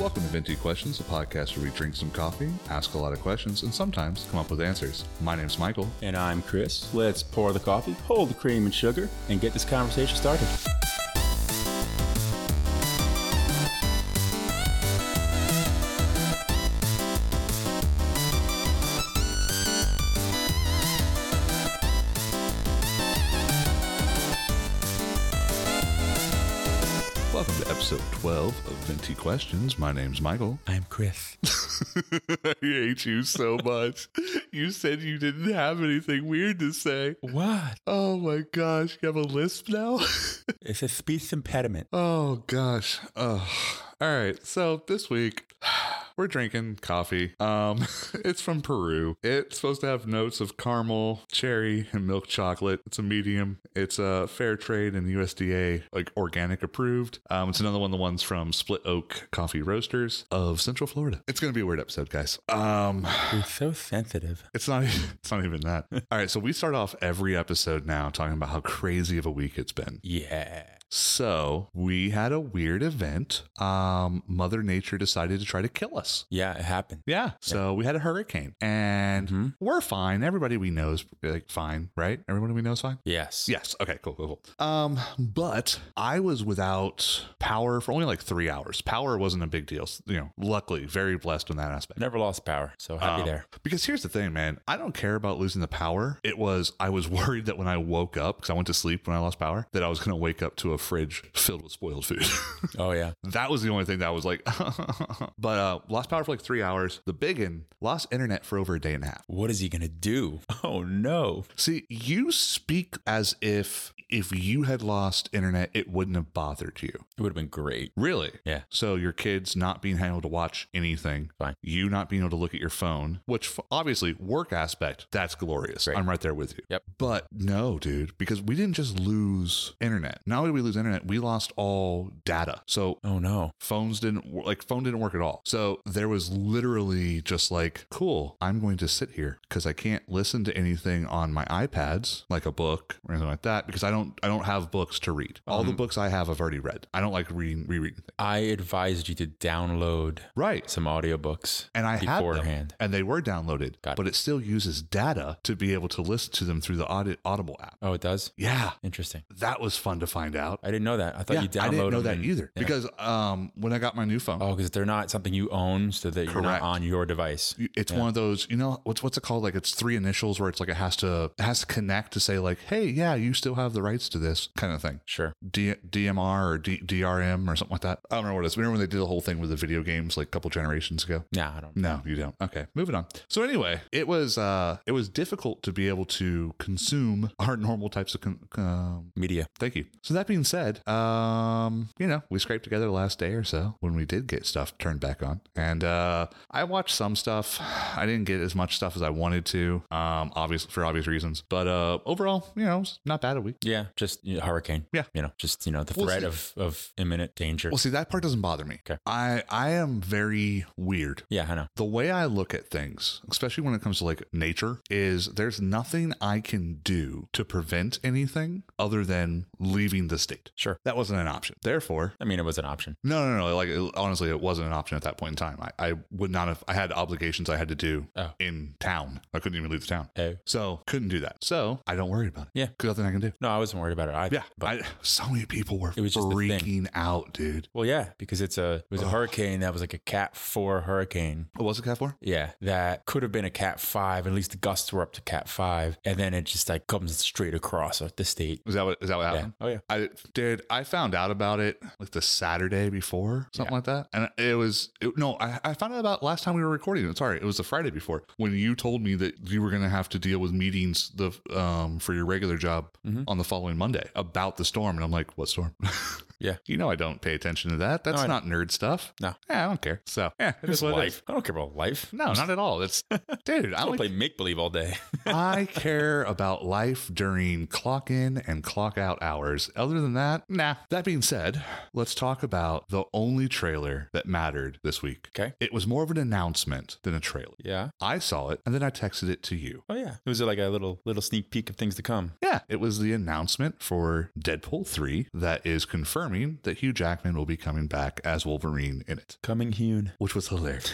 Welcome to Venti Questions, a podcast where we drink some coffee, ask a lot of questions, and sometimes come up with answers. My name's Michael. And I'm Chris. Let's pour the coffee, hold the cream and sugar, and get this conversation started. Welcome to episode 12 of Venti Questions. My name's Michael. I'm Chris. I hate you so much. you said you didn't have anything weird to say. What? Oh my gosh, you have a lisp now? It's a speech impediment. oh gosh. Oh. All right. So this week we're drinking coffee. Um it's from Peru. It's supposed to have notes of caramel, cherry, and milk chocolate. It's a medium. It's a uh, fair trade and USDA like organic approved. Um it's another one of the ones from Split Oak Coffee Roasters of Central Florida. It's going to be a weird episode, guys. Um You're so sensitive. it's not. e-, It's not even that. All right. So we start off every episode now talking about how crazy of a week it's been. Yeah. So we had a weird event. Um, Mother Nature decided to try to kill us. Yeah, it happened. Yeah. So we had a hurricane, and we're fine. Everybody we know is like fine, right? Everyone we know is fine. Yes. Yes. Okay. Cool. Cool. Cool. Um, but I was without power for only like three hours. Power wasn't a big deal. You know, luckily, very blessed in that aspect. Never lost power. So Oh. happy there. Because here's the thing, man. I don't care about losing the power. It was, I was worried that when I woke up, because I went to sleep when I lost power, that I was going to wake up to a fridge filled with spoiled food. Oh, yeah. that was the only thing that was like, but uh, lost power for like three hours. The big one lost internet for over a day and a half. What is he going to do? Oh, no. See, you speak as if if you had lost internet, it wouldn't have bothered you. It would have been great. Really? Yeah. So your kids not being able to watch anything, Fine. you not being able to look at your phone, which f- obviously work aspect, that's glorious. I'm right there with you. Yep. But no, dude, because we didn't just lose internet. Not only did we lose internet, we lost all data. So Oh, no. phones didn't wo- like phone didn't work at all. So there was literally just like, cool, I'm going to sit here because I can't listen to anything on my iPads, like a book or anything like that, because I don't I don't have books to read. All Mm-hmm. the books I have I've already read. I don't like reading rereading things. I advised you to download Right. some audiobooks and I had them, beforehand. and they were downloaded, Got it. but it still uses data to be able to listen to them through the Audi- Audible app. Oh, it does? Yeah, Interesting. that was fun to find out. I didn't know that. I thought Yeah, you downloaded I didn't know them that and- either Yeah. because um, when I got my new phone, Oh, because they're not something you own, so that you're not Correct. on your device. you- it's one of those you know what's what's it called like it's three initials where it's like it has to it has to connect to say like hey yeah you still have the rights to this kind of thing Sure. D- DMR or D- DRM or something like that I don't remember what it is remember when they did the whole thing with the video games like a couple generations ago Nah, I don't. no you don't okay moving on so anyway it was uh it was difficult to be able to consume our normal types of con- um, Media. Thank you. So that being said, um, you know, we scraped together the last day or so when we did get stuff turned back on. And uh I watched some stuff. I didn't get as much stuff as I wanted to, um, obvious for obvious reasons. But uh overall, you know, it's not bad a week. Yeah, just you know, hurricane. Yeah. you know, just you know the We'll threat see. of of imminent danger. Well, see, that part doesn't bother me. Okay. I I am very weird. yeah, I know. The way I look at things, especially when it comes to like nature, is there's nothing I can do to prevent anything other than leaving the state. Sure. That wasn't an option. Therefore, I mean, it was an option. No, no, no. Like it- honestly, it wasn't an option at that point in time. I, I would not have. I had obligations I had to do Oh. in town. I couldn't even leave the town, Oh. so couldn't do that. So I don't worry about it. Yeah. because nothing I can do. No, I wasn't worried about it. Either, Yeah, but I, so many people were was just the thing. freaking out, dude. well, yeah, because it's a it was a hurricane that was like a Cat Four hurricane. What was it, Cat Four? Yeah, that could have been a Cat Five. At least the gusts were up to Cat Five, and then it just like comes straight across uh, the state. Is that what? Is that what Yeah. happened? Oh yeah. I did. I found out about it like the Saturday before, something like that. And it was it, no. I, I found out about last time we were recording. it. Sorry, it was the Friday before when you told me that you were going to have to deal with meetings the um for your regular job Mm-hmm. on the following Monday about the storm. And I'm like, what storm? Yeah. you know I don't pay attention to that. That's I know. not nerd stuff. No. yeah, I don't care. So yeah, it is what it is. life. I don't care about life. No, not at all. It's dude. I I don't don't play make believe all day. I care about life during clock in and clock out hours. Other than that, nah. That being said, let's talk about the only trailer that mattered this week. Okay. It was more of an announcement than a trailer. yeah. I saw it and then I texted it to you. Oh yeah. It was like a little little sneak peek of things to come. Yeah, it was the announcement for Deadpool 3 that is confirming confirming that Hugh Jackman will be coming back as Wolverine in it, Coming hewn. which was hilarious.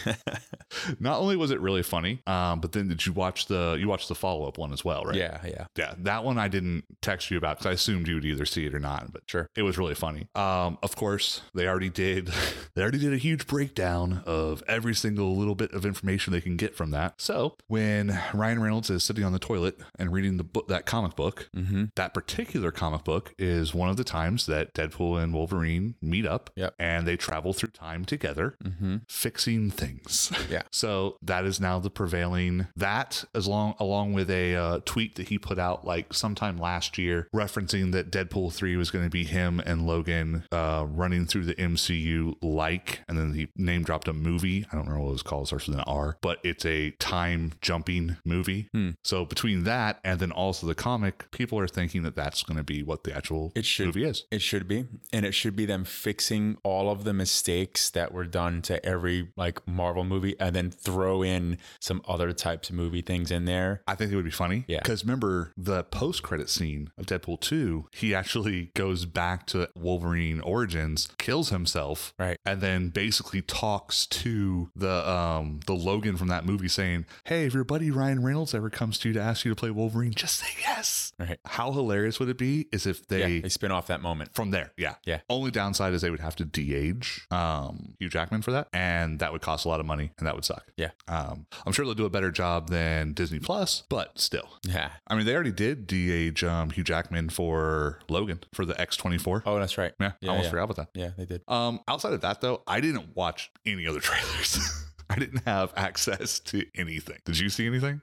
Not only was it really funny, um, but then did you watch the you watched the follow up one as well, right? Yeah, yeah. yeah, that one I didn't text you about because I assumed you would either see it or not, but Sure. it was really funny. Um, of course, they already did. They already did a huge breakdown of every single little bit of information they can get from that. So when Ryan Reynolds is sitting on the toilet and reading the book, that comic book, Mm-hmm. that particular comic book is one of the times that Deadpool and Wolverine meet up, Yep. and they travel through time together, Mm-hmm. fixing things. Yeah. So that is now the prevailing that as long along with a uh, tweet that he put out like sometime last year referencing that Deadpool 3 was going to be him and Logan uh, running through the MCU like and then he name dropped a movie I don't remember what it was called starts with an R but it's a time jumping movie Hmm. so between that and then also the comic people are thinking that that's going to be what the actual It should movie is It should be. And it should be them fixing all of the mistakes that were done to every like Marvel movie and then throw in some other types of movie things in there. I think it would be funny. Yeah. Because remember the post credit scene of Deadpool 2, he actually goes back to Wolverine Origins, kills himself, Right. and then basically talks to the um the Logan from that movie saying, Hey, if your buddy Ryan Reynolds ever comes to you to ask you to play Wolverine, just say yes. Right. How hilarious would it be is if Yeah. they They spin off that moment. from there, yeah. Yeah. Only downside is they would have to de-age um, Hugh Jackman for that, and that would cost a lot of money, and that would suck. Yeah. Um, I'm sure they'll do a better job than Disney Plus, but still, Yeah. I mean, they already did de-age um, Hugh Jackman for Logan for the X24. Oh, that's right. yeah, I yeah, almost yeah. forgot about that. Yeah, they did. Um, outside of that, though, I didn't watch any other trailers. I didn't have access to anything. Did you see anything?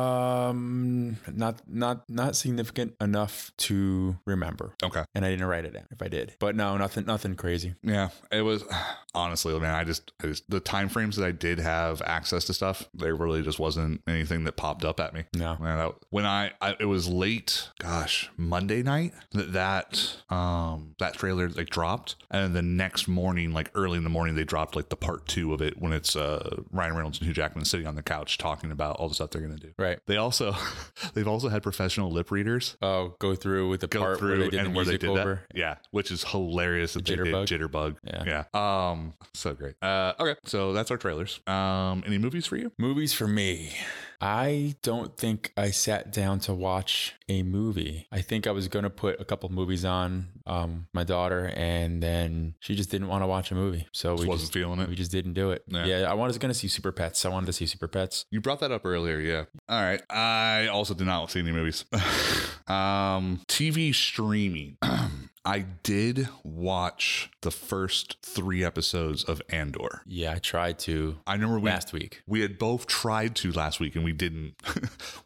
Um, not not not significant enough to remember, Okay. and I didn't write it down. If I did, but no, nothing nothing crazy. Yeah, it was honestly, man. I just, I just the time frames that I did have access to stuff, there really just wasn't anything that popped up at me. No. Man, that, when I, I it was late, gosh, Monday night that that um that trailer like dropped, and then the next morning, like early in the morning, they dropped like the part two of it when it's uh Ryan Reynolds and Hugh Jackman sitting on the couch talking about all the stuff they're gonna do. Right. They also, they've also had professional lip readers Oh, go through with the go part through where they did and the where they music did over. that. Yeah, which is hilarious that Jitterbug. they did jitterbug. Yeah. Yeah. Um. So great. Uh. Okay. So that's our trailers. Um. Any movies for you? Movies for me. I don't think I sat down to watch a movie. I think I was going to put a couple movies on um, my daughter, and then she just didn't want to watch a movie. So we Just wasn't just, feeling we it. just didn't do it. Yeah. Yeah, I was going to see Super Pets. I wanted to see Super Pets. You brought that up earlier. Yeah. All right. I also did not see any movies. um. TV streaming. I did watch the first three episodes of Andor. Yeah, I tried to I remember we last week. we had both tried to last week and we didn't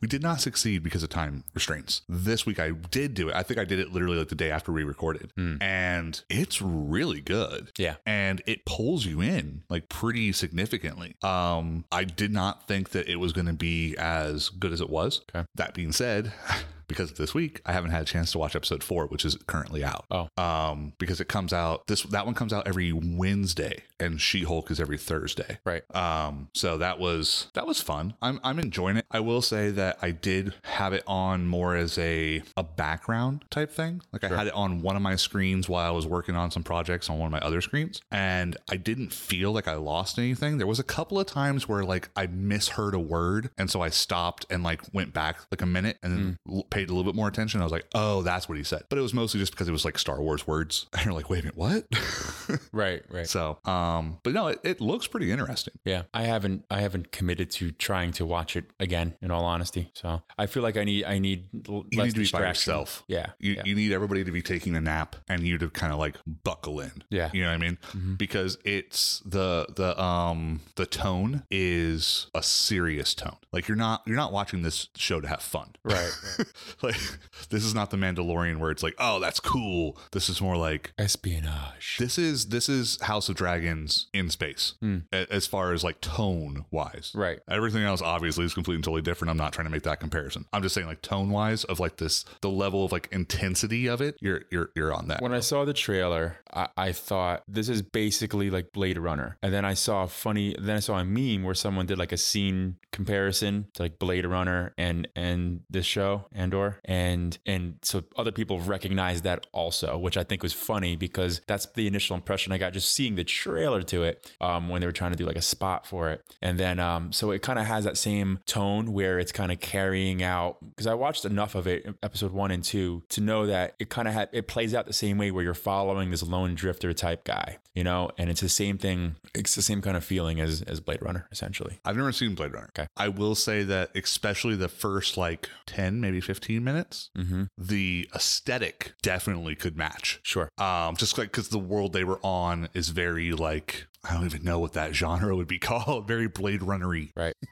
we did not succeed because of time restraints this week i did do it i think i did it literally like the day after we recorded Hmm. and it's really good Yeah. and it pulls you in like pretty significantly um i did not think that it was going to be as good as it was Okay. that being said because of this week i haven't had a chance to watch episode four which is currently out Oh. um because it comes out this that one comes out every wednesday and she-hulk is every thursday Right. um, so that was that was fun. I'm I'm enjoying it. I will say that I did have it on more as a a background type thing. Like I had it on one of my screens while I was working on some projects on one of my other screens, and I didn't feel like I lost anything. There was a couple of times where like I misheard a word, and so I stopped and like went back like a minute and then l- paid a little bit more attention. I was like, oh, that's what he said. But it was mostly just because it was like Star Wars words, and you're like, wait a minute, what? Right, right. so, um, but no, it, it looks pretty interesting. Yeah, I haven't I haven't committed to trying to watch it again. In all honesty, so I feel like I need I need l- you less need to be by distraction. yourself. Yeah, You, yeah. you need everybody to be taking a nap and you to kind of like buckle in. Yeah. You know what I mean? Mhm. Because it's the the um the tone is a serious tone. Like you're not you're not watching this show to have fun. Right, like this is not the Mandalorian where it's like, "Oh, that's cool." This is more like Espionage. this is this is House of Dragons in space Mm. a- as far as like tone wise. Right. Everything else obviously is completely and totally different. I'm not trying to make that comparison. I'm just saying like tone wise of like this the level of like intensity of it, you're you're you're on that. When I saw the trailer, I, I thought this is basically like Blade Runner. And then I saw a funny, then I saw a meme where someone did like a scene comparison to like Blade Runner and and this show and door, and and so other people recognized that also, which I think was funny because that's the initial impression I got just seeing the trailer to it um, when they were trying to do like a spot for it, and then um, so it kind of has that same tone where it's kind of carrying out because I watched enough of it, episode one and two, to know that it kind of had it plays out the same way where you're following this lone drifter type guy, you know, and it's the same thing. It's the same kind of feeling as as Blade Runner essentially. I've never seen Blade Runner. Okay. I will say that especially the first like 10, maybe 15 minutes, Mm-hmm. the aesthetic definitely could match. Sure. Um, just like because the world they were on is very like I don't even know what that genre would be called, very Blade Runnery, Right.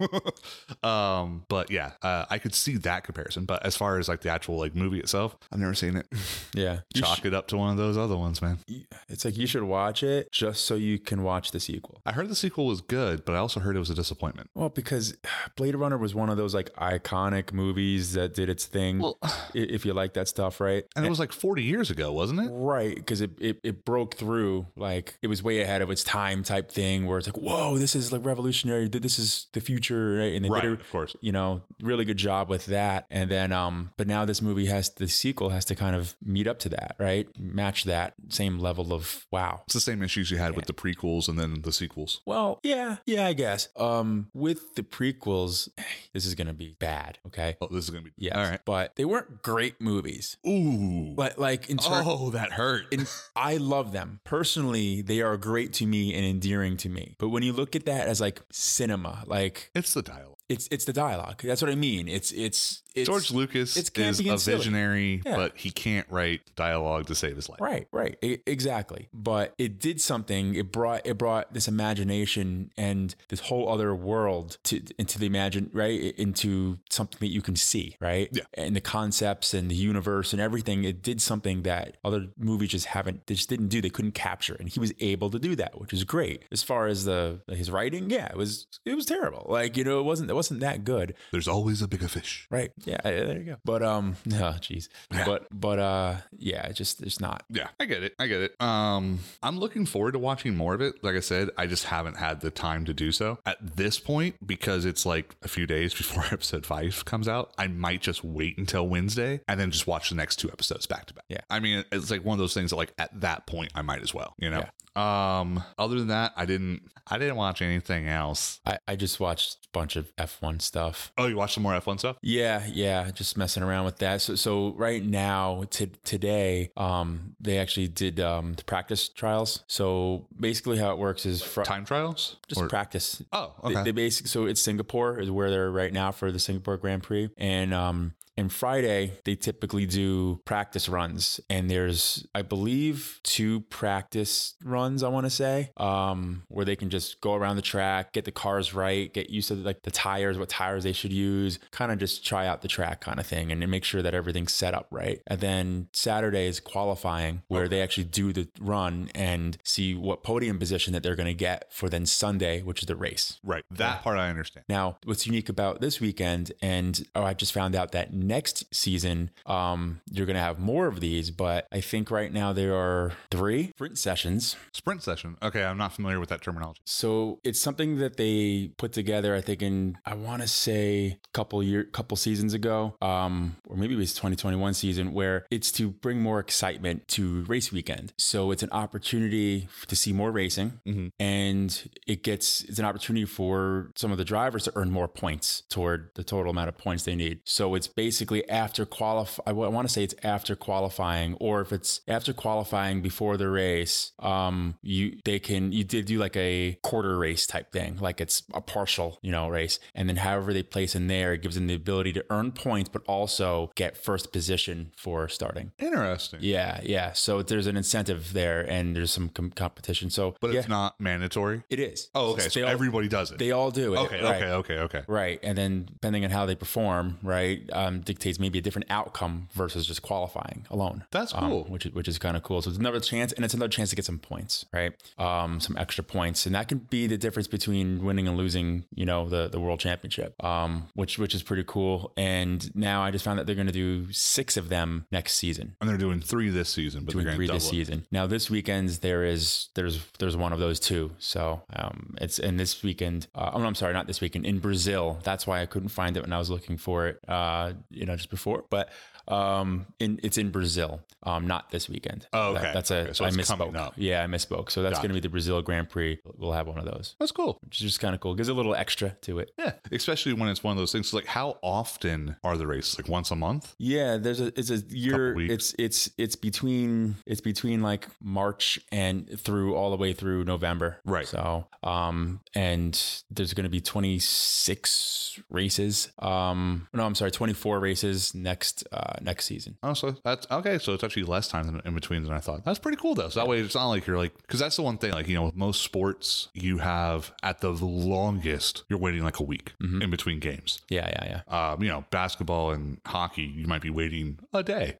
um, but yeah, uh, I could see that comparison. But as far as like the actual like movie itself, I've never seen it. Yeah. You Chalk it up to one of those other ones, man. sh- it's like you should watch it just so you can watch the sequel. I heard the sequel was good, but I also heard it was a disappointment. Well, because Blade Runner was one of those like iconic movies that did its thing. Well, i- if you like that stuff, right? and it was like 40 years ago, wasn't it? Right, because it, it it broke through like it was way ahead of its time type thing where it's like, whoa, this is like revolutionary. Th- This is the future, right? And they Right, did a, of course. you know, really good job with that. And then, um, but now this movie has the sequel has to kind of meet up to that, right? Match that same level of wow. It's the same issues you had with the prequels and then the sequels. Well, yeah, yeah, I guess. Um, with the prequels, this is gonna be bad. Okay. Oh, this is gonna be Yes. All right. But they weren't great movies. Ooh. But like in terms oh, that hurt. and I love them personally. They are great to me and endearing to me. But when you look at that as like cinema, like it's the dialogue. it's it's the dialogue. That's what I mean. It's it's it's George Lucas it's is campy a and silly. visionary, Yeah. but he can't write dialogue to save his life. Right, right, E- exactly. But it did something. It brought it brought this imagination and this whole other world to into the imagine right I- into something that you can see right. Yeah. And the concepts and the universe and everything. It did something that other movies just haven't. They just didn't do. They couldn't capture. And he was able to do that, which is great. As far as the his writing, yeah, it was it was terrible. Like you know, it wasn't it wasn't that good. There's always a bigger fish. Right. Yeah. I- There you go. But um. Oh, jeez. But but uh. Yeah. it Just it's not. Yeah, I get it. I get it. Um, I'm looking forward to watching more of it. Like I said, I just haven't had the time to do so at this point because it's like a few days before episode five comes out. I might just wait until Wednesday and then just watch the next two episodes back to back. Yeah. I mean, it's like one of those things that like at that point I might as well, you know. Yeah. Um, other than that, I didn't. I didn't watch anything else. I, I just watched a bunch of F1 stuff. Oh, you watched some more F1 stuff? Yeah, yeah, just messing around with that. So, so right now, to today, um, they actually did um the practice trials. So basically, how it works is fr- Time trials? just Or- practice. oh, They- okay. They, basically so it's Singapore is where they're right now for the Singapore Grand Prix, and um and Friday they typically do practice runs, and there's I believe two practice runs I want to say, um where they can just go around the track, get the cars right, get used to like the tires, what tires they should use, kind of just try out the track kind of thing, and then make sure that everything's set up right. And then Saturday is qualifying where they actually do the run and see what podium position that they're going to get for then Sunday, which is the race. right. That part I understand. Now, what's unique about this weekend, and oh, I just found out that next season, um, you're going to have more of these, but I think right now there are three sprint sessions. Sprint session. Okay, I'm not familiar with that terminology. So it's something that they put together, I think, in I want to say a couple year, couple seasons ago, um, or maybe it was 2021 season, where it's to bring more excitement to race weekend. So it's an opportunity to see more racing, Mhm. and it gets it's an opportunity for some of the drivers to earn more points toward the total amount of points they need. So it's basically after qualify. I want to say it's after qualifying, or if it's after qualifying before the race, um, you they can you did do like a quarter race type thing, like it's a partial, you know, race, and then however they place in there, it gives them the ability to earn points, but also get first position for starting. Interesting. Yeah, yeah. So there's an incentive there, and there's some com- competition. So, But yeah, it's not mandatory. it is. Oh, okay. They So all- everybody does it. they all do it. okay, right. okay, okay, okay. Right. And then depending on how they perform, right, um, dictates maybe a different outcome versus just qualifying alone. That's Um, cool. which is which is kind of cool. So it's another chance, and it's another chance to get some points, right? Um, some extra points, and that can be the difference between winning and losing. You know, the the world championship, um, which which is pretty cool. And now I just found that they're going to do six of them next season. and they're doing three this season, but Doing they're three going to this double it. season. Now this weekend's there is there's there's one of those too. So um, it's and this weekend. Uh, oh, no, I'm sorry, not this weekend in Brazil. That's why I couldn't find it when I was looking for it. Uh, you know just before, but um, in it's in Brazil, um, not this weekend. Oh, That- okay. that's a I Okay, so it's misspoke. coming up. Yeah, I misspoke. So that's Got going to be the Brazil Grand Prix. We'll have one of those, That's cool. which is just kind of cool. Gives a little extra to it. Yeah. Especially when it's one of those things like how often are the races? Like once a month? Yeah, there's a it's a year weeks. it's it's it's between it's between like March and through all the way through November. Right. So um and there's gonna be twenty six races. Um no I'm sorry, twenty four races next uh next season. Oh, so that's okay. So it's actually less time than in between than I thought. That's pretty cool though. So that way it's not like you're like because that's the one thing like you know with most sports you have at the longest you're waiting like a week Mm-hmm. in between games. Yeah, yeah, yeah. Um, you know basketball and hockey you might be waiting a day.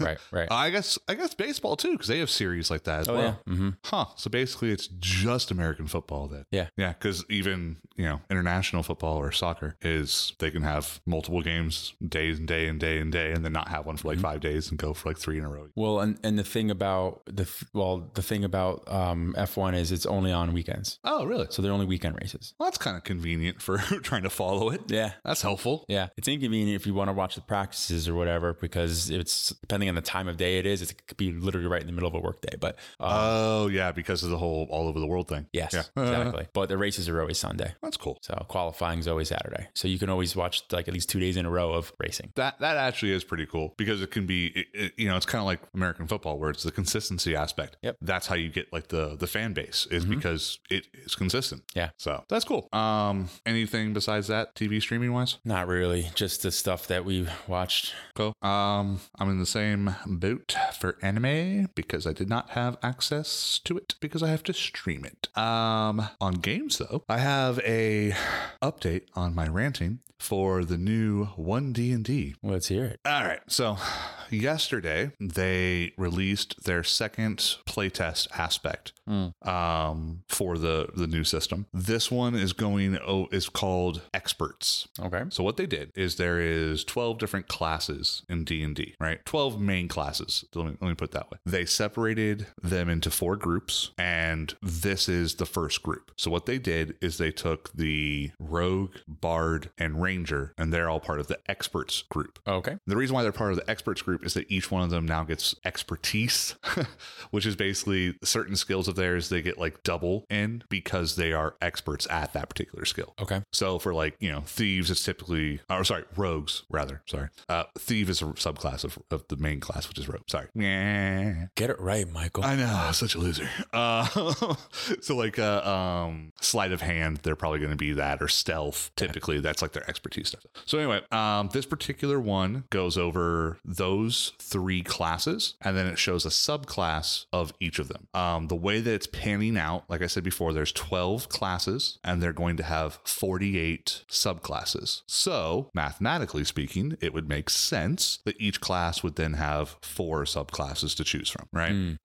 Right, right. I guess I guess baseball too because they have series like that as oh well. yeah. Mm-hmm. Huh. So basically, it's just American football then. Yeah. Yeah. Because even, you know, international football or soccer is they can have multiple games days and day and day and day and then not have one Mm-hmm. for like five days and go for like three in a row. Well, and, and the thing about the th- well, the thing about um, F1 is it's only on weekends, Oh, really? so they're only weekend races. Well, that's kind of convenient for trying to follow it. Yeah, That's helpful. Yeah, it's inconvenient if you want to watch the practices or whatever because it's depending on the time of day it is. It could be literally right in the middle of a workday, but uh, Oh, yeah. Because of the whole all over the world thing. yes, Yeah. exactly. But the races are always Sunday, That's cool. so qualifying's always Saturday, so you can always watch like at least two days in a row of racing. That that actually is pretty cool because it can be it, it- you know it's kind of like American football where it's the consistency aspect. Yep. Mm-hmm. That's how you get like the the fan base is because it is consistent. Yeah. So that's cool. Um, anything besides that TV streaming wise? Not really, just the stuff that we watched. Cool. Um, I'm in the same boat for anime because I did not have access to it because I have to stream it. Um, on games though, I have a update on my ranting for the new One D and D. Let's hear it. All right. So yesterday they released their second playtest aspect um, for the the new system. This one is going oh is called experts. Okay. So what they did is there is 12 different classes in D&D, right? 12 main classes. Let me, let me put it that way. They separated them into four groups and this is the first group. So what they did is they took the rogue, bard, and ranger and they're all part of the experts group. Okay. The reason why they're part of the experts group is that each one of them now gets expertise, which is basically certain skills of theirs they get like double in because they are experts at that particular skill. Okay. So for like, you know, thieves, it's typically, or sorry, rogues rather. Sorry. Uh, thieve is a subclass of, of the main class, which is rogue. Sorry. Yeah. Get it right, Michael. I know, such a loser. Uh, so like uh, um, sleight of hand, they're probably going to be that or stealth. Typically, that's like their expertise stuff. So anyway, um, this particular one goes over those three classes, and then it shows a subclass of each of them. Um, the way that it's panning out, like I said before, there's 12 classes, and they're going to have 48 subclasses. So mathematically speaking, it would make sense that each class would then have four subclasses to choose from, right?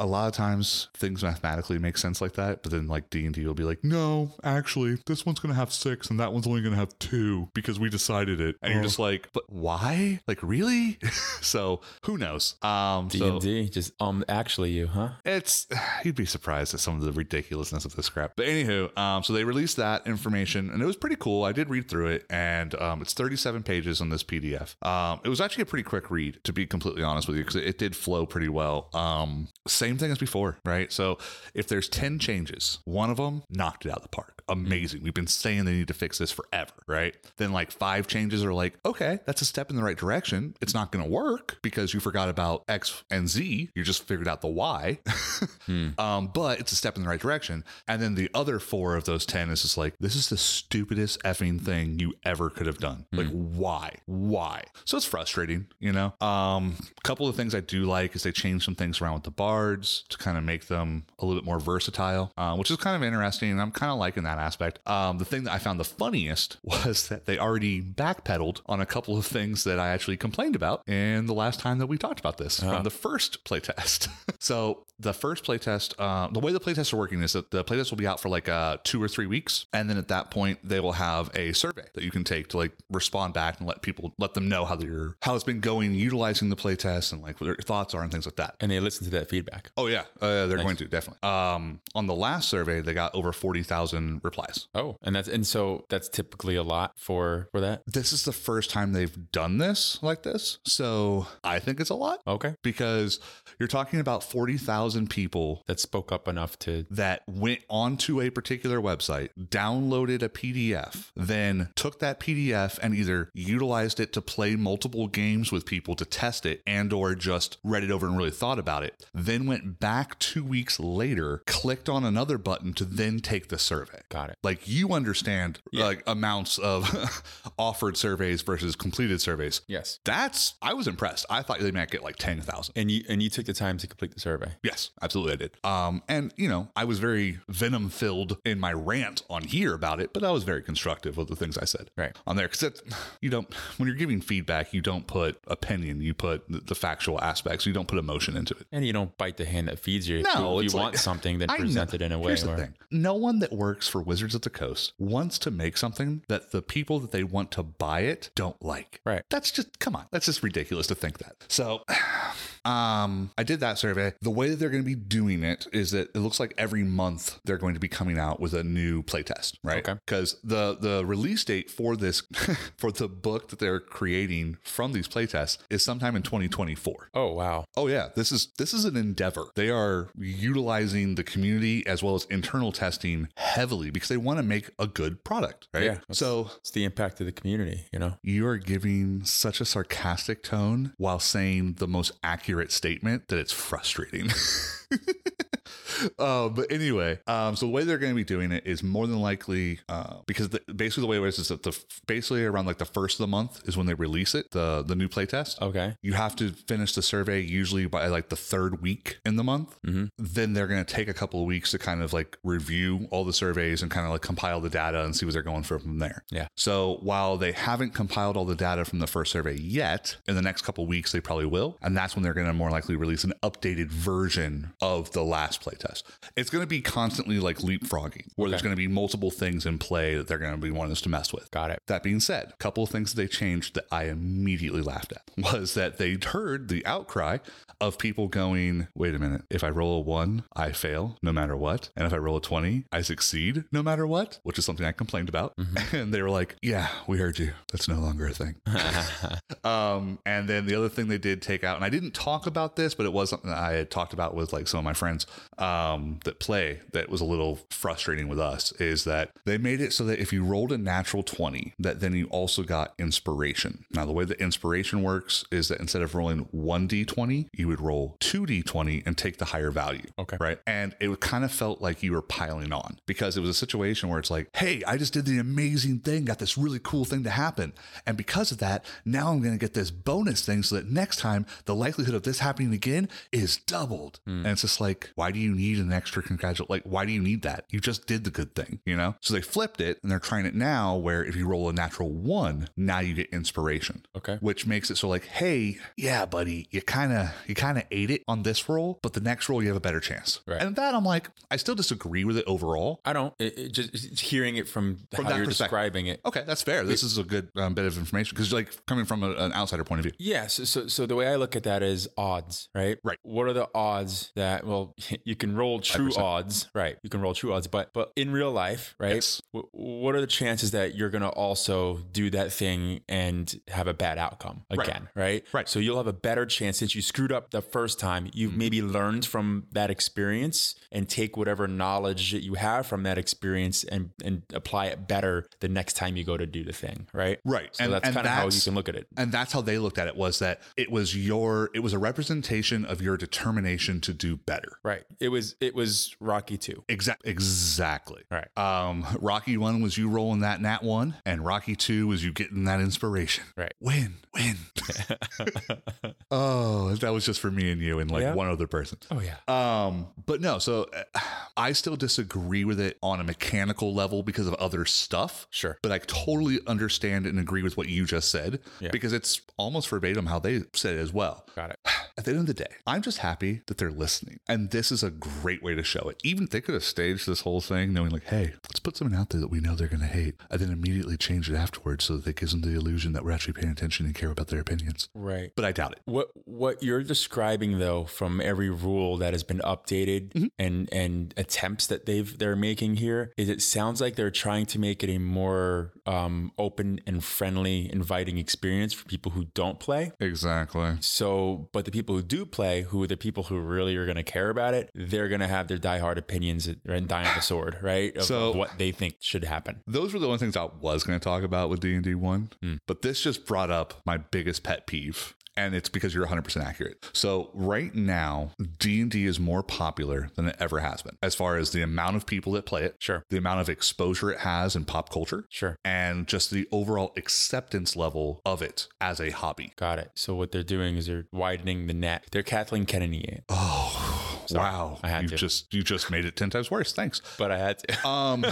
a lot of times things mathematically make sense like that but then like d&d will be like no actually this one's gonna have six and that one's only gonna have two because we decided it Oh. and you're just like but why like really so who knows um D so and D, just um, actually, you, huh? it's you'd be surprised at some of the ridiculousness of this crap. But anywho, um, so they released that information and it was pretty cool. I did read through it and um, it's 37 pages on this PDF. Um, it was actually a pretty quick read to be completely honest with you because it, it did flow pretty well. Um, same thing as before, right? So if there's 10 changes, one of them knocked it out of the park. Amazing. We've been saying they need to fix this forever, right? Then like five changes are like, okay, that's a step in the right direction. It's not going to work because you forgot about X and Z. You just figured out the Y. Um, but it's a step in the right direction. And then the other four of those 10 is just like, this is the stupidest effing thing you ever could have done. Like, why? Why? So it's frustrating, you know? Um, a couple of things I do like is they change some things around with the bards to kind of make them a little bit more versatile, uh, which is kind of interesting. And I'm kind of liking that aspect. Um, the thing that I found the funniest was that they already backpedaled on a couple of things that I actually complained about in the last time that we talked about this from the first playtest. so the first playtest, uh, the way the playtests are working is that the playtest will be out for like uh, two or three weeks, and then at that point they will have a survey that you can take to like respond back and let people let them know how they're how it's been going, utilizing the playtest and like what their thoughts are and things like that. And they listen to that back. Oh yeah, uh, they're Nice. going to definitely. Um, on the last survey, they got over forty thousand replies. Oh, and that's and so that's typically a lot for for that. This is the first time they've done this like this, so I think it's a lot Okay, because you're talking about forty thousand people that spoke up enough to that went onto a particular website, downloaded a PDF, then took that PDF and either utilized it to play multiple games with people to test it and or just read it over and really thought about it, then went back 2 weeks later, clicked on another button to then take the survey. got it. Like you understand like amounts of offered surveys versus completed surveys. Yes, That's I was impressed. I thought they might get like 10,000. and you and you took the time to complete the survey. Yes, absolutely I did. Um, and you know, I was very venom filled in my rant on here about it, but I was very constructive with the things I said Right. on there because you don't when you're giving feedback, you don't put opinion, you put the, the factual aspects, you don't put emotion into it. And you don't bite the hand that feeds you. No, you, it's you like- want something then I know. presented in a way Here's the where thing: no one that works for Wizards of the Coast wants to make something that the people that they want to buy it don't like. Right. That's just come on. That's just ridiculous to think that. So, um, I did that survey. The way that they're going to be doing it is that it looks like every month they're going to be coming out with a new playtest, right? Okay. Because the the release date for this for the book that they're creating from these playtests is sometime in 2024. oh wow, Oh yeah, this is this is an endeavor. They are utilizing the community as well as internal testing heavily because they want to make a good product, right? Yeah. So it's the impact of the community. You know, you are giving such a sarcastic tone while saying the most accurate statement that it's frustrating. Uh, but anyway, um, so the way they're going to be doing it is more than likely uh, because the, basically the way it is is that the basically around like the first of the month is when they release it the the new playtest okay, you have to finish the survey usually by like the third week in the month. Mhm. Then they're going to take a couple of weeks to kind of like review all the surveys and kind of like compile the data and see what they're going for from there. Yeah. So while they haven't compiled all the data from the first survey yet, in the next couple of weeks they probably will, and that's when they're going to more likely release an updated version of the last playtest. It's going to be constantly like leapfrogging, where there's Okay. going to be multiple things in play that they're going to be wanting us to mess with. got it. That being said, a couple of things that they changed that I immediately laughed at was that they'd heard the outcry of people going, wait a minute, if I roll a one, I fail no matter what. And if I roll a 20, I succeed no matter what, which is something I complained about. And they were like, yeah, we heard you. That's no longer a thing. Um, and then the other thing they did take out, and I didn't talk about this, but it was something that I had talked about with like some of my friends um, that play that was a little frustrating with us is that they made it so that if you rolled a natural 20, that then you also got inspiration. Now, the way that inspiration works is that instead of rolling 1d20, you would roll 2d20 and take the higher value. Okay. Right. And it kind of felt like you were piling on because it was a situation where it's like, hey, I just did the amazing thing, got this really cool thing to happen. And because of that, now I'm going to get this bonus thing so that next time the likelihood of this happening again is doubled. And it's just like, why do you need an extra congratulate? Like, why do you need that? You just did the good thing, you know? So they flipped it and they're trying it now where if you roll a natural one, now you get inspiration Okay, which makes it so like, hey, yeah, buddy, you kind of you kind of ate it on this roll, but the next roll you have a better chance. Right. And that I'm like, I still disagree with it overall. I don't. It, it just it's hearing it from, From how that you're perspective. describing it. Okay, that's fair. This is a good um, bit of information because like coming from a, an outsider point of view. Yeah, so, so so the way I look at that is odds, right? Right. What are the odds that well you can roll true 5%. odds, right? You can roll true odds, but but in real life, right? Yes. wh- what are the chances that you're going to also do that thing and have a bad outcome Right. again, right? Right. Mm-hmm. So you'll have a better chance since you screwed up the first time. You've maybe learned from that experience and take whatever knowledge that you have from that experience and and apply it better the next time you go to do the thing, right? Right. So And- that's and kind of how you that's- can look at it. And that's how they looked at it was that it was your it was a representation of your determination to do better. Right. It was it was Rocky too. Exact exactly. Right. Um, Rocky one was you rolling that nat one, and Rocky two was you getting that inspiration. Right. Win, win. oh, that was just for me and you and like Yeah. one other person. oh yeah. Um, but no, so uh, I still disagree with it on a mechanical level because of other stuff. Sure. But I totally understand and agree with what you just said Yeah. because it's almost verbatim how they said it as well. Got it. At the end of the day, I'm just happy that they're listening. And this is a great way to show it. Even if they could have staged this whole thing knowing, like, hey, let's put something out there that we know they're going to hate, and then immediately change it afterwards so that it gives them the illusion that we're actually paying attention and care about their opinions. Right. But I doubt it. What what you're describing though from every rule that has been updated Mhm. and and attempts that they've they're making here is it sounds like they're trying to make it a more um, open and friendly, inviting experience for people who don't play. Exactly. So, but the people who do play, who are the people who really are going to care about it, they're going to have their diehard opinions and die on the sword, right? Of, So- of what they think should happen. Those were the only things I was going to talk about with D&D 1, Hmm. but this just brought up my biggest pet peeve and it's because you're 100% accurate. So right now, D&D is more popular than it ever has been as far as the amount of people that play it, Sure. the amount of exposure it has in pop culture, Sure. and just the overall acceptance level of it as a hobby. Got it. So what they're doing is they're widening the net. They're Kathleen Kennedy eh? it, Oh, wow. I had you to. just you just made it 10 times worse. Thanks. but I had to. Um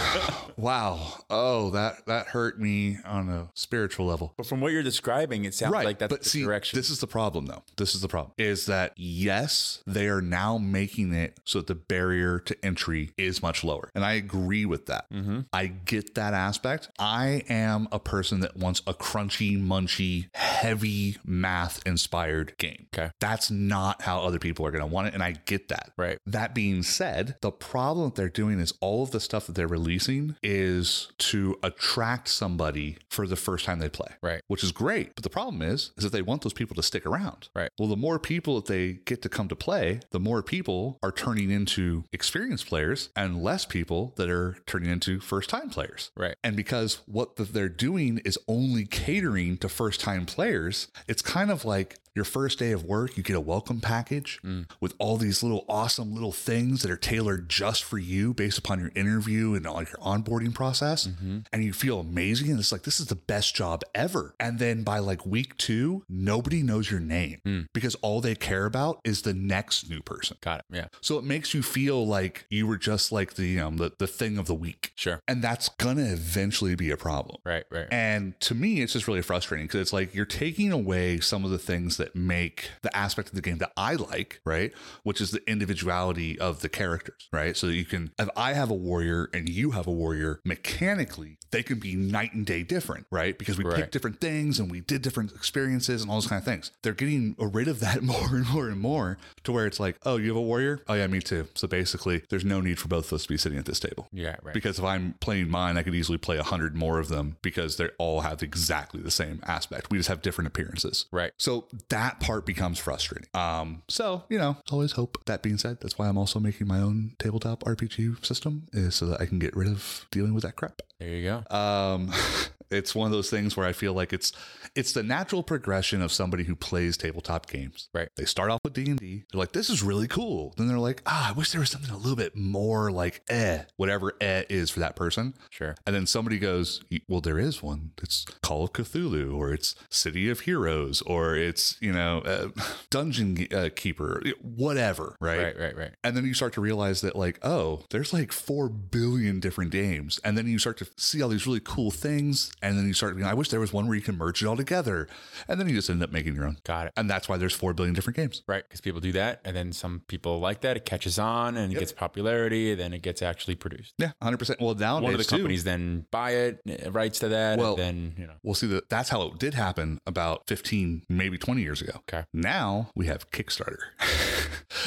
wow. Oh, that that hurt me on a spiritual level. But from what you're describing, it sounds like that's but the see, direction. This is the problem, though. This is the problem is that yes, they are now making it so that the barrier to entry is much lower, and I agree with that. Mm-hmm. I get that aspect. I am a person that wants a crunchy, munchy, heavy math inspired game. Okay. that's not how other people are going to want it, and I get that. right. That being said, the problem that they're doing is all of the stuff that they're releasing is to attract somebody for the first time they play. Right. Which is great. But the problem is, is that they want those people to stick around. Right. Well, the more people that they get to come to play, the more people are turning into experienced players and less people that are turning into first time players. Right. And because what that they're doing is only catering to first time players, it's kind of like your first day of work, you get a welcome package with all these little awesome little things that are tailored just for you based upon your interview and all your onboarding process. And you feel amazing. And it's like, this is the best job ever. And then by like week two, nobody knows your name because all they care about is the next new person. Got it. Yeah. So it makes you feel like you were just like the um the, the thing of the week. Sure. And that's gonna eventually be a problem. Right. Right. And to me, it's just really frustrating because it's like you're taking away some of the things that make the aspect of the game that I like, right? Which is the individuality of the characters, right? So you can, if I have a warrior and you have a warrior, mechanically, they can be night and day different, right? Because we Right. picked different things and we did different experiences and all those kind of things. They're getting rid of that more and more and more to where it's like, oh, you have a warrior? Oh, yeah, me too. So basically, there's no need for both of us to be sitting at this table yeah. Right. because if I'm playing mine, I could easily play a hundred more of them because they all have exactly the same aspect. We just have different appearances. right. So that part becomes frustrating. Um, so you know, there's always hope. That being said, that's why I'm also making my own tabletop RPG system, is so that I can get rid of dealing with that crap There you go. um it's one of those things where i feel like it's it's the natural progression of somebody who plays tabletop games Right. they start off with d&d they're like this is really cool then they're like ah i wish there was something a little bit more like eh whatever eh is for that person Sure. and then somebody goes well there is one it's call of cthulhu or it's city of heroes or it's you know uh, dungeon uh, keeper whatever right Right. Right. Right. and then you start to realize that, like, oh, there's like 4 billion different games. And then you start to see all these really cool things. And then you start, you know, I wish there was one where you can merge it all together. And then you just end up making your own. Got it. And that's why there's 4 billion different games. Right, because people do that, and then some people like that. It catches on, and it gets popularity, and then it gets actually produced. Yeah, 100%. Well, nowadays, One of the too- companies then buy it, uh, rights to that, Well- and then you know. Well, see, that that's how it did happen about 15, maybe 20 years ago. Okay. Now we have Kickstarter.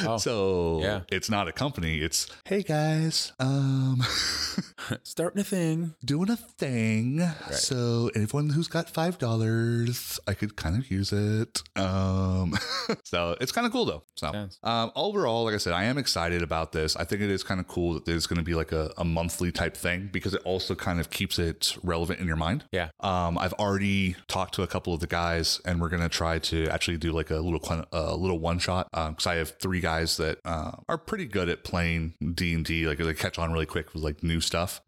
Oh, so yeah. it's not a company. It's, hey guys, um, starting a thing. doing a thing. So anyone who's got five dollars, I could kind of use it. Um, so it's kind of cool though. So Sounds. um, overall, like I said, I am excited about this. I think it is kind of cool that there's going to be like a, a monthly type thing because it also kind of keeps it relevant in your mind. Yeah. Um, I've already talked to a couple of the guys, and we're gonna try to actually do like a little quen- a little one shot because I have three guys that uh, are pretty good at playing D and D. Like they catch on really quick with like new stuff,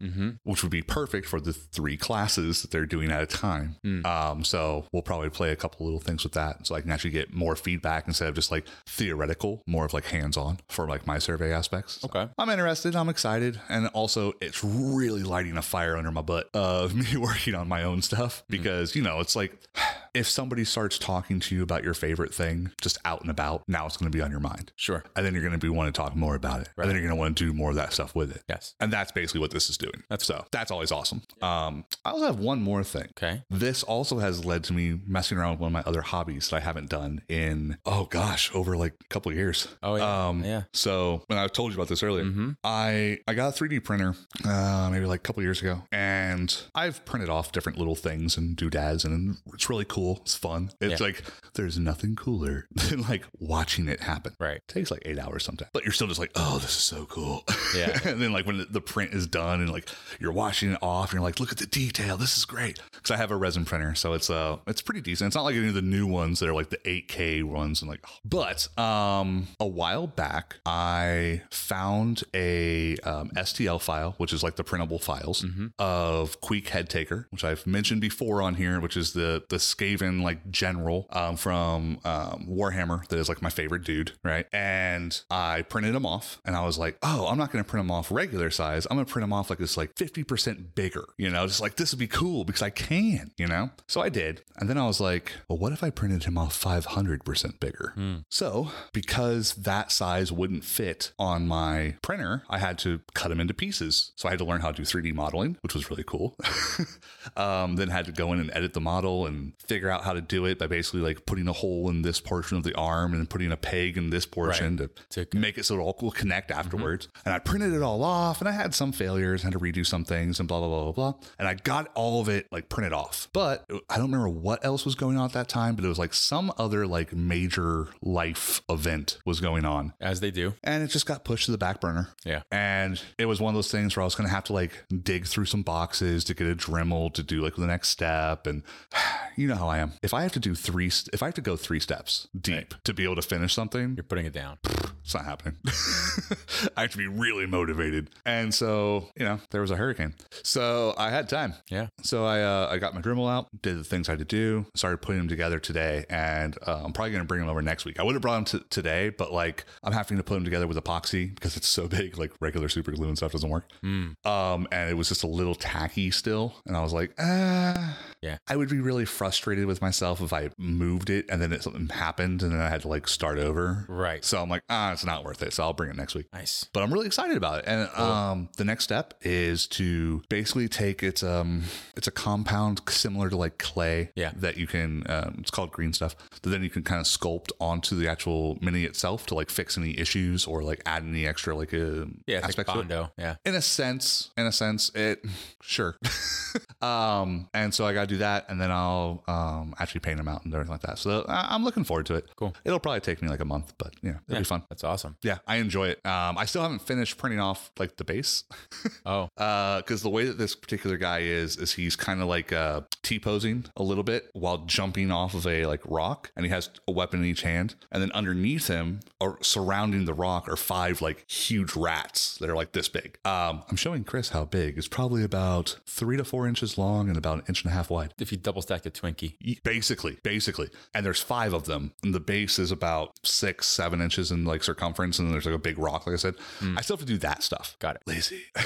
which would be perfect for the three classes that they're doing at a time. Um, so we'll probably play a couple little things with that, so I can actually get more feedback instead of just like theoretical, more of like hands on for like my survey aspects. So Okay. I'm interested. I'm excited. And also, it's Mm. really lighting a fire under my butt of me working on my own stuff because, you know, it's like if somebody starts talking to you about your favorite thing just out and about, now it's going to be on your mind. Sure. And then you're going to be want to talk more about it. Right. And then you're going to want to do more of that stuff with it. Yes. And that's basically what this is doing. That's so that's always awesome. Um, I also have one more thing. Okay. This also has led to me messing around with one of my other hobbies that I haven't done in oh gosh, over like a couple of years. Oh, yeah. Um, Yeah. So when I told you about this earlier, Mm-hmm. I I got a 3D printer uh, maybe like a couple years ago, and I've printed off different little things and doodads, and it's really cool. It's fun. It's Yeah. like there's nothing cooler than like watching it happen. Right. It takes like eight hours sometimes, but you're still just like, oh, this is so cool. Yeah. and then like when the print is done and like you're washing it off, and you're like, look at the detail. This is great. Because I have a resin printer, so it's uh, it's pretty decent. It's not like any of the new ones that are like the 8K ones and like. But um, a while back, I found a um, STL file, which is like the printable files of Queek Head Taker, which I've mentioned before on here, which is the the Skaven like general um, from um, Warhammer that is like my favorite dude, right? And I printed him off, and I was like, oh, I'm not going to print him off regular size. I'm going to print him off like this, like 50% bigger, you know, just like this would be cool because I can, you know. So I did, and then I was like, well, what if I printed him off 500% bigger? So because that size wouldn't fit on my printer, I had to cut them into pieces. So I had to learn how to do 3D modeling, which was really cool. um, then had to go in and edit the model and figure out how to do it by basically like putting a hole in this portion of the arm and putting a peg in this portion to To- make it so it all will connect afterwards. And I printed it all off and I had some failures, had to redo some things and blah, blah, blah, blah, blah. And I got all of it like printed off. But I don't remember what else was going on at that time, but it was like some other like major life event was going on. As they do. And it just got pushed to the back burner. Yeah. And it was one of those things where I was going to have to like dig through some boxes to get a Dremel to do like the next step. And you know how I am. If I have to do three, st- if I have to go three steps deep to be able to finish something, You're putting it down. it's not happening. I have to be really motivated. And so, you know, there was a hurricane. So I had time. Yeah. So I uh, I got my Dremel out, did the things I had to do, started putting them together today, and uh, I'm probably gonna bring them over next week. I would have brought them t- today, but like I'm having to put them together with epoxy because it's so big, like regular super glue and stuff doesn't work. Mm. Um, and it was just a little tacky still, and I was like, ah. Yeah. I would be really frustrated with myself if I moved it and then it, something happened and then I had to like start over. Right. So I'm like, ah, it's not worth it. So I'll bring it next week. Nice. But I'm really excited about it. And um, the next step is to basically take it's um it's a compound similar to like clay Yeah. that you can um, it's called green stuff that then you can kind of sculpt onto the actual mini itself to like fix any issues or like add any extra like uh, Yeah. It's like aspects to it Bondo. Yeah. in a sense in a sense it sure um and so i gotta do that and then i'll um actually paint them out and everything like that so I- i'm looking forward to it Cool. it'll probably take me like a month but you know it'll Yeah. be fun That's awesome. yeah i enjoy it um i still haven't finished printing off like the base Oh, uh because the way that this particular guy is is he's kind of like uh t-posing a little bit while jumping off of a like rock and he has a weapon in each hand and then underneath him or surrounding the rock are five like huge rats that are like this big um i'm showing chris how big it's probably about three to four inches long and about an inch and a half wide if you double stack a Twinkie. basically basically and there's five of them and the base is about six seven inches in like circumference and there's like a big rock like i said i still have to do that stuff Mm. Got it. lazy.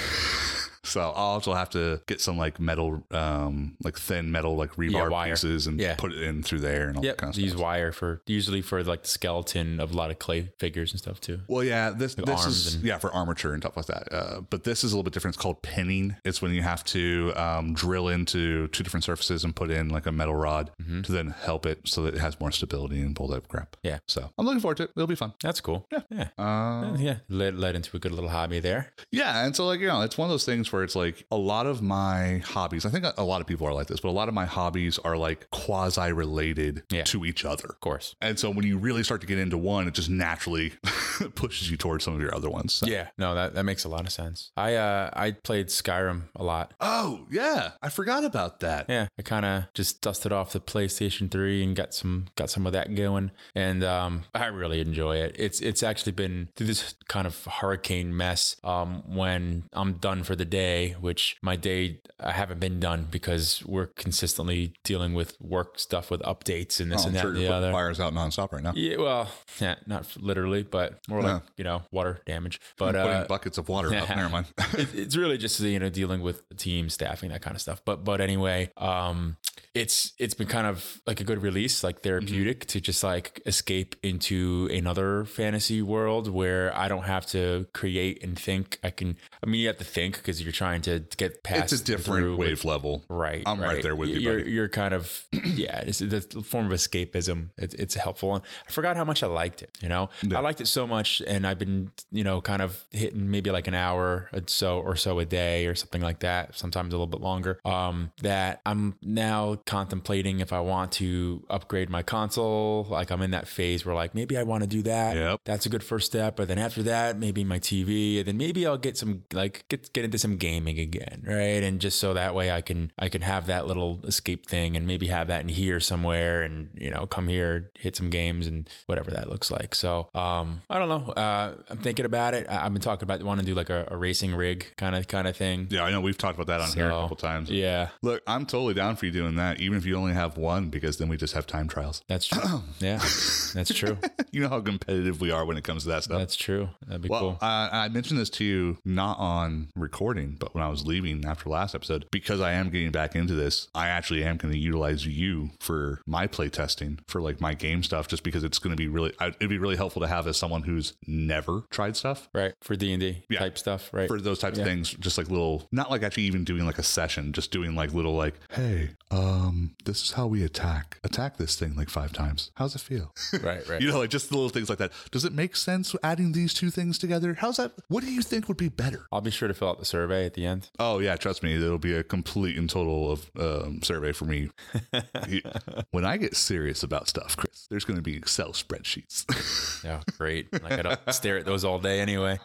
so I'll also have to get some like metal, um, like thin metal, like rebar wire. pieces and Yeah. put it in through there and all Yep. that kind of Use stuff. wire for usually for like the skeleton of a lot of clay figures and stuff too. Well, yeah, this this arms is and- yeah for armature and stuff like that. Uh, but this is a little bit different. It's called pinning. It's when you have to um, drill into two different surfaces and put in like a metal rod to then help it so that it has more stability and pull that crap. Mm-hmm. Yeah. So I'm looking forward to it. It'll be fun. That's cool. Yeah. Yeah. Um, Uh, yeah. Led, led into a good little hobby there. Yeah, and so like you know, it's one of those things where it's like a lot of my hobbies. I think a lot of people are like this, but a lot of my hobbies are like quasi related Yeah. to each other. Of course. And so when you really start to get into one, it just naturally pushes you towards some of your other ones. So- Yeah. No, that, that makes a lot of sense. I uh I played Skyrim a lot. Oh yeah, I forgot about that. Yeah, I kind of just dusted off the PlayStation 3 and got some got some of that going, and um, I really enjoy it. It's it's actually been through this kind of hurricane mess. Um, when I'm done for the day, which my day I haven't been done because we're consistently dealing with work stuff with updates and this Oh, I'm and that sure and you're the putting other. fires out nonstop right now. Yeah, well, yeah, not f- literally, but more like you know water damage. But uh, putting buckets of water out. Never mind. it, it's really just you know dealing with the team staffing that kind of stuff but but anyway um it's it's been kind of like a good release, like therapeutic Mm-hmm. to just like escape into another fantasy world where I don't have to create and think. I can. I mean, you have to think because you're trying to get past. It's a through different with- wave level. Right. I'm right there with you, You're, buddy. you're kind of, yeah, it's the form of escapism. It, it's helpful. And I forgot how much I liked it, you know? Yeah. I liked it so much. And I've been, you know, kind of hitting maybe like an hour or so or so a day or something like that, sometimes a little bit longer. Um, that I'm now contemplating if I want to upgrade my console. Like I'm in that phase where like maybe I want to do that. Yep. That's a good first step. But then after that, maybe my TV, and then maybe I'll get some like get get into some gaming again, right? And just so that way I can I can have that little escape thing and maybe have that in here somewhere and you know, come here, hit some games and whatever that looks like. So um I don't know. Uh I'm thinking about it. I, I've been talking about wanting to do like a, a racing rig kind of kind of thing. Yeah, I know we've talked about that on here a So, couple times. yeah. Look, I'm totally down for you doing that, even if you only have one, because then we just have time trials. That's true. yeah. That's true. you know how competitive we are when it comes to that stuff. That's true. That'd be well, cool. I, I mentioned this to you not on recording, but when I was leaving after last episode, because I am getting back into this, I actually am going to utilize you for my playtesting for like my game stuff, just because it's going to be really, I- it'd be really helpful to have as someone who's never tried stuff right. For D and D Yeah. type stuff, right? for those types of things, just like little, not like actually even doing like a session, just doing like little like, hey, um, this is how we attack, attack this thing like five times. How's it feel? right, right. You know, like just little things like that. Does it make sense adding these two things together? How's that? What do you think would be better? I'll be sure to fill out the survey at the end. Oh yeah, trust me, it'll be a complete and total of um, survey for me. when I get serious about stuff, Chris, there's going to be Excel spreadsheets. Yeah, great. Like I don't stare at those all day anyway.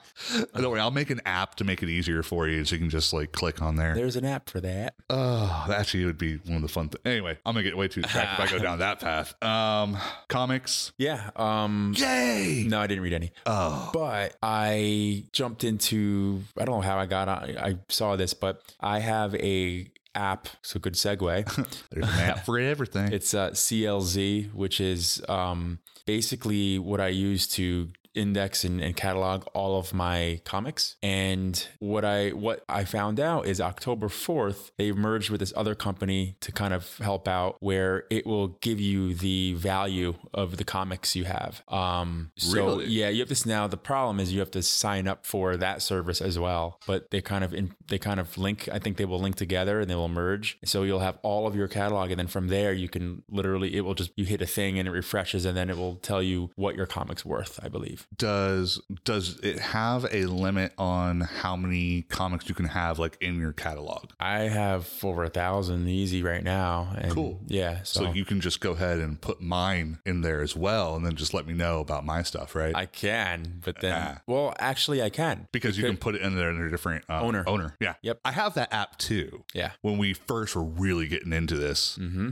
Don't worry, I'll make an app to make it easier for you, so you can just like click on there. There's an app for that. Oh, that actually would be one of the fun. Th- anyway, I'm gonna get way too distracted if I go down that path. Um, comics, Yeah. Um yay! no, I didn't read any. Oh, But I jumped into I don't know how I got on I saw this, but I have a app, so good segue. there's an app for everything. It's uh, CLZ, which is um, basically what I use to index and, and catalog all of my comics. And what I what I found out is October fourth, they merged with this other company to kind of help out, where it will give you the value of the comics you have. Um, so Really? yeah, you have this now. The problem is you have to sign up for that service as well. But they kind of in, they kind of link. I think they will link together and they will merge. So you'll have all of your catalog, and then from there you can literally it will just you hit a thing and it refreshes, and then it will tell you what your comic's worth. I believe. does does it have a limit on how many comics you can have like in your catalog? I have over a thousand easy right now. And Cool. Yeah. So you can just go ahead and put mine in there as well, and then just let me know about my stuff, right? I can, but then Ah. well, actually I can. because you can put it in there under different uh, Owner. Owner, yeah. Yep. I have that app too. Yeah. When we first were really getting into this, Mm-hmm.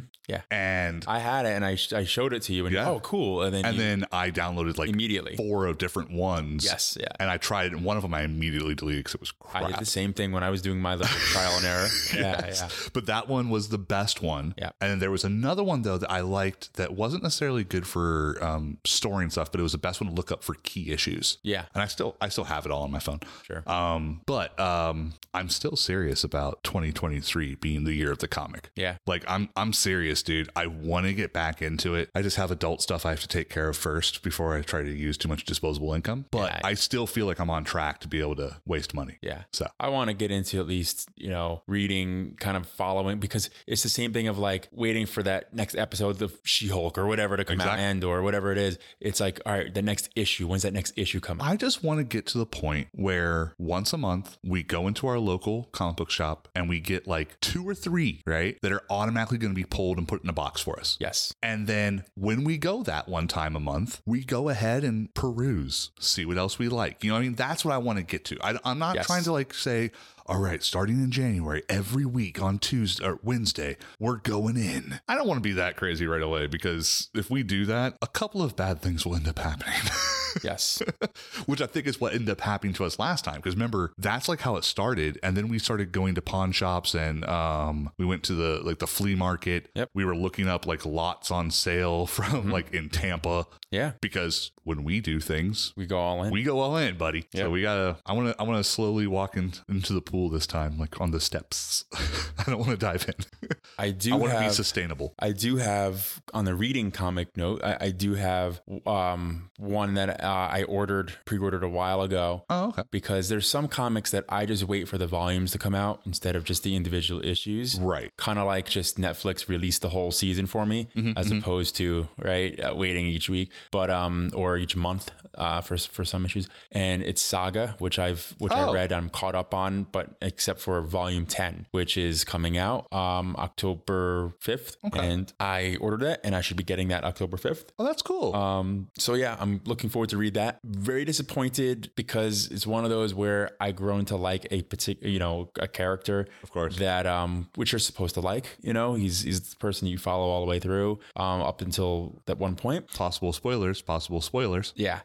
and I had it, and I sh- I showed it to you, and Yeah. oh cool, and then and you then I downloaded like immediately four of different ones. yes yeah. And I tried it, and one of them I immediately deleted because it was crap. I did the same thing when I was doing my little trial and error. Yeah, Yes. But that one was the best one. Yeah. And then there was another one though that I liked that wasn't necessarily good for um, storing stuff, but it was the best one to look up for key issues. yeah, And I still I still have it all on my phone. yeah, sure. Um, but um, I'm still serious about 2023 being the year of the comic. Yeah, Like I'm I'm serious, dude. I want to get back into it. I just have adult stuff I have to take care of first before I try to use too much disposable income. But Yeah, I still feel like I'm on track to be able to waste money. yeah. So I want to get into at least, you know, reading, kind of following, because it's the same thing of like waiting for that next episode of She Hulk or whatever to come out Exactly. end or whatever it is. It's like, all right, the next issue. When's that next issue coming? I just want to get to the point where once a month we go into our local comic book shop and we get like two or three, right, that are automatically going to be pulled and put in a box for us. Yes. And then when we go that one time a month, we go ahead and peruse, see what else we like. You know what I mean? That's what I want to get to. I, am not Yes. trying to like say, all right, starting in January, every week on Tuesday or Wednesday, we're going in. I don't want to be that crazy right away because if we do that, a couple of bad things will end up happening. Yes. which I think is what ended up happening to us last time. Because remember, that's like how it started, and then we started going to pawn shops, and um, we went to the like the flea market. Yep. Mm-hmm. We were looking up like lots on sale from like in Tampa Yeah. because when we do things. We go all in. We go all in, buddy. Yep. So we gotta. I wanna. I wanna slowly walk in, into the pool this time, like on the steps. I don't want to dive in. I do I want to be have. sustainable. I do have on the reading comic note. I, I do have um, one that uh, I ordered, pre-ordered a while ago, Oh, okay. uh, because there's some comics that I just wait for the volumes to come out instead of just the individual issues. Right. Kind of like just Netflix released the whole season for me, Mm-hmm, as opposed to right uh, waiting each week, but um or each month uh, for for some issues. And it's Saga, which I've which Oh. I read, I'm caught up on, but except for volume ten, which is coming out um October fifth, Okay. and I ordered that, and I should be getting that October fifth. Oh, that's cool. Um, so yeah, I'm looking forward to read that. Very disappointed because it's one of those where I grown to like a particular, you know, a character of course. that um, which you're supposed to like. You know, he's he's the person you follow all the way through um, up until that one point. possible spoilers. Possible spoilers. Yeah,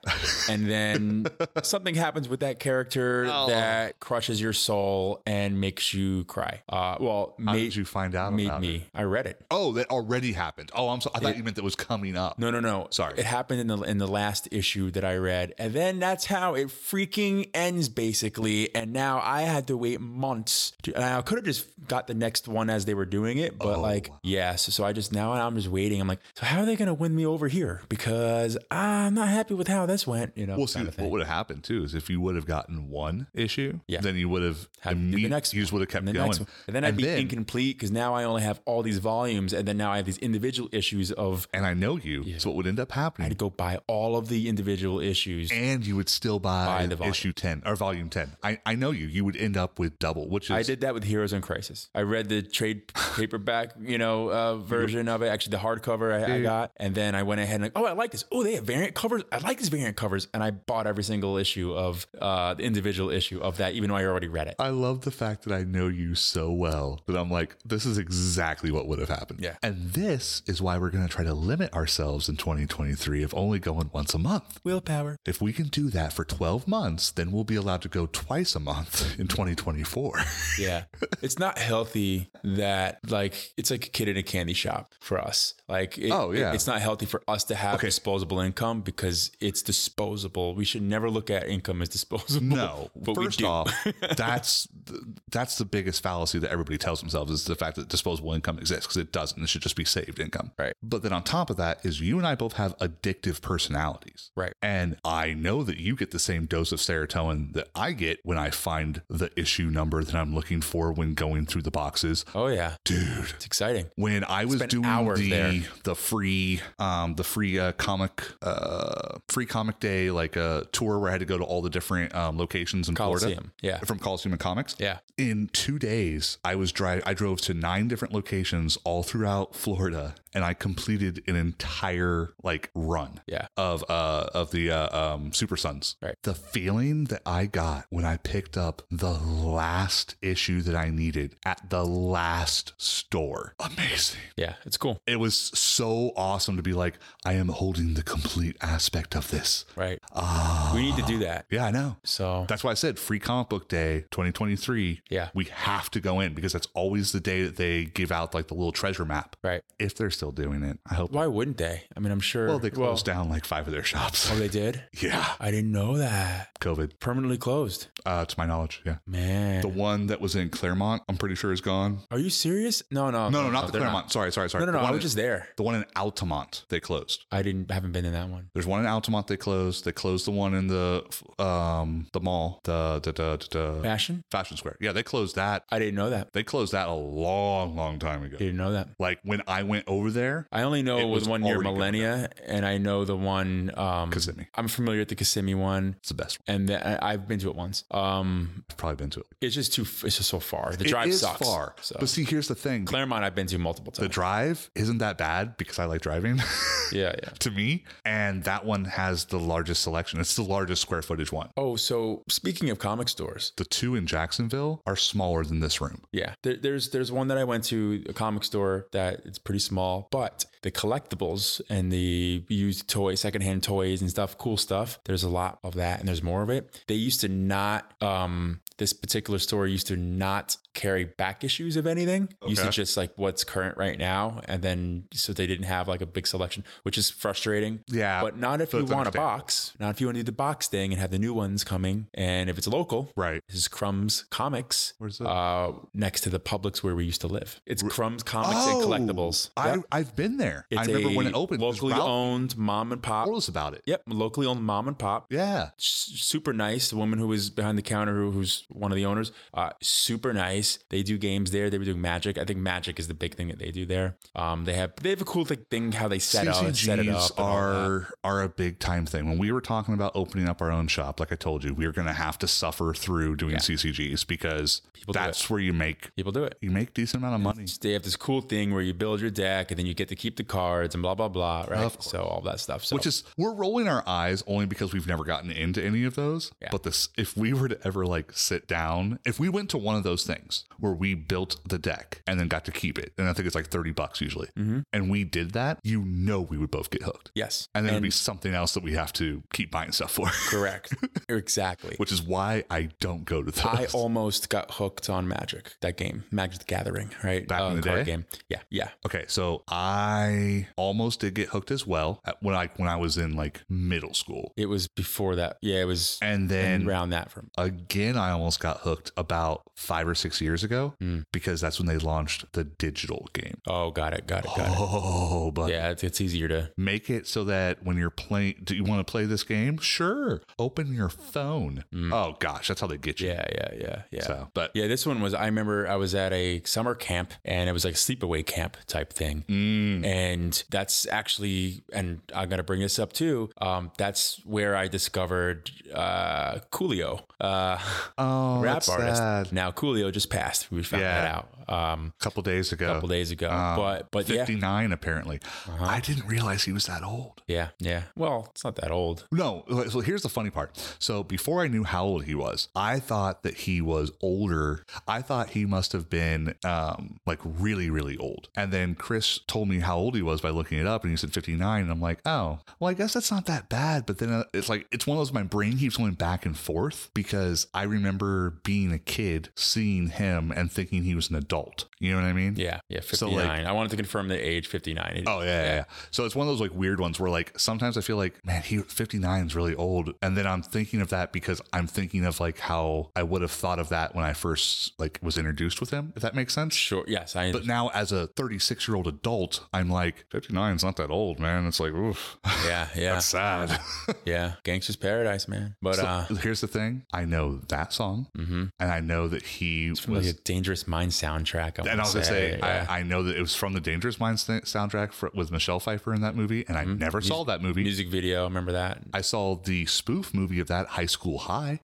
and then something happens with that character Oh. that crushes your soul and makes you cry. Uh, well, How made did you find out made about it? me. I read it. Oh, that already happened. Oh, I'm sorry. I thought you meant that was coming up. No, no, no. Sorry. It happened in the in the last issue that I read. And then that's how it freaking ends basically. And now I had to wait months. to- and I could have just got the next one as they were doing it, but Oh. like yeah, so, so I just now I'm just waiting. I'm like, so how are they going to win me over here because I'm not happy with how this went, you know. Well, see, kind of what thing. would have happened too is if you would have gotten one issue, Yeah. then you would have Had to do the imme- next You just would have kept and the going, next one. And then I'd And be then- incomplete because now I only have all these volumes, and then now I have these individual issues of and I know you. So what would end up I had happening? to go buy all of the individual issues. And you would still buy, Buy the volume. issue ten or volume ten. I, I know you. You would end up with double, which is I did that with Heroes in Crisis. I read the trade paperback, you know, uh, version of it. Actually, the hardcover I, I got, and then I went ahead and like, oh, I like this. Oh, they have variant covers. I like these variant covers, and I bought every single issue of uh, the individual issue of that, even though I already read it. I love the fact that I know you so well that I'm like, this is exactly what would have happened. Yeah. And this is why we're going to try to limit ourselves in 2023 of only going once a month. Willpower. If we can do that for 12 months, then we'll be allowed to go twice a month in 2024. Yeah, it's not healthy that like it's like a kid in a candy shop for us. Like, it- Oh, yeah. it- it's not healthy for us to have Okay. disposable income because it's disposable. We should never look at income as disposable. No, but we first do. off, that's th- that's the biggest fallacy that everybody tells themselves is the fact that disposable income exists because it doesn't. It should just be saved income. Right. But then on top of that is you and I both have addictive personalities. Right. And I know that you get the same dose of serotonin that I get when I find the issue number that I'm looking for when going through the boxes. Oh yeah, Dude, it's exciting. when I was Spent doing hours the there. the free um the free uh, comic uh free comic day like uh, tour where I had to go to all the different um, locations in Florida Coliseum. Yeah. from Coliseum and Comics. Yeah. In two days, I was dri I drove to nine different locations all throughout Florida, and I completed an entire like run Yeah. of uh of the uh, um Super Sons. Right. The feeling that I got when I picked up the last issue that I needed at the last store. Amazing. Yeah. It's cool. It was so awesome to be like, I am holding the complete aspect of this. Right. Ah. We need to do that. Yeah, I know. So That's why I said free comic book day 2023. Yeah. We have to go in because that's always the day that they give out like the little treasure map. right. If they're still doing it, I hope. Why wouldn't they? I mean, I'm sure. Well, they closed down like five of their shops. Oh, they did. Yeah. I didn't know that. COVID, Permanently closed. uh, to my knowledge. Yeah. Man. The one that was in Claremont, I'm pretty sure is gone. Are you serious? No, no, No, no, not the they're Claremont. Sorry, sorry, sorry. No, the no, no. one I was in- just there. the one in Altamont. They closed. I didn't. Haven't been in that one. There's one in Altamont. They closed. They closed the one in the um the mall. The the the, the, the Fashion. Fashion Square. Yeah, they closed that. I didn't know that. They closed that a long, long time ago. Didn't know that. Like when I went over there, I only know It it was was one near already going Millennia, and I know the one. Um, Kissimmee. I'm familiar with the Kissimmee one, It's the best one. and the, I- I've been to it once. Um, I've probably been to it. it's just too. It's just so far. The It drive is sucks. far. So. But see, here's the thing. Claremont, I've been to multiple the times. drive isn't that bad because I like driving yeah, yeah. to me. And that one has the largest selection. It's the largest square footage one. Oh, so speaking of comic stores, The two in Jacksonville are smaller than this room. yeah, there, there's there's one that I went to a comic store that it's pretty small, but the collectibles and the used toys, secondhand toys and stuff, cool stuff. There's a lot of that and there's more of it. They used to not, um, this particular store used to not carry back issues of anything. Used to Okay. just like what's current right now. And then so they didn't have like a big selection, which is frustrating. Yeah. But not if so you it's want a understandable. box, not if you want to do the box thing and have the new ones coming. And if it's local, right. this is Crumbs Comics Where's that? uh, next to the Publix where we used to live. It's Crumbs Comics and Collectibles. Oh, I, Yep. I've been there. I It's remember when a it opened. 'cause Locally Ralph owned mom and pop. told us about it. Yep, locally owned mom and pop. Yeah. S- Super nice. The woman who was behind the counter, who, who's one of the owners, uh, super nice. They do games there. They were doing Magic. I think Magic is the big thing that they do there. Um, they have they have a cool like, thing how they set up, set it CCGs up. and all that. are are a big time thing. When we were talking about opening up our own shop, like I told you, we are going to have to suffer through doing CCGs because People do that's where you make people do it. you make decent amount of money. They have this cool thing where you build your deck and then you get to keep the cards and blah blah blah, right? Of So all that stuff. So Which is we're rolling our eyes only because we've never gotten into any of those. Yeah. But this if we were to ever like sit down, if we went to one of those things where we built the deck and then got to keep it, and I think it's like 30 bucks usually, Mm-hmm. and we did that, you know we would both get hooked. yes, And then it'd be something else that we have to keep buying stuff for. Correct. exactly. Which is why I don't go to those. I almost got hooked on Magic, that game, Magic the Gathering, right? Uh, Back in the card day? game. Yeah, yeah. Okay, so I almost did get hooked as well at- when I when I was in like middle school, It was before that. Yeah, it was and and then around that from. again I almost got hooked about five or six years ago Mm. because that's when they launched the digital game. Oh, got it, got it, got Oh, but it. Yeah, it's, it's easier to. make it so that when you're playing, do you want to play this game? Sure, open your phone. Oh gosh, that's how they get you. Hmm. Yeah, yeah, yeah, yeah. So, but Yeah, this one was. I remember I was at a summer camp and it was like a sleepaway camp type thing. Mm, And that's actually, and I'm gonna bring this up too. Um, that's where I discovered uh, Coolio, uh, oh, rap that's artist. sad. Now Coolio just passed. We found Yeah. that out. Um, A couple days ago. couple days ago. Uh, but but yeah, 59 apparently. Uh-huh. I didn't realize he was that old. yeah, yeah. Well, it's not that old. No, so here's the funny part. So before I knew how old he was, I thought that he was older. I thought he must have been um, like really, really old. And then Chris told me how old he was by looking it up, and he said 59. And I'm like, oh, well, I guess that's not that bad. But then uh, it's like it's one of those my brain keeps going back and forth because I remember being a kid, seeing him, and thinking he was an adult. You know what I mean? Yeah, yeah. So, Fifty like- nine. I wanted to confirm the age. Fifty nine. Oh yeah, yeah, yeah. So it's one of those like weird ones where like sometimes I feel like man, he 59 is really old, and then I'm thinking of that because I'm thinking of like how I would have thought of that when I first like was introduced with him. If that makes sense. Sure. Yes, I. But now as a 36 year old adult, I'm like 59 is not that old, man. It's like oof, yeah, yeah, that's sad. yeah. Gangster's Paradise, man. But So, uh, here's the thing: I know that song, and I know that he Mm-hmm. it's from was like a Dangerous Mind soundtrack. I And I was gonna say, yeah. I, I know that it was from the Dangerous Minds th- soundtrack for, with Michelle Pfeiffer in that movie, and I Mm-hmm. never saw that movie. music video. Remember that? I saw the spoof movie of that, High School High.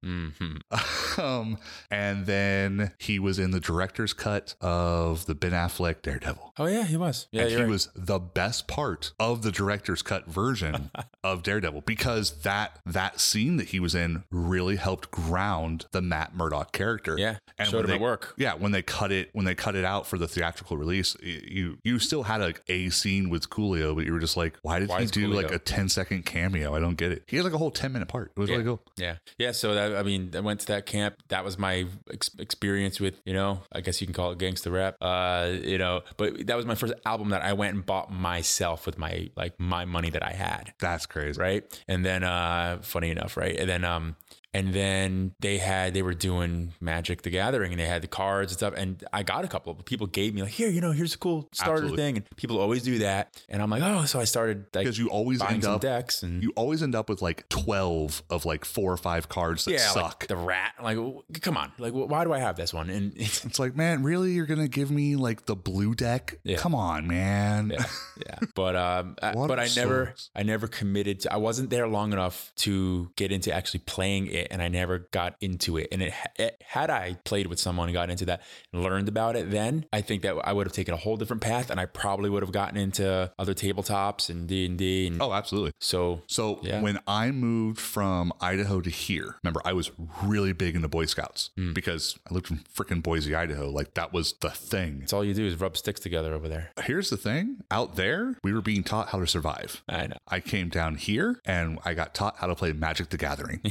um, and then he was in the director's cut of the Ben Affleck Daredevil. Oh yeah, he was. Yeah, and he you're right. was the best part of the director's cut version of Daredevil because that that scene that he was in really helped ground the Matt Murdock character. Yeah, and showed when him they, at work. Yeah, when they cut it when they cut it out for the theatrical release, y- you you still had a, a scene with Coolio, but you were just like, why did Why he is do Coolio? like a 10 second cameo? I don't get it. He had like a whole 10 minute part. It was oh, really cool. Yeah, yeah. So that I mean, I went to that camp. That was my ex- experience with you know, I guess you can call it gangster rap. Uh, you know, but that was my first album that I went and bought myself with my like my money that I had, That's crazy. right? And then, uh, funny enough, right? And then, um, and then they had they were doing Magic the Gathering, and they had the cards and stuff. And I got a couple of people gave me like, here, you know, here's a cool starter Absolutely. thing, and people always do that. And I'm like, oh, so I started like Because you always buying end some up decks and. you always end up with like 12 of like four or five cards that yeah, like suck. the rat. Like, w- come on. Like, wh- why do I have this one? And it's, It's like, man, really? You're gonna give me like the blue deck? Yeah. Come on, man. yeah, yeah. But um, I, Water but I never, sucks. I never committed. to I wasn't there long enough to get into actually playing it it and I never got into it. And it, it had I played with someone and got into that and learned about it then, I think that I would have taken a whole different path and I probably would have gotten into other tabletops and D&D and Oh, absolutely. so So Yeah. when I moved from Idaho to here, remember I was really big into Boy Scouts Mm. because I lived in freaking Boise, Idaho. Like that was the thing. it's all you do is rub sticks together over there. Here's the thing: out there, we were being taught how to survive. I know. I came down here and I got taught how to play Magic the Gathering.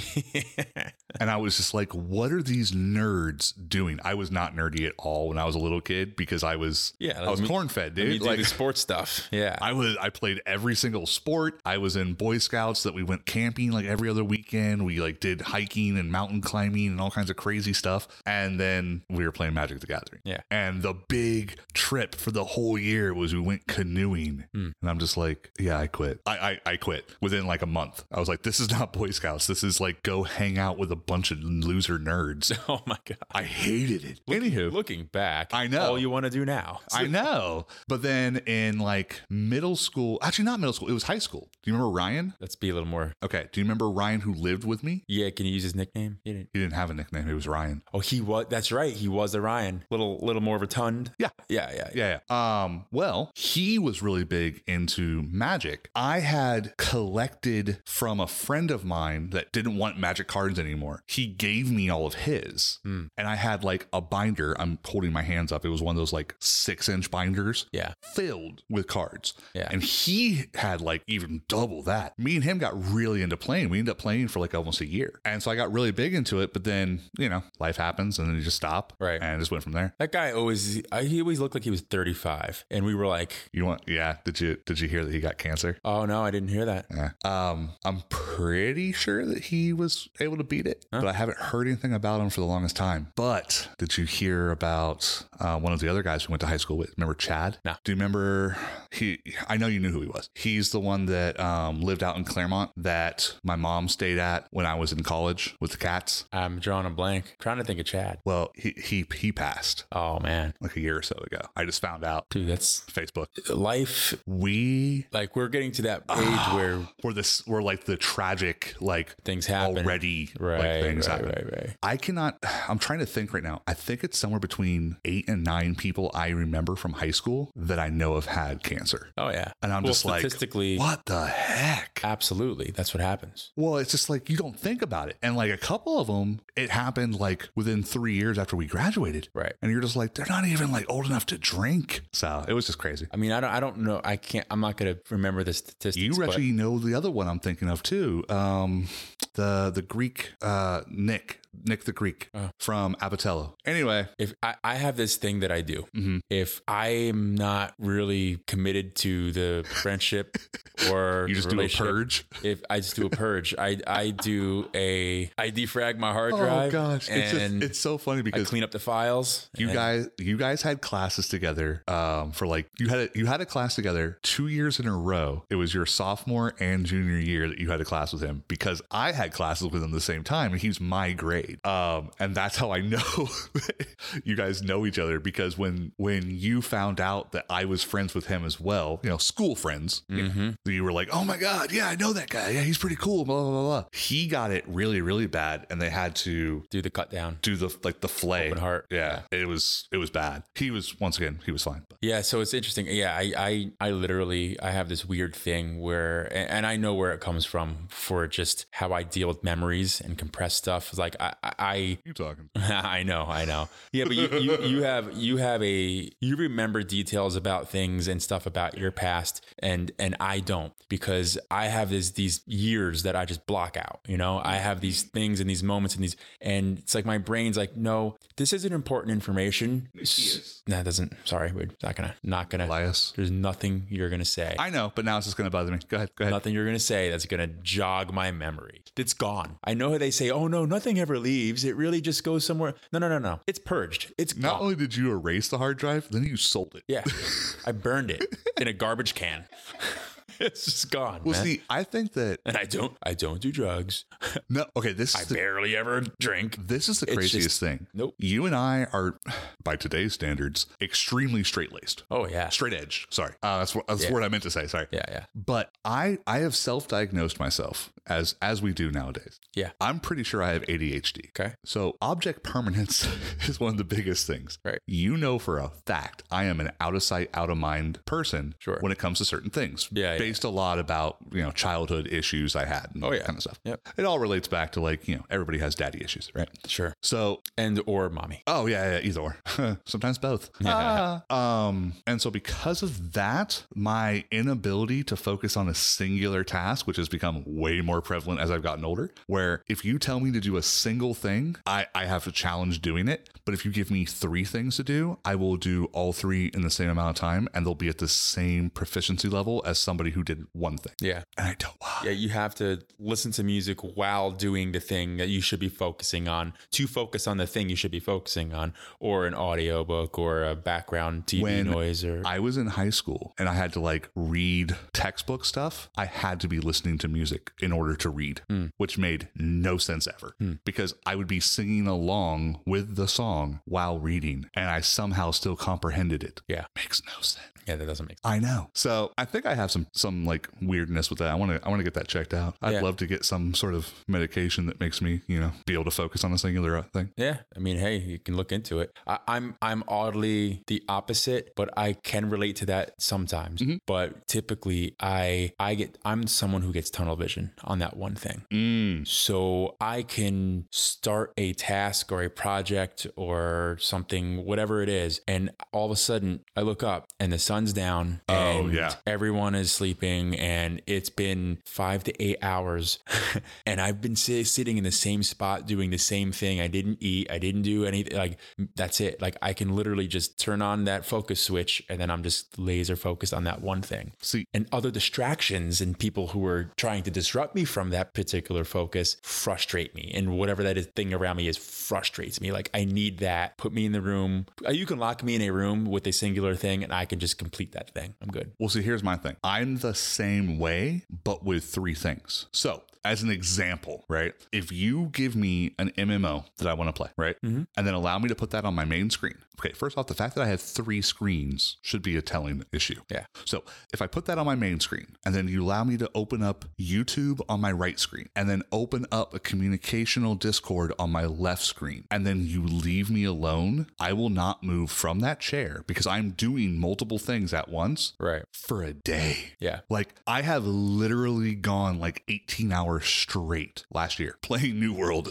and I was just like, what are these nerds doing? I was not nerdy at all when I was a little kid because I was Yeah, I was let me- corn fed, You dude. do Like the sports stuff. Yeah. I was I played every single sport. I was in Boy Scouts that we went camping like every other weekend. We like did hiking and mountain climbing and all kinds of crazy stuff. And then we were playing Magic the Gathering. Yeah. And the big trip for the whole year was we went canoeing. And I'm just like, yeah, I quit. I, I I quit within like a month. I was like, this is not Boy Scouts. This is like go hang out with a bunch of loser nerds. oh my god. I hated it. Anywho, Looking back, I know. all you want to do now. I know. But then in like middle school, actually not middle school, it was high school. Do you remember Ryan? Let's be a little more. Okay. Do you remember Ryan who lived with me? Yeah, can you use his nickname? He didn't. He didn't have a nickname. It was Ryan. Oh, he was. That's right. He was Orion. Little, little more rotund. Yeah. yeah, yeah. Yeah, yeah. Um, well, he was really big into magic. I had collected from a friend of mine that didn't want magic cards anymore. He gave me all of his. Hmm. And I had like a binder. I'm holding my hands up. It was one of those like six inch binders. Yeah. filled with cards. Yeah. And he had like even double that. Me and him got really into playing. We ended up playing for like almost a year. And so I got really big into it, but then, you know, life happens and then you just stop. Right. And just went from there. That guy always. I, he always looked like he was thirty-five, and we were like, You want yeah, did you did you hear that he got cancer? "Oh no, I didn't hear that." Yeah. Um, I'm pretty sure that he was able to beat it, but I haven't heard anything about him for the longest time. But did you hear about uh, one of the other guys we went to high school with? Remember Chad? No. Do you remember he? I know you knew who he was. He's the one that um, lived out in Claremont that my mom stayed at when I was in college with the cats. I'm drawing a blank. Trying to think of Chad. Well, he he he passed Oh man, like a year or so ago. I just found out dude, that's Facebook. life. We Like we're getting to that age Ah. where were this were like the tragic like things happen. already Right. like things right, happen. right. Right. I cannot. I'm trying to think right now. I think it's somewhere between eight and nine people I remember from high school that I know have had cancer, Oh yeah. and I'm Well, just like, statistically, what the heck? absolutely. That's what happens. Well, it's just like you don't think about it, and like a couple of them, it happened like within three years after we graduated, Right. and you're just like, they're not even like old enough to drink. So it was just crazy. I mean, I don't. I don't know. I can't. I'm not gonna remember the statistics. You but- actually know the other one I'm thinking of too. Um, the the Greek uh, Nick Nick the Greek Oh. from Abatello. Anyway, if I, I have this thing that I do, Mhm. if I am not really committed to the friendship or you just the do a relationship, purge. If I just do a purge, I I do a I defrag my hard Oh drive. gosh, it's just and it's so funny I because clean up the files. you and- guys you guys had classes together um for like you had a, you had a class together 2 years in a row. It was your sophomore and junior year that you had a class with him because I had classes with him the same time and he was my grade. Um and that's how I know you guys know each other because when when you found out that I was friends with him as well, you know, school friends, you know, Mhm. you were like, oh my God, yeah, I know that guy. Yeah, he's pretty cool. Blah, blah, blah, blah. He got it really, really bad. And they had to do the cut down. do the like the flay. Open heart. Yeah, it was it was bad. He was once again he was fine. But Yeah, so it's interesting. Yeah, I, I, I literally, I have this weird thing where, and, and I know where it comes from for just how I deal with memories and compress stuff. Like I, I- I you talking? I know, I know. Yeah, but you, you, you have you have a you remember details about things and stuff about your past, and and I don't because I have this these years that I just block out. You know, I have these things and these moments and these, and it's like my brain's like, no, this isn't important information. No, it doesn't. Sorry, we're not gonna not gonna. Elias. There's nothing you're gonna say. I know, but now it's just gonna bother me. Go ahead, go ahead. Nothing you're gonna say that's gonna jog my memory. It's gone. I know how they say, "Oh no, nothing ever leaves. It really just goes somewhere." No, no, no, no. It's purged. It's Not gone. only did you erase the hard drive, then you sold it. yeah, I burned it in a garbage can. it's just gone, Well, man. see, I think that and I don't, I don't do drugs. no. Okay, this I is the, barely ever drink. this is the it's craziest just- thing. Nope. You and I are, by today's standards, extremely straight laced, Oh yeah, straight edge. Sorry, uh, that's what that's the word I meant to say. Sorry. yeah, yeah. But I I have self diagnosed myself as as we do nowadays. Yeah. I'm pretty sure I have ADHD. Okay. So object permanence is one of the biggest things. Right. You know for a fact I am an out of sight, out of mind person Sure. when it comes to certain things. Yeah, yeah. Based a lot about, you know, childhood issues I had and Oh, all that yeah. kind of stuff. Yep. It all relates back to like, you know, everybody has daddy issues, right? Sure. So And or mommy. Oh yeah, yeah either or. Sometimes both. Yeah. Ah. Um, and so because of that, my inability to focus on a singular task, which has become way more prevalent as I've gotten older, where if you tell me to do a single thing, I, I have to challenge doing it. But if you give me three things to do, I will do all three in the same amount of time and they'll be at the same proficiency level as somebody who did one thing. Yeah. And I don't wow. Yeah, you have to listen to music while doing the thing that you should be focusing on to focus on the thing you should be focusing on, or an audiobook or a background TV When noise or I was in high school and I had to like read textbook stuff. I had to be listening to music in order to read, Hmm. which made no sense ever because I would be singing along with the song while reading and I somehow still comprehended it. Yeah. Makes no sense. Yeah, that doesn't make I know. So I think I have some some like weirdness with that. I want to I want to get that checked out. I'd Yeah. love to get some sort of medication that makes me you know be able to focus on a singular thing. Yeah, I mean, hey, you can look into it. I, I'm I'm oddly the opposite, but I can relate to that sometimes. Mm-hmm. But typically, I I get I'm someone who gets tunnel vision on that one thing. Mm. So I can start a task or a project or something, whatever it is, and all of a sudden I look up and the sun's down. Oh, and yeah. Everyone is sleeping, and it's been five to eight hours, and I've been si- sitting in the same spot doing the same thing. I didn't eat. I didn't do anything. Like that's it. Like I can literally just turn on that focus switch, and then I'm just laser focused on that one thing See, and other distractions and people who are trying to disrupt me from that particular focus frustrate me and whatever that is, thing around me is frustrates me like i need that put me in the room Uh, you can lock me in a room with a singular thing and i can just complete that thing i'm good Well, see, here's my thing. I'm the same way, but with three things. So, as an example, right? If you give me an MMO that I want to play, right? Mhm. And then allow me to put that on my main screen. Okay, first off, the fact that I have three screens should be a telling issue. Yeah. So, if I put that on my main screen and then you allow me to open up YouTube on my right screen and then open up a communicational Discord on my left screen and then you leave me alone, I will not move from that chair because I'm doing multiple things at once right for a day. yeah Like I have literally gone like 18 hours straight last year playing New World.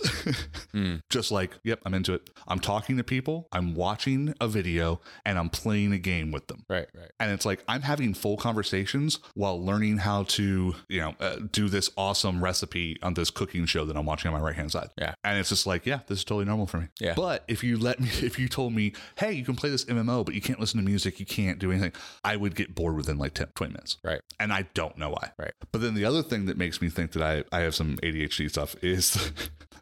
Just like, yep, I'm into it. I'm talking to people, I'm watching a video, and I'm playing a game with them. right right And it's like I'm having full conversations while learning how to, you know, uh, do this awesome recipe on this cooking show that I'm watching on my right hand side. Yeah. And it's just like, yeah, this is totally normal for me. Yeah. But if you let me, if you told me, hey, you can play this MMO, but you can't listen to music, you can't do anything, I would get bored within like 10, 20 minutes. right And I don't know why. Right. But then the other thing that makes me think that I, I have some ADHD stuff is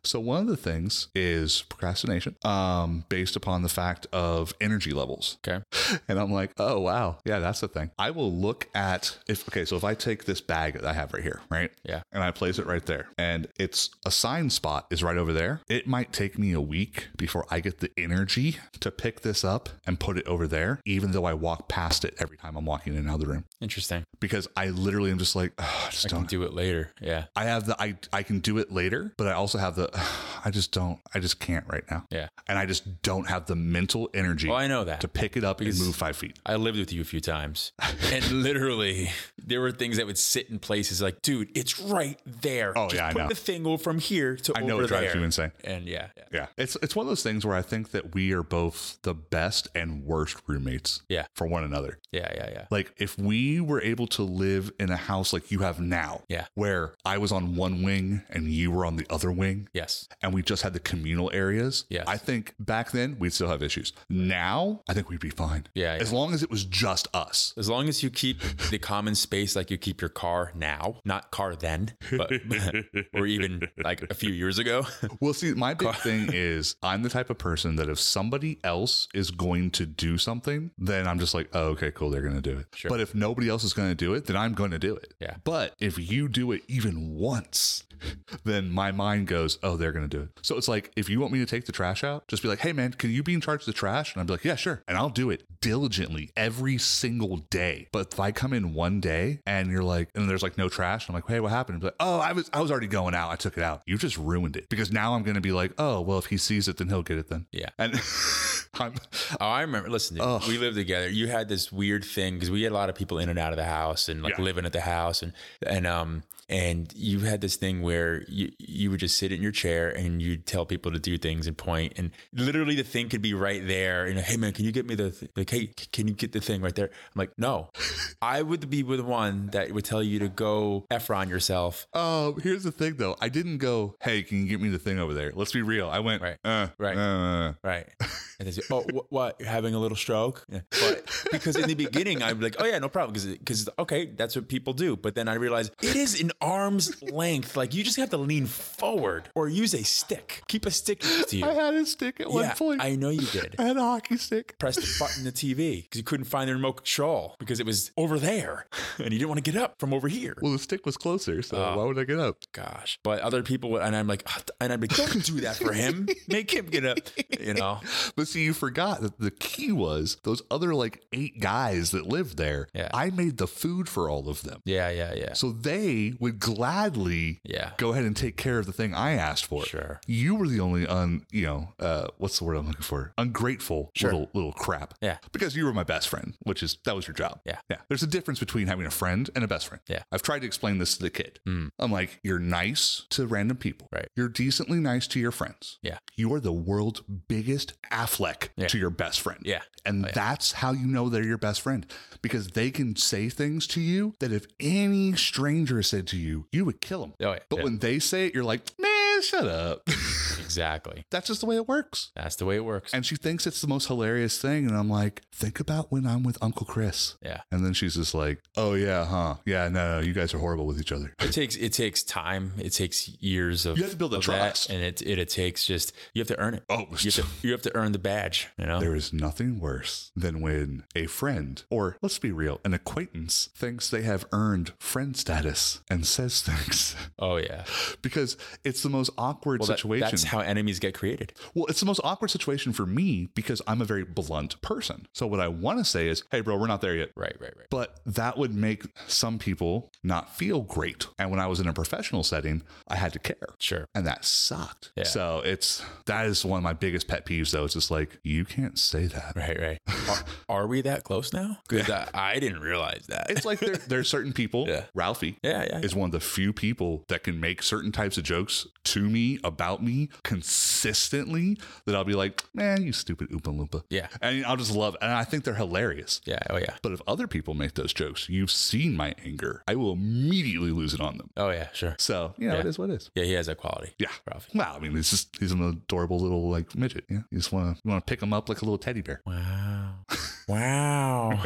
so one of the things is procrastination um, based upon the fact of energy levels. okay And I'm like, oh, wow. Yeah, that's the thing. I will look at if, okay, so if I take this bag that I have right here, right? Yeah. And I place it right there, and it's assigned spot is right over there. It might take me a week before I get the energy to pick this up and put it over there, even though I walk past it every time I'm walking in and out of the room interesting because I literally am just like, "Ugh, I just i don't. can do it later yeah I have the I I can do it later, but I also have the I just don't I just can't right now. Yeah. And I just don't have the mental energy well i know that to pick it up Because- and move five feet. I lived with you a few times, and literally, there were things that would sit in places like, dude, it's right there. Oh, Just yeah, I put know. the thing over from here to I over know it drives there. you insane. And yeah, yeah, Yeah. It's it's one of those things where I think that we are both the best and worst roommates Yeah. for one another. yeah, yeah, yeah. Like if we were able to live in a house like you have now, Yeah. where I was on one wing and you were on the other wing, Yes. and we just had the communal areas, Yes. I think back then we'd still have issues. Now, I think we'd be fine. Yeah, yeah. As long as it was just us. As long as you keep the common space like you keep your car now, not car then, but or even like a few years ago. Well, see, my big thing is I'm the type of person that if somebody else is going to do something, then I'm just like, oh, okay, cool, they're going to do it. Sure. But if nobody else is going to do it, then I'm going to do it. Yeah. But if you do it even once, then my mind goes, oh, they're going to do it. So it's like, if you want me to take the trash out, just be like, hey, man, can you be in charge of the trash? And I'd be like, yeah, sure. And I'll do it diligently every single day. But if I come in one day and you're like, and there's like no trash, I'm like, hey, what happened? And be like, oh, I was, I was already going out. I took it out. You just ruined it because now I'm going to be like, oh, well, if he sees it, then he'll get it then. Yeah. And I'm, Oh, I remember. Listen, dude, Ugh. we lived together. You had this weird thing because we had a lot of people in and out of the house and like Yeah. living at the house and and um and you had this thing where you you would just sit in your chair and you'd tell people to do things and point and literally the thing could be right there and hey man, can you get me the th-? like hey c- can you get the thing right there? I'm like no, I would be the one that would tell you to go Efron yourself. Um, here's the thing though. I didn't go, hey, can you get me the thing over there? Let's be real. I went, Right. uh, Right. uh, uh, uh." Right. And they say, oh, wh- what? You're having a little stroke? Yeah. But because in the beginning, I'm like, oh, yeah, no problem. Because, okay, that's what people do. But then I realized it is an arm's length. Like, you just have to lean forward or use a stick. Keep a stick next to you. I had a stick at one yeah, point. I know you did. I had a hockey stick. Press the button to TV because you couldn't find the remote control because it was over there and you didn't want to get up from over here. Well, the stick was closer, so Oh. why would I get up? Gosh. But other people, would, and I'm like, "Ah," and I'm like, don't do that for him. Make him get up, you know? But see, you forgot that the key was those other like eight guys that lived there. Yeah. I made the food for all of them. Yeah, yeah, yeah. So they would gladly Yeah. go ahead and take care of the thing I asked for. Sure. You were the only un, you know, uh, what's the word I'm looking for? Ungrateful Sure. little little crap. Yeah. Because you were my best friend, which is that was your job. Yeah. Yeah. There's a difference between having a friend and a best friend. Yeah. I've tried to explain this to the kid. Mm. I'm like, you're nice to random people. Right. You're decently nice to your friends. Yeah. You are the world's biggest Affleck Yeah. to your best friend. Oh, Yeah. And that's how you know they're your best friend because they can say things to you that if any stranger said to you, you would kill them. Oh, yeah. But Yeah. when they say it, you're like, man, shut up. Exactly. that's just the way it works. That's the way it works. And she thinks it's the most hilarious thing. And I'm like, think about when I'm with Uncle Chris. yeah. And then she's just like, oh, yeah, huh? Yeah, no, no, you guys are horrible with each other. It takes it takes time. It takes years of You have to build a of that, trust. and it, it it takes just you have to earn it. Oh, You have to you have to earn the badge. You know. There is nothing worse than when a friend, or let's be real, an acquaintance, thinks they have earned friend status and says things Oh yeah. because it's the most awkward Well, that- situation. that's how enemies get created. well, it's the most awkward situation for me because I'm a very blunt person. So, what I want to say is, hey, bro, we're not there yet. Right. Right. Right. But that would make some people not feel great. And when I was in a professional setting, I had to care. Sure. And that sucked. Yeah. So it's that is one of my biggest pet peeves though. It's just like, you can't say that. Right. Right. Are, are we that close now? Because I, I didn't realize that. It's like there, there are certain people. Yeah. Ralphie yeah. Yeah. is one of the few people that can make certain types of jokes to me about me consistently that I'll be like, man, you stupid Oompa Loompa. Yeah. And I'll just love, and I think they're hilarious. Yeah. Oh yeah. But if other people make those jokes, you've seen my anger. I will immediately lose it on them. Oh yeah. Sure. So, you know, Yeah. it is what it is. Yeah. He has that quality. Yeah. Ralphie. Well, I mean, he's just, he's an adorable little like midget. Yeah. You just want to, you want to pick him up like a little teddy bear. Wow. Wow.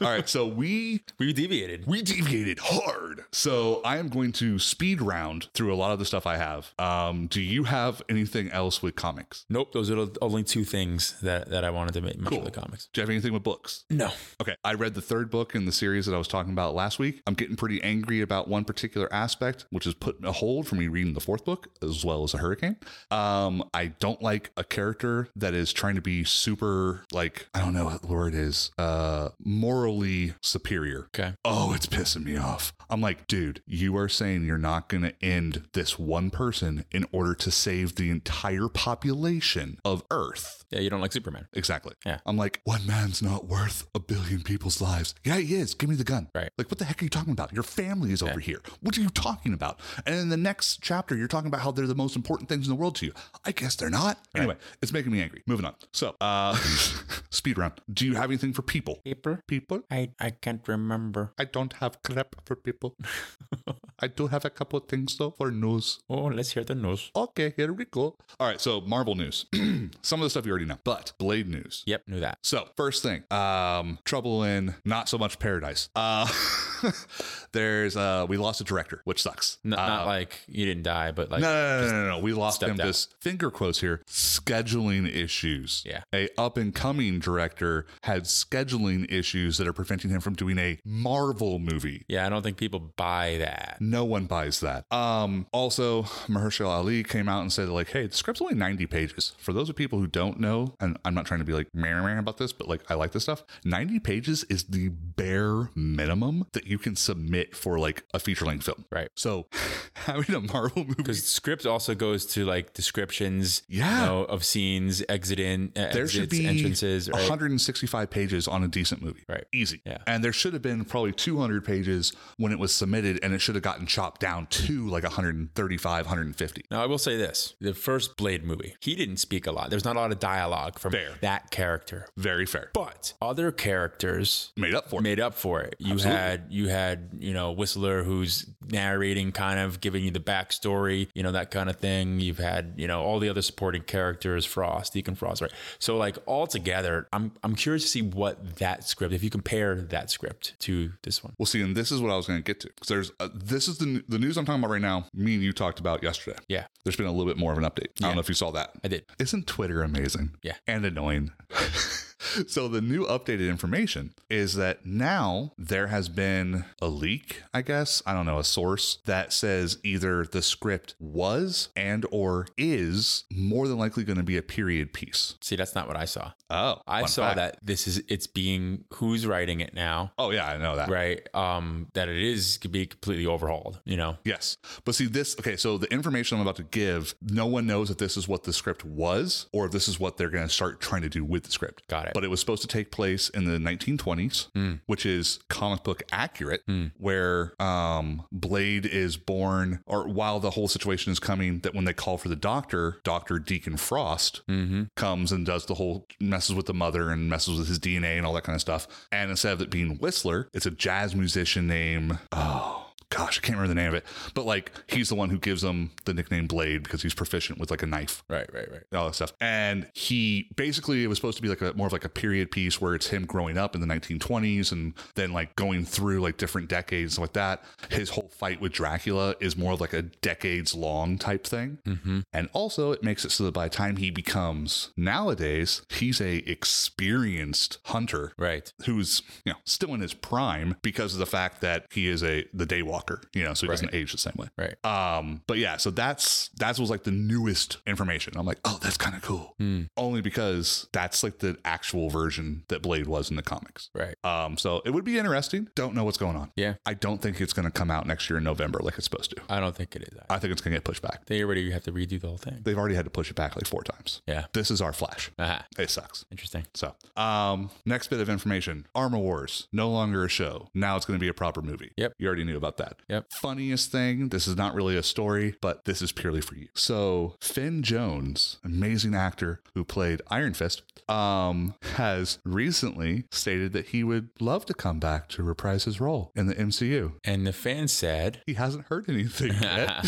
All right. So we we deviated. we deviated hard. So I am going to speed round through a lot of the stuff I have. Um, do you have anything else with comics? Nope. Those are the only two things that that I wanted to make mention Cool. of the comics. Do you have anything with books? No. Okay. I read the third book in the series that I was talking about last week. I'm getting pretty angry about one particular aspect, which is putting a hold for me reading the fourth book as well as a hurricane. Um, I don't like a character that is trying to be super, like, I don't know what the word is, uh, morally superior. Okay. Oh, it's pissing me off. I'm like, dude, you are saying you're not going to end this one person in order to save the entire population of Earth. Yeah. You don't like Superman. Exactly. Yeah. I'm like, one man's not worth a billion people's lives. Yeah, he is. Give me the gun. Right. Like, what the heck are you talking about? Your family is over here. What are you talking about? And in the next chapter, you're talking about how they're the most important things in the world to you. I guess they're not. Anyway, it's making me angry. Moving on. So, uh, speed round. Do you have anything for people? Paper. People? I I can't remember. I don't have crap for people. I do have a couple of things though for news. Oh, let's hear the news. Okay, here we go. All right, so Marvel news. Some of the stuff you already know, but Blade news. Yep, knew that. So first thing, um, trouble in not so much paradise. Uh, There's uh, we lost a director, which sucks. N- Uh, not like you didn't die, but like no, no, no, no, no, no. We lost stepped him. out. This finger quotes here. Scheduling issues. Yeah. A up and coming director had scheduling issues that are preventing him from doing a Marvel movie. yeah, I don't think people buy that. No one buys that. Um, also, Mahershala Ali came out and said, like, hey, the script's only 90 pages. For those of people who don't know, and I'm not trying to be like meh, meh about this, but like I like this stuff. 90 pages is the bare minimum that you can submit for like a feature length film. Right. So having a Marvel movie Because script also goes to like descriptions, Yeah. you know, of scenes, exiting, uh, there exits, should be entrances, right? 165 pages on a decent movie. Right. Easy. Yeah. And there should have been probably 200 pages when it was submitted, and it should have gotten chopped down to like 135, 150. Now I will say this: the first Blade movie, he didn't speak a lot. There's not a lot of dialogue from Fair. that character, Very fair. but other characters Made up for it. made up for it. You had you had you know Whistler who's narrating, kind of giving you the backstory, you know that kind of thing. You've had you know all the other supporting characters, Frost, Deacon Frost, right? So like all together, I'm I'm curious to see what that script, if you compare that script to this one. Well, see, and this is what I was going to get to. 'Cause there's uh, this is the n- the news I'm talking about right now. Me and you talked about yesterday. Yeah, There's been a little bit more of an update. I don't know if you saw that. I did. Isn't Twitter amazing? Yeah. And annoying. so the new updated information is that now there has been a leak, I guess, I don't know, a source that says either the script was and or is more than likely going to be a period piece. See, that's not what I saw. Oh. I fun saw fact. that this is it's being who's writing it now. Oh yeah, I know that. right um that it is could be completely overhauled you know Yes. But see, this, okay, so the information I'm about to give, no one knows if this is what the script was or if this is what they're going to start trying to do with the script. Got it. Hmm. But it was supposed to take place in the 1920s, which is comic book accurate, where um, Blade is born, or while the whole situation is coming, that when they call for the doctor, Dr. Deacon Frost Mm-hmm. comes and does the whole messes with the mother and messes with his DNA and all that kind of stuff. And instead of it being Whistler, it's a jazz musician named, oh, gosh, I can't remember the name of it, but like he's the one who gives him the nickname Blade because he's proficient with like a knife right right right all that stuff. And he basically it was supposed to be like a more of like a period piece where it's him growing up in the 1920s and then like going through like different decades and like that. His whole fight with Dracula is more of like a decades long type thing. Mm-hmm. And also it makes it so that by the time he becomes nowadays, he's a experienced hunter right who's you know still in his prime because of the fact that he is a the daywalker you know so he doesn't age the same way right um, but yeah, so that's that was like the newest information. I'm like, oh, that's kind of cool. Only because that's like the actual version that Blade was in the comics. right Um, so it would be interesting. Don't know what's going on. yeah I don't think it's going to come out next year in November like it's supposed to. i don't think it is I think it's going to get pushed back. they already have to redo the whole thing They've already had to push it back like four times. yeah This is our Flash. Aha. It sucks. interesting So, um, next bit of information Armor Wars, no longer a show. Now it's going to be a proper movie. Yep. You already knew about that. Yep. Funniest thing this is not really a story, but this is purely for you. So, Finn Jones, amazing actor who played Iron Fist, um, has recently stated that he would love to come back to reprise his role in the MCU. and the fan said He hasn't heard anything yet.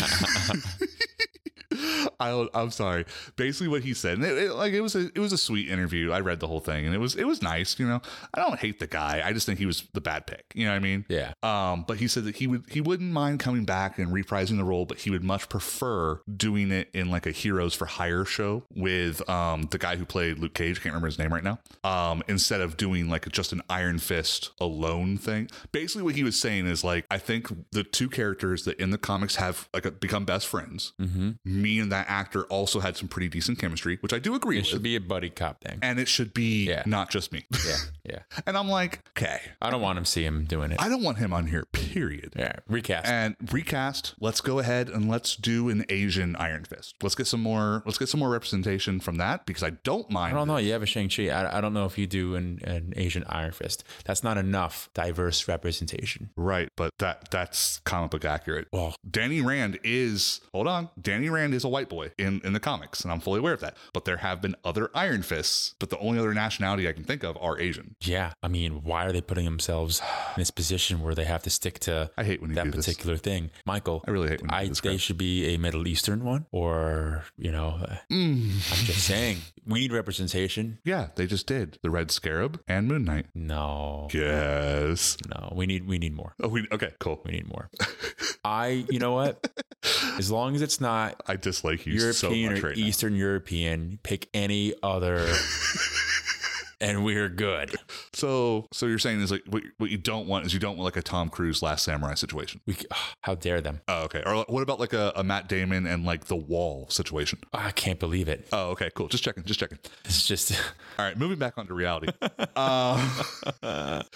I, I'm sorry. Basically, what he said, and it, it- like it was a it was a sweet interview. I read the whole thing, and it was it was nice. You know, I don't hate the guy. I just think he was the bad pick. You know what I mean? yeah Um, but he said that he would he wouldn't mind coming back and reprising the role, but he would much prefer doing it in like a Heroes for Hire show with um the guy who played Luke Cage, can't remember his name right now. Um, instead of doing like just an Iron Fist alone thing. Basically, what he was saying is like I think the two characters that in the comics have like become best friends. Mm-hmm. Me and that actor also had some pretty decent chemistry, which I do agree it with. should be a buddy cop thing and it should be Yeah. not just me. yeah yeah and I'm like, okay, i don't want him to see him doing it I don't want him on here. Period. yeah recast and recast let's go ahead and let's do an asian iron fist let's get some more let's get some more representation from that because i don't mind I don't know. You have a Shang-Chi. I, I don't know if you do an, an Asian Iron Fist. That's not enough diverse representation. right but that that's comic book accurate Well, danny rand is hold on danny rand is a white Boy in, in the comics, and I'm fully aware of that. But there have been other Iron Fists, but the only other nationality I can think of are Asian. Yeah. I mean, why are they putting themselves in this position where they have to stick to I hate when you that do this. particular thing? Michael, I really hate when you I, do this. they crap. should be a Middle Eastern one or, you know, uh, Mm. I'm just saying we need representation. Yeah, they just did the Red Scarab and Moon Knight. No. Yes. No, we need we need more. Oh, we okay, cool. We need more. I, you know what? As long as it's not I dislike you so European much or right now. Eastern European, pick any other, and we're good. So, so you're saying is like what, what you don't want is you don't want like a Tom Cruise Last Samurai situation. We, c- ugh, how dare them? Oh, okay. Or like, what about like a, a Matt Damon and like The Wall situation? I can't believe it. Oh, okay, cool. Just checking, just checking. It's just All right, moving back onto reality. uh,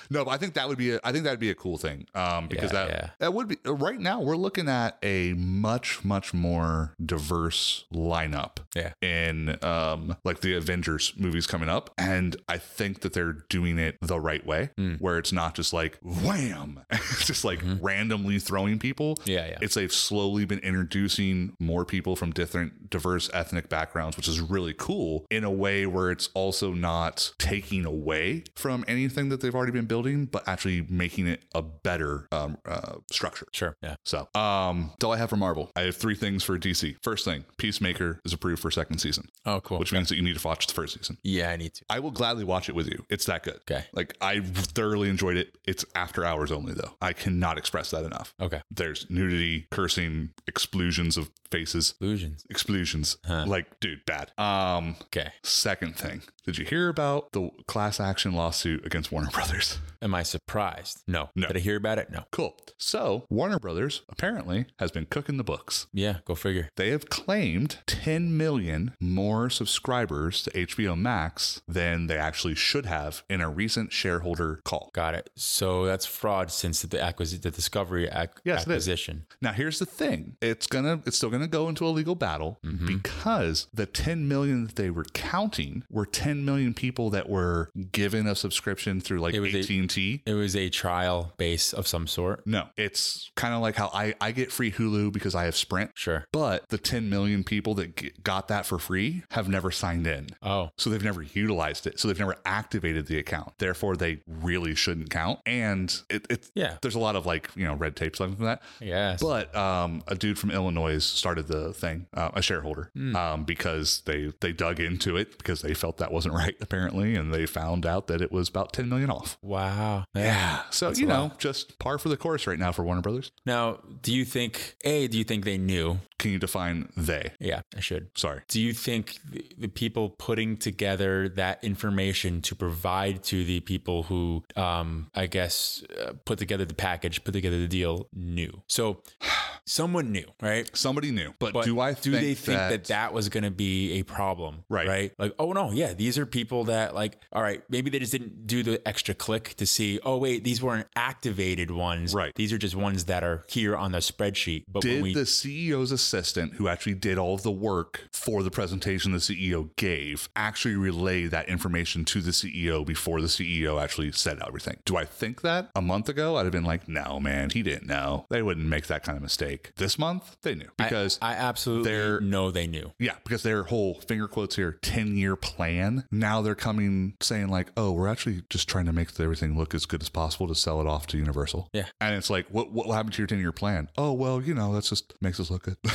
no, but I think that would be a, I think that'd be a cool thing um, because Yeah, that yeah. that would be right now we're looking at a much much more diverse lineup Yeah. in um, like the Avengers movies coming up, and I think that they're doing it the right way Mm. where it's not just like wham, it's just like randomly throwing people. Mm-hmm. yeah, yeah. It's they've slowly been introducing more people from different diverse ethnic backgrounds, which is really cool in a way where it's also not taking away from anything that they've already been building, but actually making it a better um, uh, structure. sure. Yeah. So, um, that's all I have for Marvel. I have three things for DC. First thing, Peacemaker is approved for second season, Oh, cool. which means that you need to watch the first season. yeah, I need to. I will gladly watch it with you. It's that good. Okay. Like I thoroughly enjoyed it. It's after hours only though. I cannot express that enough Okay. there's nudity, cursing, explosions of faces, Illusions. explosions. Huh. Like, dude, bad. Um, Okay. second thing, did you hear about the class action lawsuit against Warner Brothers? Am I surprised? No. No. Did I hear about it? No. Cool. So, Warner Brothers apparently has been cooking the books. Yeah. Go figure. They have claimed 10 million more subscribers to HBO Max than they actually should have in a recent shareholder call. Got it. So that's fraud since the acquisition, the Discovery ac- Yes, it is. acquisition. Now here's the thing. It's gonna it's still gonna go into a legal battle Mm-hmm. because the 10 million that they were counting were 10 million people that were given a subscription through like It was a- AT&T. It was a trial base of some sort. no, it's kind of like how I, I get free Hulu because I have Sprint, Sure. but the 10 million people that g- got that for free have never signed in. Oh, So they've never utilized it. So they've never activated the account. Therefore, they really shouldn't count. And it, it's yeah. there's a lot of like, you know, red tape stuff from that. Yes. But um, a dude from Illinois started the thing, uh, a shareholder, Hmm. um, because they they dug into it because they felt that wasn't right apparently, and they found out that it was about ten million off. wow. Yeah, so That's you a know, lot. just par for the course right now for Warner Brothers. Now, do you think a? Do you think they knew? Can you define they? Yeah, I should. Sorry. Do you think the, the people putting together that information to provide to the people who, um, I guess, uh, put together the package, put together the deal, knew? So, someone knew, right? Somebody knew, but, But do I do think they think that that, was going to be a problem? Right. Right. Like, oh no, yeah, these are people that like, all right, maybe they just didn't do the extra click to see. Oh wait, these weren't activated ones. Right. These are just ones that are here on the spreadsheet. But when did we the CEO's assistant, who actually did all of the work for the presentation the CEO gave, actually relay that information to the CEO before the CEO actually said everything? Do I think that a month ago I'd have been like, no, man, he didn't know. They wouldn't make that kind of mistake. This month, they knew because. I absolutely they're- know they knew. yeah, because their whole finger quotes here 10 year plan. Now they're coming saying, like, oh, we're actually just trying to make everything look as good as possible to sell it off to Universal. Yeah. And it's like, what what happened to your 10 year plan? Oh, well, you know, that's just makes us look good.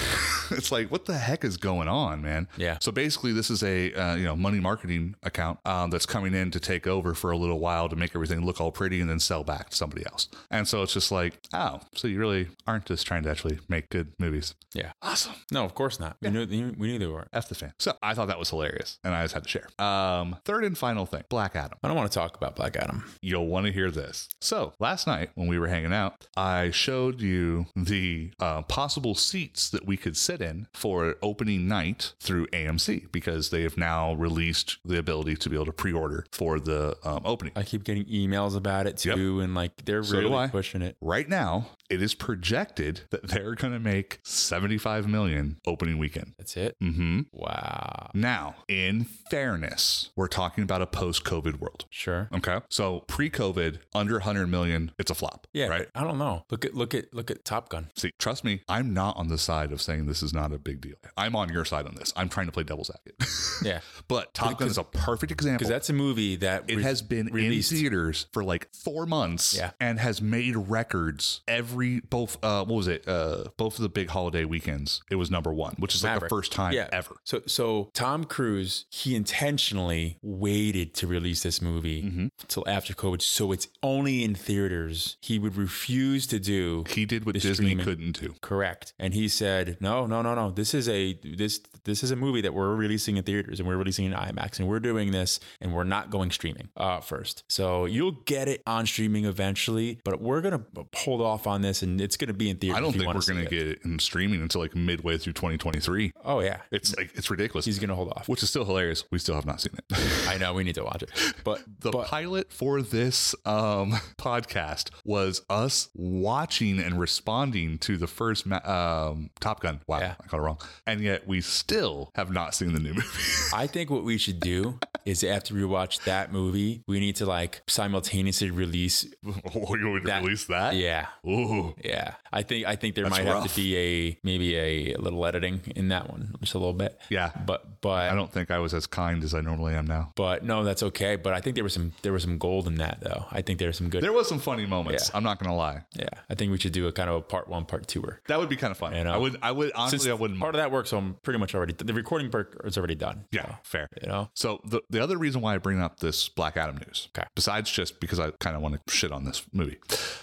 it's like, what the heck is going on, man? Yeah. So basically, this is a uh, you know money marketing account um, that's coming in to take over for a little while to make everything look all pretty and then sell back to somebody else. And so it's just like, oh, so you really aren't just trying to actually make good movies. Yeah. Awesome. No, of course not. We knew. We knew they weren't. F the fan. So I thought that was hilarious, and I just had to share. Um, third and final thing, Black Adam. I don't want to talk about Black Adam. You'll want to hear this. So last night when we were hanging out, I showed you the uh, possible seats that we could sit in for opening night through AMC because they have now released the ability to be able to pre-order for the um, opening. I keep getting emails about it too, Yep. and like they're So do I. really pushing it. Right now, it is projected that they're going to make 75 million opening weekend. That's it. hmm Wow. Now, in fairness, we're talking about a post-COVID world. Sure. Okay. So pre COVID, under 100 million, it's a flop. Yeah. Right. I don't know. Look at look at look at Top Gun. See, trust me, I'm not on the side of saying this is not a big deal. I'm on your side on this. I'm trying to play devil's advocate. Yeah. but Top Gun is a perfect example. Because that's a movie that It re- has been released. in theaters for like four months Yeah. and has made records every both uh what was it? Uh both of the big holiday weekends. It was number one, which is like Maverick. the first time Yeah. ever. So, so Tom Cruise, he intentionally waited to release this movie Mhm. until after COVID, so it's only in theaters. He would refuse to do He did what It's Disney streaming. couldn't do. correct, and he said, "No, no, no, no. This is a this this is a movie that we're releasing in theaters, and we're releasing in IMAX, and we're doing this, and we're not going streaming uh, first. So you'll get it on streaming eventually, but we're gonna hold off on this, and it's gonna be in theaters. I don't if you think wanna we're see gonna it. get it in streaming until like midway through 2023. Oh yeah, It's like it's ridiculous. he's gonna hold off. which is still hilarious. We still have not seen it. I know we need to watch it, but the but, pilot for this um, podcast was us watching and responding to the first ma- um, Top Gun. Wow, Yeah. I got it wrong. And yet we still have not seen the new movie. I think what we should do is after we watch that movie, we need to like simultaneously release. oh, you would That- release that? Yeah. Ooh. Yeah. I think I think there That's might have rough. to be a maybe a little editing in that one, just a little bit. Yeah. But I but don't think I was as kind as I normally am now. but no, that's okay. But I think there was some there was some gold in that though. I think there's some good. There was some funny moments. I'm not gonna lie. yeah. I think we should do a kind of a part one, part two. Or That would be kind of fun. You know? I would. I would honestly. I wouldn't. uh, part of that work, so I'm pretty much already the recording part is already done. yeah. fair. You know. So the, the other reason why I bring up this Black Adam news, Okay. besides just because I kind of want to shit on this movie,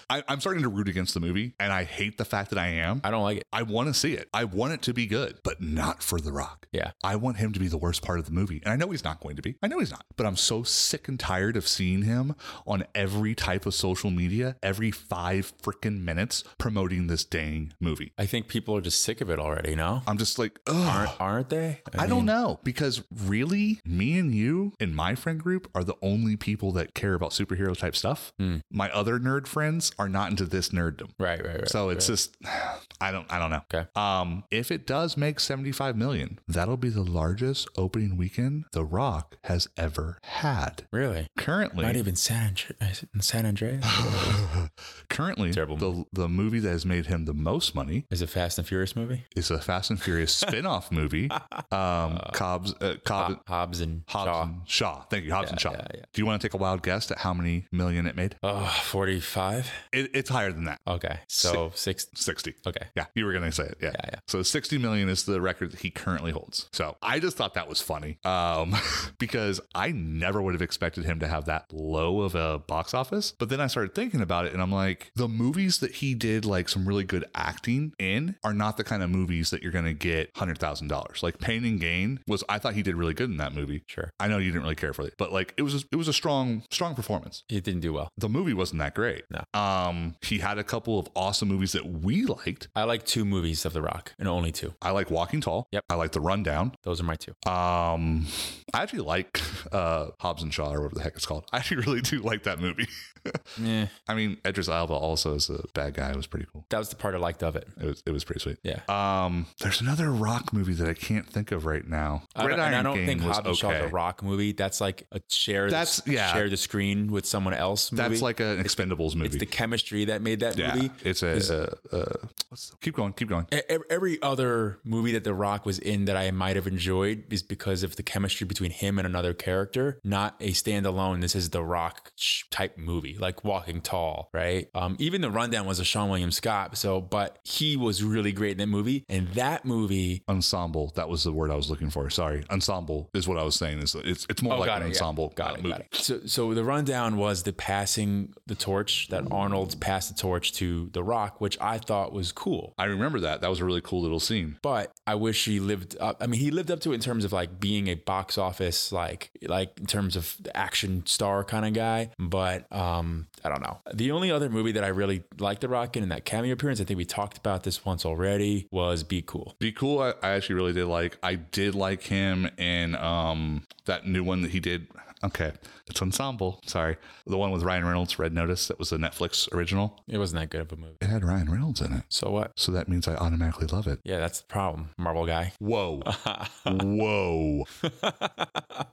I, I'm starting to root against the movie, and I hate the fact that I am. I don't like it. I want to see it. I want it to be good, but not for The Rock. Yeah. I want him to be the worst part of the movie. And I know he's not going to be. I know he's not. But I'm so sick and tired of seeing him on every type of social media every five freaking minutes promoting this dang movie. I think people are just sick of it already. No. I'm just like, ugh. Aren't, aren't they? I don't know because really, me and you in my friend group are the only people that care about superhero type stuff. My other nerd friends are not into this nerddom. Hmm. Right, right, right. So it's just I don't I don't know. Okay. Um if it does make 75 million, that'll be the largest opening weekend The Rock has ever had. really? Currently, Not even San, Andre- San Andreas. currently Terrible the the movie that has made him the most money Is it Fast and Furious movie? is a Fast and Furious spin-off movie. Um Cobb's uh, Cobb Ho- Hobbs and Shaw. Hobbs and Shaw. Thank you, Hobbs and Shaw. yeah, yeah. Do you want to take a wild guess at how many million it made? Oh, 45? It, it's higher than that. Okay. So six. 60. Okay. Yeah, you were gonna say it. Yeah. Yeah, yeah. So 60 million is the record that he currently holds. So I just thought that was funny. Um, because I never would have expected him to have that low of a box office. But then I started thinking about it and I'm like, the movies that he did like some really good acting in are not the kind of movies that you're gonna get hundred thousand dollars. Like Pain and Gain was I thought he did really good in that movie. Sure. I know you didn't really care for it, but like it was it was a strong strong performance. It didn't do well. The movie wasn't that great. No. Um, he had a couple of awesome movies that we liked. I like two movies of The Rock and only two. I like Walking Tall. Yep. I like The Rundown. Those are my two. Um, I actually like uh, Hobbs and Shaw or whatever the heck it's called. I actually really do like that movie. Yeah. I mean, Edris Alba also is a bad guy. It was pretty cool. That was the part I liked of it. It was it was pretty sweet. Yeah. Um, there's another rock movie that I can't think of right now. I Red don't, and I Iron don't Gang think was Hobbs and Shaw is a okay. Rock movie. That's like a share. That's- the, yeah. Share the screen with someone else. Movie. That's like an Expendables movie. it's the chemistry that made that yeah, movie. it's a, a, a what's the, keep going, keep going. E- ev- every other movie that The Rock was in that I might have enjoyed is because of the chemistry between him and another character, not a standalone. This is The Rock sh- type movie, like Walking Tall, right? Um, even The Rundown was a Sean William Scott, so but he was really great in that movie, and that movie. ensemble. That was the word I was looking for. Sorry, ensemble is what I was saying. Is it's it's more Oh, like got an it, yeah. ensemble. Got uh, it, movie. got it. So, so the rundown was the passing the torch that Arnold passed the torch to The Rock, which I thought was cool. I remember that. That was a really cool little scene. but I wish he lived up. I mean, he lived up to it in terms of like being a box office, like like in terms of the action star kind of guy. But um, I don't know. The only other movie that I really liked The Rock in in that cameo appearance, I think we talked about this once already, was Be Cool. Be cool. I, I actually really did like. I did like him in um that new one that he did. Okay, it's ensemble. Sorry, the one with Ryan Reynolds, Red Notice. That was the Netflix original. It wasn't that good of a movie. It had Ryan Reynolds in it, So what? so that means I automatically love it. Yeah, that's the problem, Marvel guy. Whoa, whoa!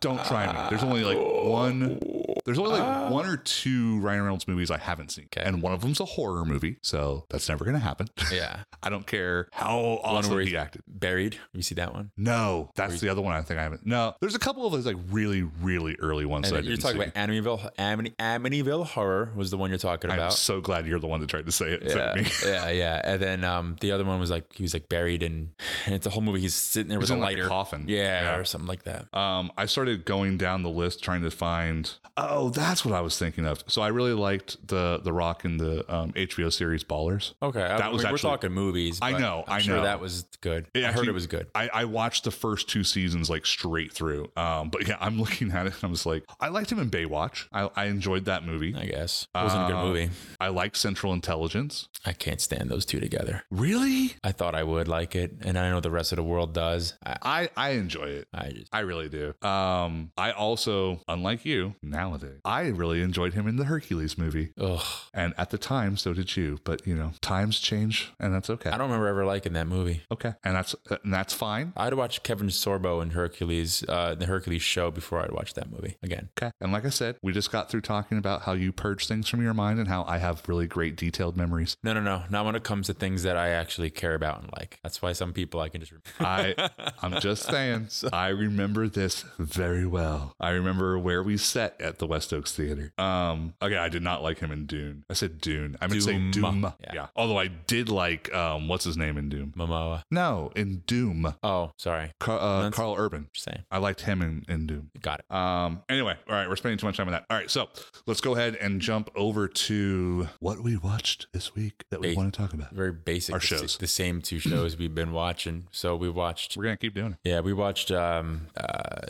Don't try me. There's only like one. There's only like one or two Ryan Reynolds movies I haven't seen, Ah. Okay. and one of them's a horror movie, so that's never gonna happen. Yeah. I don't care how awesome where he he- acted. Buried. You see that one? No, that's Where- the other one I think I haven't. No, there's a couple of those like really, really early ones. And That I you're didn't talking see. about Amityville, Amity, Amityville Horror was the one you're talking I'm about. so glad you're the one that tried to say it. instead yeah, of me. yeah, yeah. And then um, the other one was like he was like buried in, and it's a whole movie. He's sitting there It was with in a like lighter, a coffin. yeah, or something like that. Um, I started going down the list trying to find. Oh, that's what I was thinking of. So I really liked the The Rock in the um, HBO series Ballers. Okay, That that was was we're actually- talking movies. I but know, I'm I sure know. that was good. It I heard actually- it was good. I, I watched the first two seasons like straight through. Um, but yeah, I'm looking at it and I'm just like, I liked him in Baywatch. I, I enjoyed that movie. I guess it wasn't a Uh, good movie. I liked Central Intelligence. I can't stand those two together. Really? I thought I would like it, and I know the rest of the world does. I, I, I enjoy it. I just I really do. Um, I also, unlike you, nowadays, I really enjoyed him in the Hercules movie. ugh. And at the time, so did you. But you know, times change, and that's okay. I don't remember ever liking that movie. Okay, and that's uh, and that's fine. I'd watch Kevin Sorbo in Hercules, uh, the Hercules show, before I'd watch that movie again. Okay, and like I said, we just got through talking about how you purge things from your mind and how I have really great detailed memories. No, no, no. Not when it comes to things that I actually care about and like. That's why some people I can just. I I'm just saying, I remember this very well. I remember where we sat at the West Oaks Theater. Um, okay, I did not like him in Dune. I said Dune. I meant to say Doom. Doom. Yeah. Yeah. Although I did like um, what's his name in Doom? Momoa. No, in Doom, Oh, sorry. Car- uh, That's- Carl Urban. Just saying. I liked him in, in Doom. Got it. Uh, Um. Anyway, all right, we're spending too much time on that. All right, so let's go ahead and jump over to what we watched this week that we Hey. want to talk about. Very basic. Our The s- shows. The same two shows we've been watching. So we watched. We're gonna keep doing Yeah, we watched um, uh,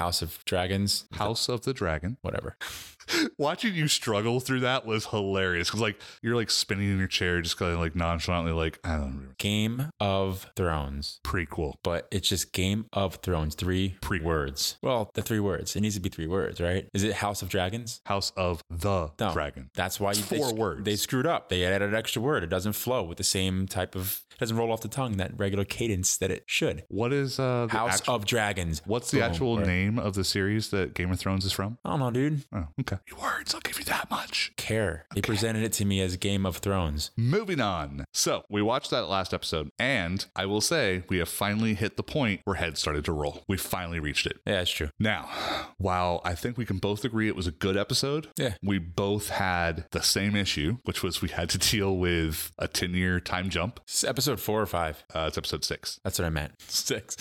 House of Dragons. it. House of the Dragon. Whatever. Watching you struggle through that was hilarious because like you're like spinning in your chair, just kind of like nonchalantly, like I don't remember. Game of Thrones. Prequel. But it's just Game of Thrones. Three Prequel. words. Well, the three words. It needs to be three words, right? Is it House of Dragons? House of the No. Dragon. That's why It's you, they, four sc- words. They screwed up. They added an extra word. It doesn't flow with the same type of. It doesn't roll off the tongue that regular cadence that it should. What is uh the House actual, of Dragons. what's the Boom. actual Right. name of the series that Game of Thrones is from? I don't know, dude. Oh, okay. Your words, I'll give you that much. Care. They presented it to me as Game of Thrones. Moving on. So we watched that last episode, and I will say we have finally hit the point where heads started to roll. We finally reached it. Yeah, it's true. Now, while I think we can both agree it was a good episode, Yeah. we both had the same issue, which was we had to deal with a 10 year time jump. It's episode four or five. Uh, it's episode six. That's what I meant. Six.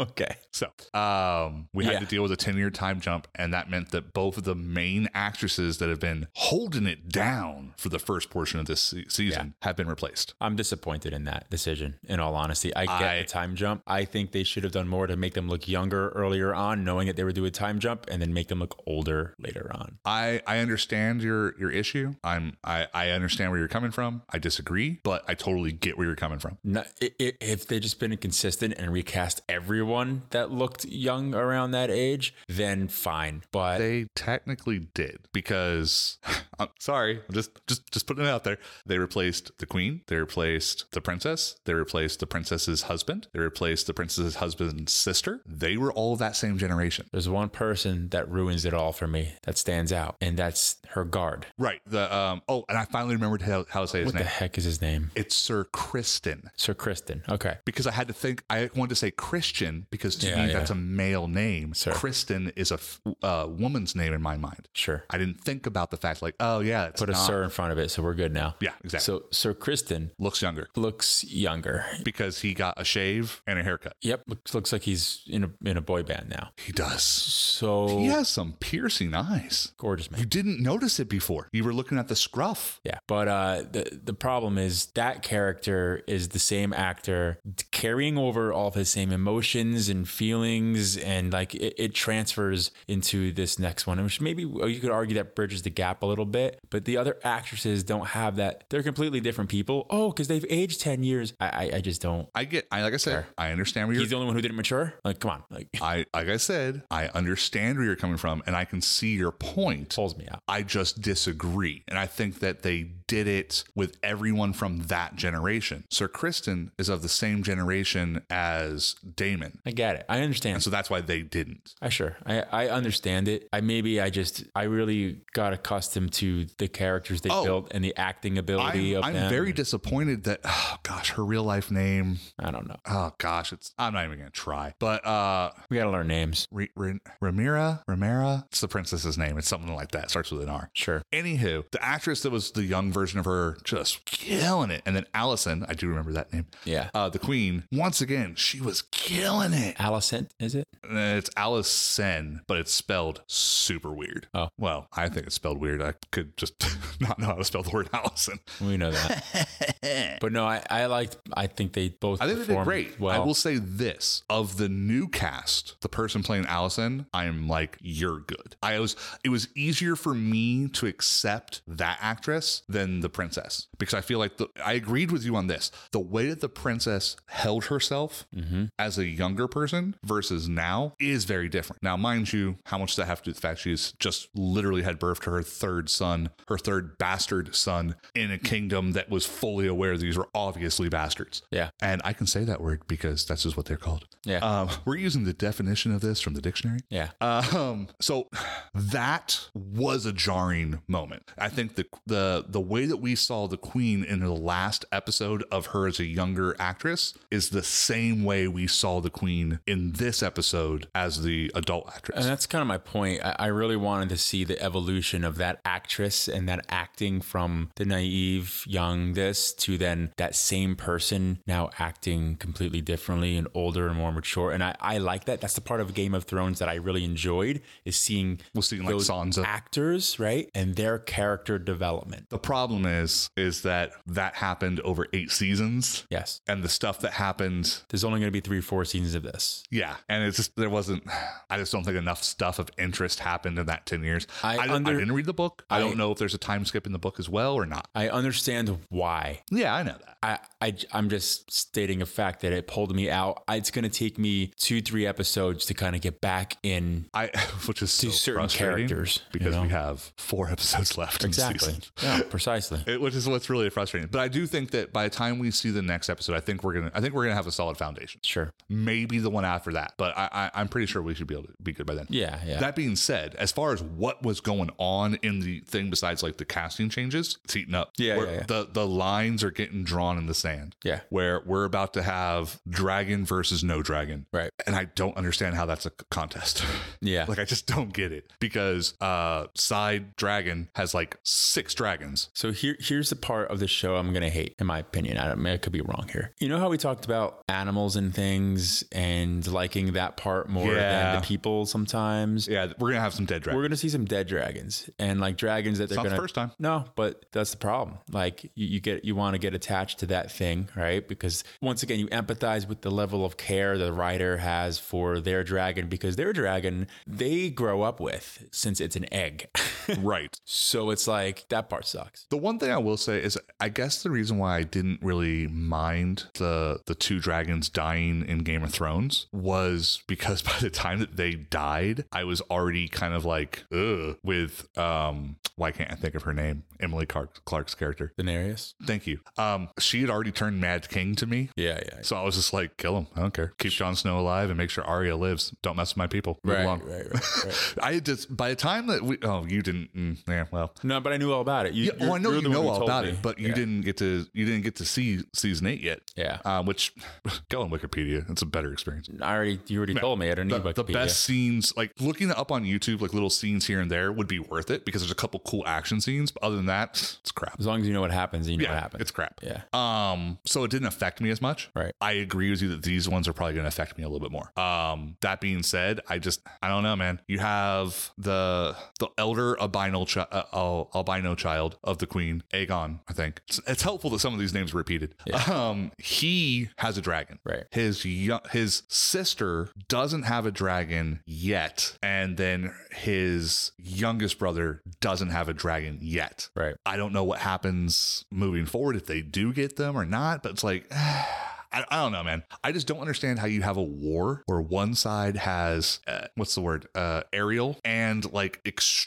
okay. So um, we had Yeah. to deal with a 10 year time jump. And that meant that both of the main actresses that have been holding it down for the first portion of this se- season have been replaced. I'm disappointed in that decision, in all honesty. I get I- the time jump. I think they should have done more to make them look younger earlier on, knowing that they were doing a time jump, and then make them look older later on. I, I understand your your issue. I'm I, I understand where you're coming from. I disagree, but I totally get where you're coming from. No, i i if they just been consistent and recast everyone that looked young around that age, then fine. But They technically did because I'm sorry, I'm just just just putting it out there. They replaced the queen, they replaced the princess, they replaced the princess's husband, they replaced the princess's husband's sister. They were all that same generation. there's one person that ruins it all for me that stands out, and that's her guard. Right. The um oh, and I finally remembered how, how to say his What the name. heck is his name? It's Sir Kristen. Sir Kristen. Okay. Because I had to think, I wanted to say Christian because to Yeah, me yeah. that's a male name. Sir. Kristen is a f- uh, woman's name in my mind. Sure. I didn't think about the fact, like, oh yeah, it's Put a not- sir in front of it, so we're good now. Yeah, exactly. So Sir Kristen Looks younger. looks younger. because he got a shave and a haircut. Yep, looks, looks like he's in a in a boy band now. He does. So He has some piercing eyes. gorgeous man. You didn't notice it before. You were looking at the scruff. Yeah, but uh, the the problem is that character is the same actor d- carrying over all of his same emotions and feelings, and like it, it transfers into this next one, which maybe you could argue that bridges the gap a little bit, but the other actresses don't have that. They're completely different people. Oh, because they've aged 10 years. I, I, I just don't. I get, I like I said, Fair. I understand where He's you're. the only one who didn't mature. Like, come on. Like, I like I said, I understand where you're coming from, and I can see your point. pulls me out. I just disagree. And I think that they did it with everyone from that generation. Sir Kristen is of the same generation as Damon. I get it. I understand. And so that's why they didn't. I sure. I, I understand it. I maybe I just I really got accustomed to the characters they Oh. built and the acting ability I'm, of I'm them. very disappointed that, oh gosh, her real life name. I don't know. Oh gosh, it's, I'm not even going to try. But, uh, We gotta learn names. Re- Re- Ramira, Ramira, it's the princess's name. It's something like that. Starts with an R. Sure. Anywho, the actress that was the young version of her just killing it. And then Allison, I do remember that name. Yeah. uh, the queen once again she was killing it Allison, is it? Uh, it's allison but it's spelled super weird Oh. well i think it's spelled weird i could just not know how to spell the word allison We know that. i but no, I, I liked I think they both think they did performed great Well i will say this of the new cast the person playing allison i'm like you're good i was it was easier for me to accept that actress than the princess because i feel like the, i agreed with you on this the way that the princess held herself mm-hmm. as a younger person versus now is very different. Now, mind you, how much does that have to do with the fact she's just literally had birth to her third son, her third bastard son, in a kingdom that was fully aware these were obviously bastards. Yeah. And I can say that word because that's just what they're called. Yeah. Um, we're using the definition of this from the dictionary. yeah. Um, so that was a jarring moment. I think the the the way that we saw the queen in the last episode of her as a younger actress is the same way we saw the queen in this episode as the adult actress. And that's kind of my point. I, I really wanted to see the evolution of that actress and that acting from the naive young this to then that same person now acting completely differently and older and more mature. And I, I like that. That's the part of Game of Thrones that I really enjoyed is seeing We'll see like Sansa. actors, right? And their character development. the problem is is that that happened over 8 seasons Yes. and the stuff that happened There's only going to be three, four seasons of this. yeah and it's just there wasn't i just don't think enough stuff of interest happened in that 10 years I i, don't- I under- didn't read the book I I- don't know if there's a time skip in the book as well or not I understand why Yeah, I know that. I, I am just stating a fact that it pulled me out. It's gonna take me two three episodes to kind of get back in I, which is to so certain frustrating characters you because know? we have four episodes left in the exactly season. yeah precisely. It- which is what's really frustrating. But I do think that by the time we see the next episode, I think we're gonna, I think we're gonna have a solid foundation. Sure. Maybe the one after that, but I, I I'm pretty sure we should be able to be good by then. Yeah. Yeah. That being said, as far as what was going on in the thing besides like the casting changes, it's eating up. Yeah, We're- yeah, yeah. The the lines are getting drawn in the sand. Yeah. Where we're about to have dragon versus no dragon. Right. And I don't understand how that's a c- contest. yeah. Like I just don't get it because uh side dragon has like six dragons. So here, here's the part of the show I'm gonna hate, in my opinion. I, don't, I could be wrong here. You know how we talked about animals and things and liking that part more Yeah. than the people sometimes. Yeah, we're gonna have some dead We're dragons. gonna see some dead dragons and like dragons that they're Not the gonna first time. No, but that's the problem. Like you, you get you want to get attached to that thing, right? Because once again, you empathize with the level of care the writer has for their dragon because their dragon they grow up with since it's an egg. right. so it's like that part sucks. The one thing I will say is I guess the reason why I didn't really mind the the two dragons dying in Game of Thrones was because by the time that they died, I was already kind of like ugh with um why can't I think of her name? Emily Clark, Clark's character. Daenerys. Thank you. Um she had already turned Mad King to me. Yeah, yeah. So I was just like, kill him. I don't care. Keep Jon Snow alive and make sure Arya lives. Don't mess with my people. Move Right, along. right, right, right. I had just by the time that we oh you didn't mm, yeah well No, but I knew all about it. You, yeah, well, you're- I know you're you the one know who all told about me. it, but you Yeah. didn't get to you didn't get to see season eight yet. Yeah, Um, which go on Wikipedia, it's a better experience. I already you already told me. I don't The, need the Wikipedia. best scenes, like looking up on YouTube, like little scenes here and there, would be worth it because there's a couple cool action scenes. But other than that, it's crap. As long as you know what happens, and you know Yeah, what happens. it's crap. Yeah. Um, so it didn't affect me as much. Right. I agree with you that these ones are probably going to affect me a little bit more. Um, that being said, I just I don't know, man. You have the the elder albino chi- uh, al- albino child of the queen, Aegon, I think. It's, it's helpful that some of these names are repeated. Um, he has a dragon. Right. His young, his sister doesn't have a dragon yet, and then his youngest brother doesn't have a dragon yet. Right. I don't know what happens moving forward if they do get them or not, but it's like, I, I don't know, man. I just don't understand how you have a war where one side has, uh, what's the word, uh, aerial and like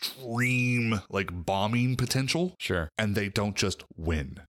extreme like bombing potential Sure. and they don't just win.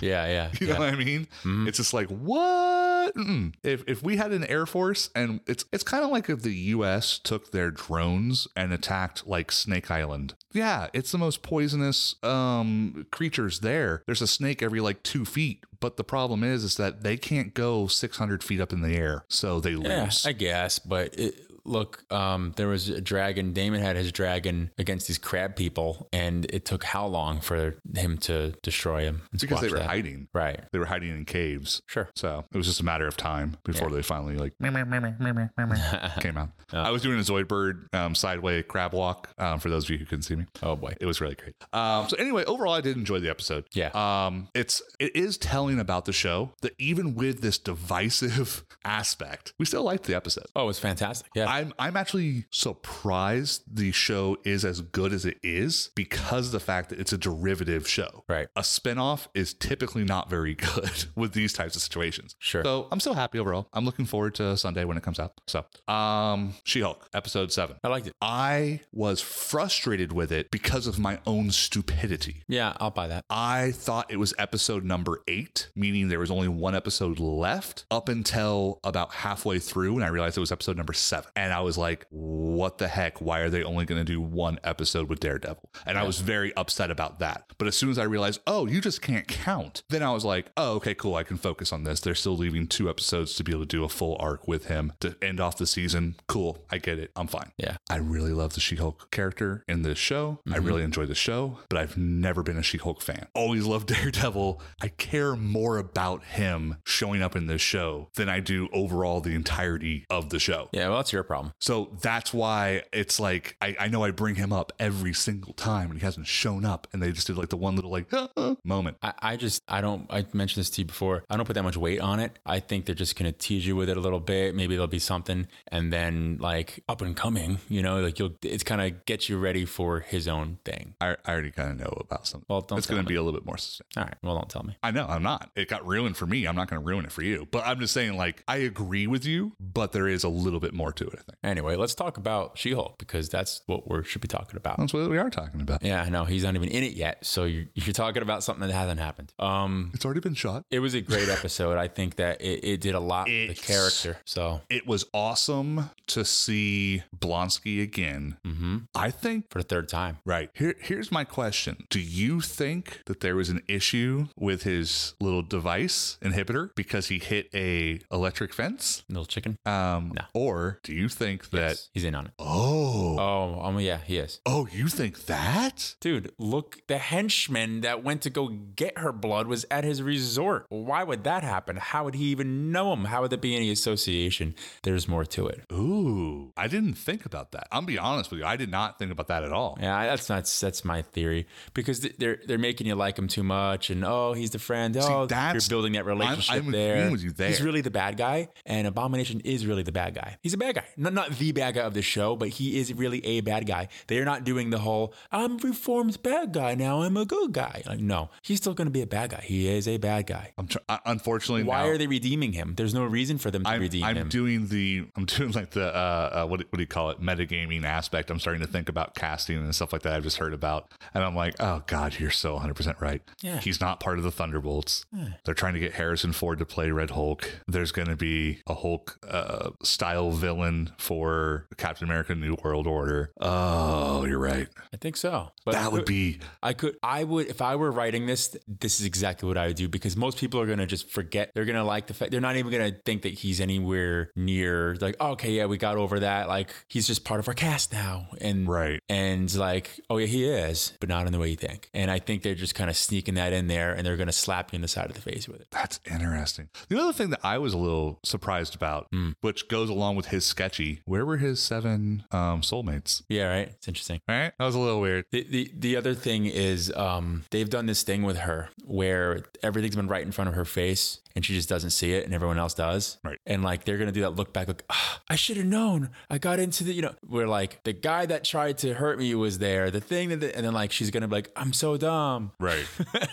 Yeah. Yeah. You yeah. know what I mean? Mhm. It's just like what? Mm-mm. If if we had an air force, and it's it's kind of like if the U.S. took their drones and attacked like Snake Island. Yeah, it's the most poisonous um, creatures there. There's a snake every like two feet, but the problem is is that they can't go 600 feet up in the air, so they Yeah, lose. I guess, but it, look, um, there was a dragon. Damon had his dragon against these crab people, and it took how long for him to destroy him? and because they squash were that? hiding. right. They were hiding in caves. Sure. So it was just a matter of time before they finally like came out. I was doing a Zoidbird um, sideway crab walk um, for those of you who couldn't see me. Oh boy. It was really great. Um, so anyway, overall, I did enjoy the episode. Yeah. Um, it's it is telling about the show that even with this divisive aspect, we still liked the episode. Oh, it was fantastic. Yeah. I'm I'm actually surprised the show is as good as it is because of the fact that it's a derivative show. right. A spinoff is typically not very good with these types of situations. Sure. So I'm still happy overall. I'm looking forward to Sunday when it comes out. So, um, She Hulk, episode seven. I liked it. I was frustrated with it because of my own stupidity. Yeah, I'll buy that. I thought it was episode number eight, meaning there was only one episode left up until about halfway through when I realized it was episode number seven. And I was like, what the heck? Why are they only going to do one episode with Daredevil? And I was very upset about that. But as soon as I realized, oh, you just can't count, then I was like, oh, okay, cool. I can focus on this. They're still leaving two episodes to be able to do a full arc with him to end off the season. Cool. I get it. I'm fine. Yeah. Mm-hmm. I really love the She Hulk character in this show. I really enjoy the show, but I've never been a She Hulk fan. Always loved Daredevil. I care more about him showing up in this show than I do overall the entirety of the show. Yeah, well, that's your problem. So that's why it's like I, I know I bring him up every single time and he hasn't shown up and they just did like the one little like moment. I, I just I don't I mentioned this to you before. I don't put that much weight on it. I think they're just gonna tease you with it a little bit. Maybe there'll be something, and then like up and coming, you know, like you'll it's kind of get you ready for his own thing. I, I already kind of know about something. Well, don't it's tell going to me. be a little bit more sustained. All right, well, don't tell me. I know I'm not. It got ruined for me. I'm not going to ruin it for you. But I'm just saying, like, I agree with you, but there is a little bit more to it. I think Anyway, let's talk about She-Hulk because that's what we should be talking about. that's what we are talking about. Yeah, no, he's not even in it yet. So you're, you're talking about something that hasn't happened. Um, It's already been shot. it was a great episode. I think that it, it did a lot for the It's- character. So It was awesome to see Blonsky again. hmm I think. for the third time, Right. Here, here's my question. Do you think that there was an issue with his little device inhibitor because he hit a electric fence? little chicken. Um, No. Or do you think that, Yes, he's in on it. oh, Oh, um, yeah, he is. oh, you think that? Dude, look, the henchman that went to go get her blood was at his resort. Why would that happen? How would he even know him? How would there be any association? There's more to it. Ooh, I didn't think about that. I'm be honest with you, I did not think about that at all. Yeah, I- that's not that's my theory because th- they're they're making you like him too much, and oh, he's the friend. Oh, you're that's- building that relationship I'm there. agreeing with you there. He's really the bad guy, and Abomination is really the bad guy. He's a bad guy, not not the bad guy of the show, but he is really a bad guy. They're not doing the whole "I'm reformed bad guy now, I'm a good guy." Like, no, he's still going to be a bad guy. He is a bad guy. I'm tr- I, unfortunately Why now, are they redeeming him? There's no reason for them to I'm, redeem I'm him. doing the I'm doing like the uh, uh what, do- what do you call it metagaming aspect. I'm starting to think about casting and stuff like that. I've just heard about, and I'm like, oh god, you're so 100 percent right. Yeah. he's not part of the Thunderbolts. They're trying to get Harrison Ford to play Red Hulk. There's going to be a Hulk uh, style villain for Captain America: New World Order. Oh, you're right. I think so. But That would be I could, I would, if I were writing this, this is exactly what I would do because most people are going to just forget. They're going to like the fact, they're not even going to think that he's anywhere near, like, oh, okay, yeah, we got over that. Like, he's just part of our cast now. And, right. and like, oh, yeah, he is, but not in the way you think. And I think they're just kind of sneaking that in there and they're going to slap you in the side of the face with it. That's interesting. The other thing that Hmm. I was a little surprised about, which goes along with his sketchy, where were his seven um, um, soulmates. Yeah, right. It's interesting. Right? That was a little weird. The, the the other thing is um they've done this thing with her where everything's been right in front of her face and she just doesn't see it and everyone else does. Right. And like they're gonna do that look back, like, ah, I should have known. I got into the you know, where like the guy that tried to hurt me was there, the thing that the, and then like she's gonna be like, I'm so dumb. Right.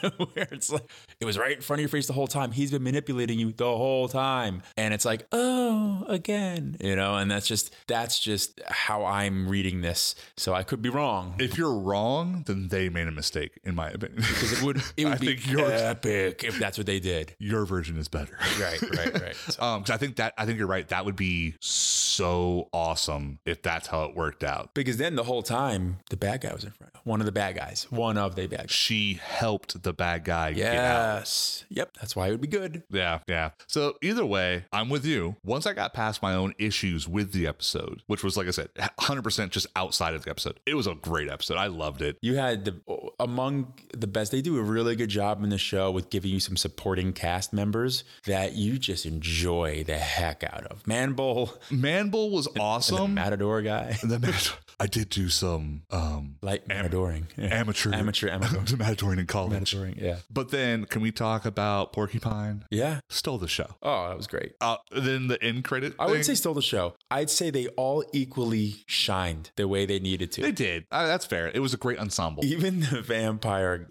where it's like it was right in front of your face the whole time. He's been manipulating you the whole time, and it's like, oh, again, you know. And that's just that's just how I'm reading this. So I could be wrong if you're wrong, then they made a mistake, in my opinion. because it would it would I be think yours- epic if that's what they did. Your version is better. Right, right, right. So- Um, 'cause I think that I think you're right. That would be so awesome if that's how it worked out. because then the whole time the bad guy was in front. One of the bad guys. One of the bad guys. She helped the bad guy get out. Yes. Yep. That's why it would be good. Yeah, yeah. So either way, I'm with you. Once I got past my own issues with the episode, which was like I said, 100% just outside of the episode. It was a great episode. I loved it. You had the among the best. They do a really good job in the show with giving you some supporting cast members that you just enjoy the heck out of. Manbull, Manbull was the awesome. Matador guy, And the Matador- I did do some um light Matadoring, Yeah. amateur amateur Amador, Matadorian in college. Matadoring. Yeah, But then can we talk about Porcupine? yeah. Stole the show. Oh, that was great. Uh, then the end credit. I thing- wouldn't say stole the show. I'd say they all equally shined the way they needed to. they did. Uh, that's fair. It was a great ensemble. Even the vampire.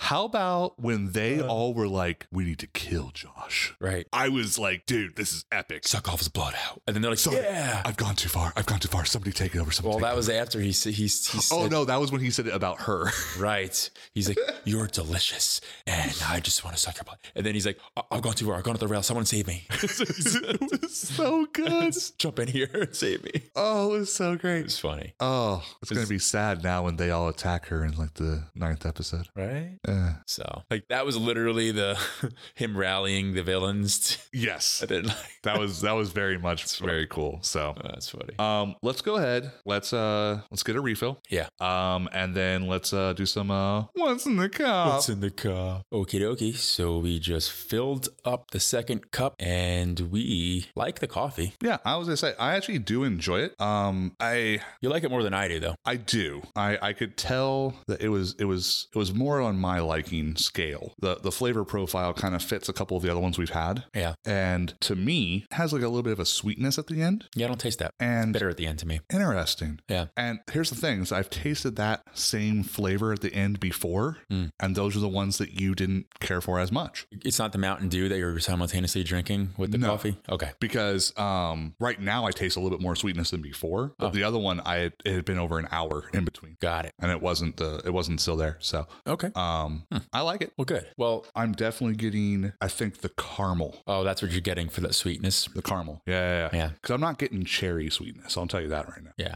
How about when Uh. they all were like, "We need to kill Josh." right. I was like, dude, this is epic. Suck off his blood out. And then they're like, Sorry. yeah. I've gone too far. I've gone too far. Somebody take it over. Somebody Well, take that was after he, s- he, s- he it said over. Oh no, that was when he said it about her. Right. He's like, you're delicious. And I just want to suck your blood. And then he's like, I- I've gone too far. I've gone off the rail. Someone save me. it was so good. Jump in here and save me. Oh, it was so great. It's funny. Oh, it's gonna be sad now when they all attack her in like the ninth episode. Right. Eh. So, like, that was literally the him rallying the villains. yes, I did like, that was that was very much very cool. So. oh, that's funny. Um, let's go ahead. Let's uh let's get a refill. Yeah. Um, and then let's uh do some uh what's in the cup. in the cup? Okie dokie. So we just filled up the second cup and we like the coffee. yeah, I was gonna say I actually do enjoy it. Um I You like it more than I do, though. I do. I, I could tell that it was it was it was more on my liking scale. The the flavor profile kind of fits a couple of the other ones we've had. Yeah. And to me, it has like a little bit of a sweetness at the end. Yeah, I don't taste that. And Bitter at the end to me. interesting. Yeah. And here's the thing is I've tasted that same flavor at the end before, and those are the ones that you didn't care for as much. It's not the Mountain Dew that you're simultaneously drinking with the No. coffee. Okay. Because um, right now I taste a little bit more sweetness than before, but the other one I had, it had been over an hour in between, Got it. and it wasn't the it wasn't still there. So Okay. um, I like it. Well, good. Well, I'm definitely getting, I think, the caramel. oh, that's what you're getting for that sweetness. The caramel. Yeah. Yeah. Yeah. Because I'm not getting cherry sweetness. I'll tell you that right now. Yeah.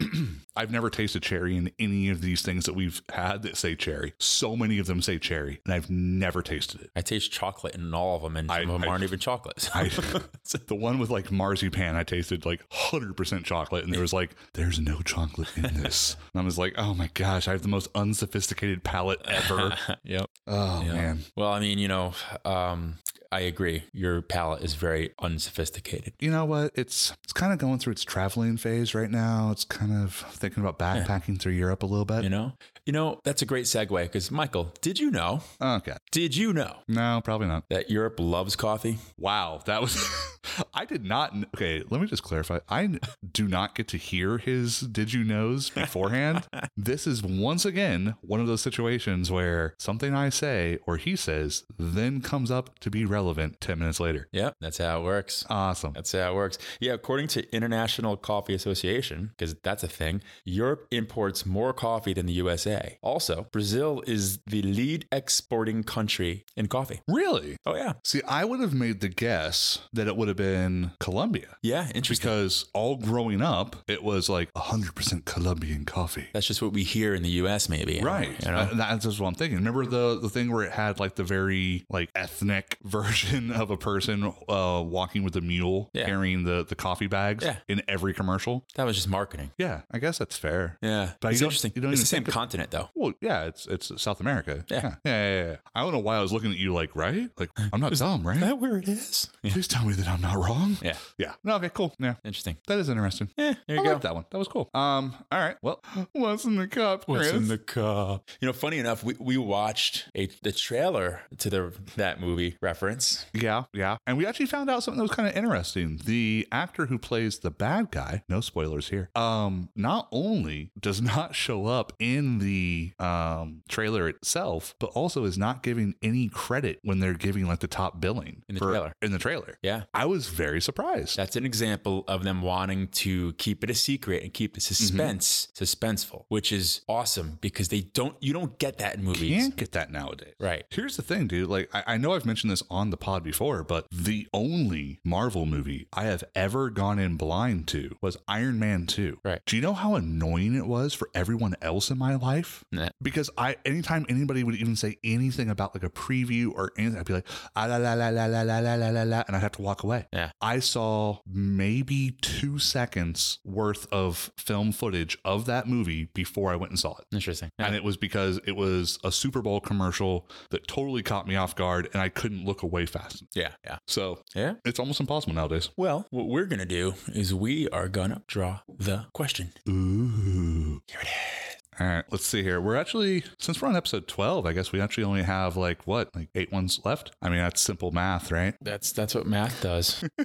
I've never tasted cherry in any of these things that we've had that say cherry. So many of them say cherry, and I've never tasted it. I taste chocolate in all of them, and some I- of them I- aren't even chocolates. I, the one with like marzipan, I tasted like 100% chocolate, and there was like, there's no chocolate in this. and I was like, oh my gosh, I have the most unsophisticated palate ever. yep. oh, Yeah. man. Well, I mean, you know, um, I agree. Your palate is very unsophisticated. you know what? It's it's kind of going through its traveling phase right now. It's kind of thinking about backpacking through Europe a little bit. You know, you know, that's a great segue because Michael, did you know? Okay. Did you know No, probably not. that Europe loves coffee? Wow, that was I did not kn- Okay, let me just clarify. I do not get to hear his did you knows beforehand. this is once again one of those situations where something I say or he says then comes up to be relevant 10 minutes later. Yeah, that's how it works. Awesome. That's how it works. Yeah, according to International Coffee Association, because that's a thing, Europe imports more coffee than the USA. Also, Brazil is the lead exporting country in coffee. Really? Oh yeah, See, I would have made the guess that it would have been Colombia. yeah, interesting. because all growing up, it was like 100% Colombian coffee. that's just what we hear in the U.S. Maybe Right. You know? Uh, That's just what I'm thinking. Remember the, the thing where it had like the very like ethnic version of a person uh, walking with a mule Yeah. carrying the, the coffee bags Yeah. in every commercial? that was just marketing. Yeah, I guess that's fair. Yeah, But it's you don't- interesting. you don't it's even the same think of- continent though. Well, yeah, it's it's South America. Yeah. Yeah. yeah, yeah, yeah. I don't know why I was looking at you like, right? Like, I'm not dumb, right? where it is? Please tell me that I'm not not wrong. Yeah. Yeah. No, okay, cool. Yeah. Interesting. That is interesting. Yeah, there Eh, I you go. like that one. That was cool. Um, all right. Well, what's in the cup, Chris? cup? You know, funny enough, we, we watched a the trailer to the that movie reference. Yeah, yeah. And we actually found out something that was kind of interesting. The actor who plays the bad guy, no spoilers here, um, not only does not show up in the um trailer itself, but also is not giving any credit when they're giving like the top billing In the trailer. In the trailer. Yeah. I was very surprised. That's an example of them wanting to keep it a secret and keep the suspense suspenseful, which is awesome because they don't you don't get that in movies. Can't get that nowadays. Right. Here's the thing, dude. Like, I, I know I've mentioned this on the pod before, but the only Marvel movie I have ever gone in blind to was Iron Man 2. Right. Do you know how annoying it was for everyone else in my life? Nah. Because I, anytime anybody would even say anything about like a preview or anything, I'd be like, ah, la, la, la, la, la, la, la, la, la, la, and I'd have to walk away. Yeah. I saw maybe two seconds worth of film footage of that movie before I went and saw it. Interesting. And it was because it was a Super Bowl commercial that totally caught me off guard and I couldn't look away fast. enough. yeah. Yeah. So Yeah. it's almost impossible nowadays. Well, what we're gonna do is we are gonna draw the question. Ooh. Here it is. All right, let's see here. We're actually, since we're on episode 12, I guess we actually only have like what, like eight ones left? I mean, that's simple math, right? That's that's what math does.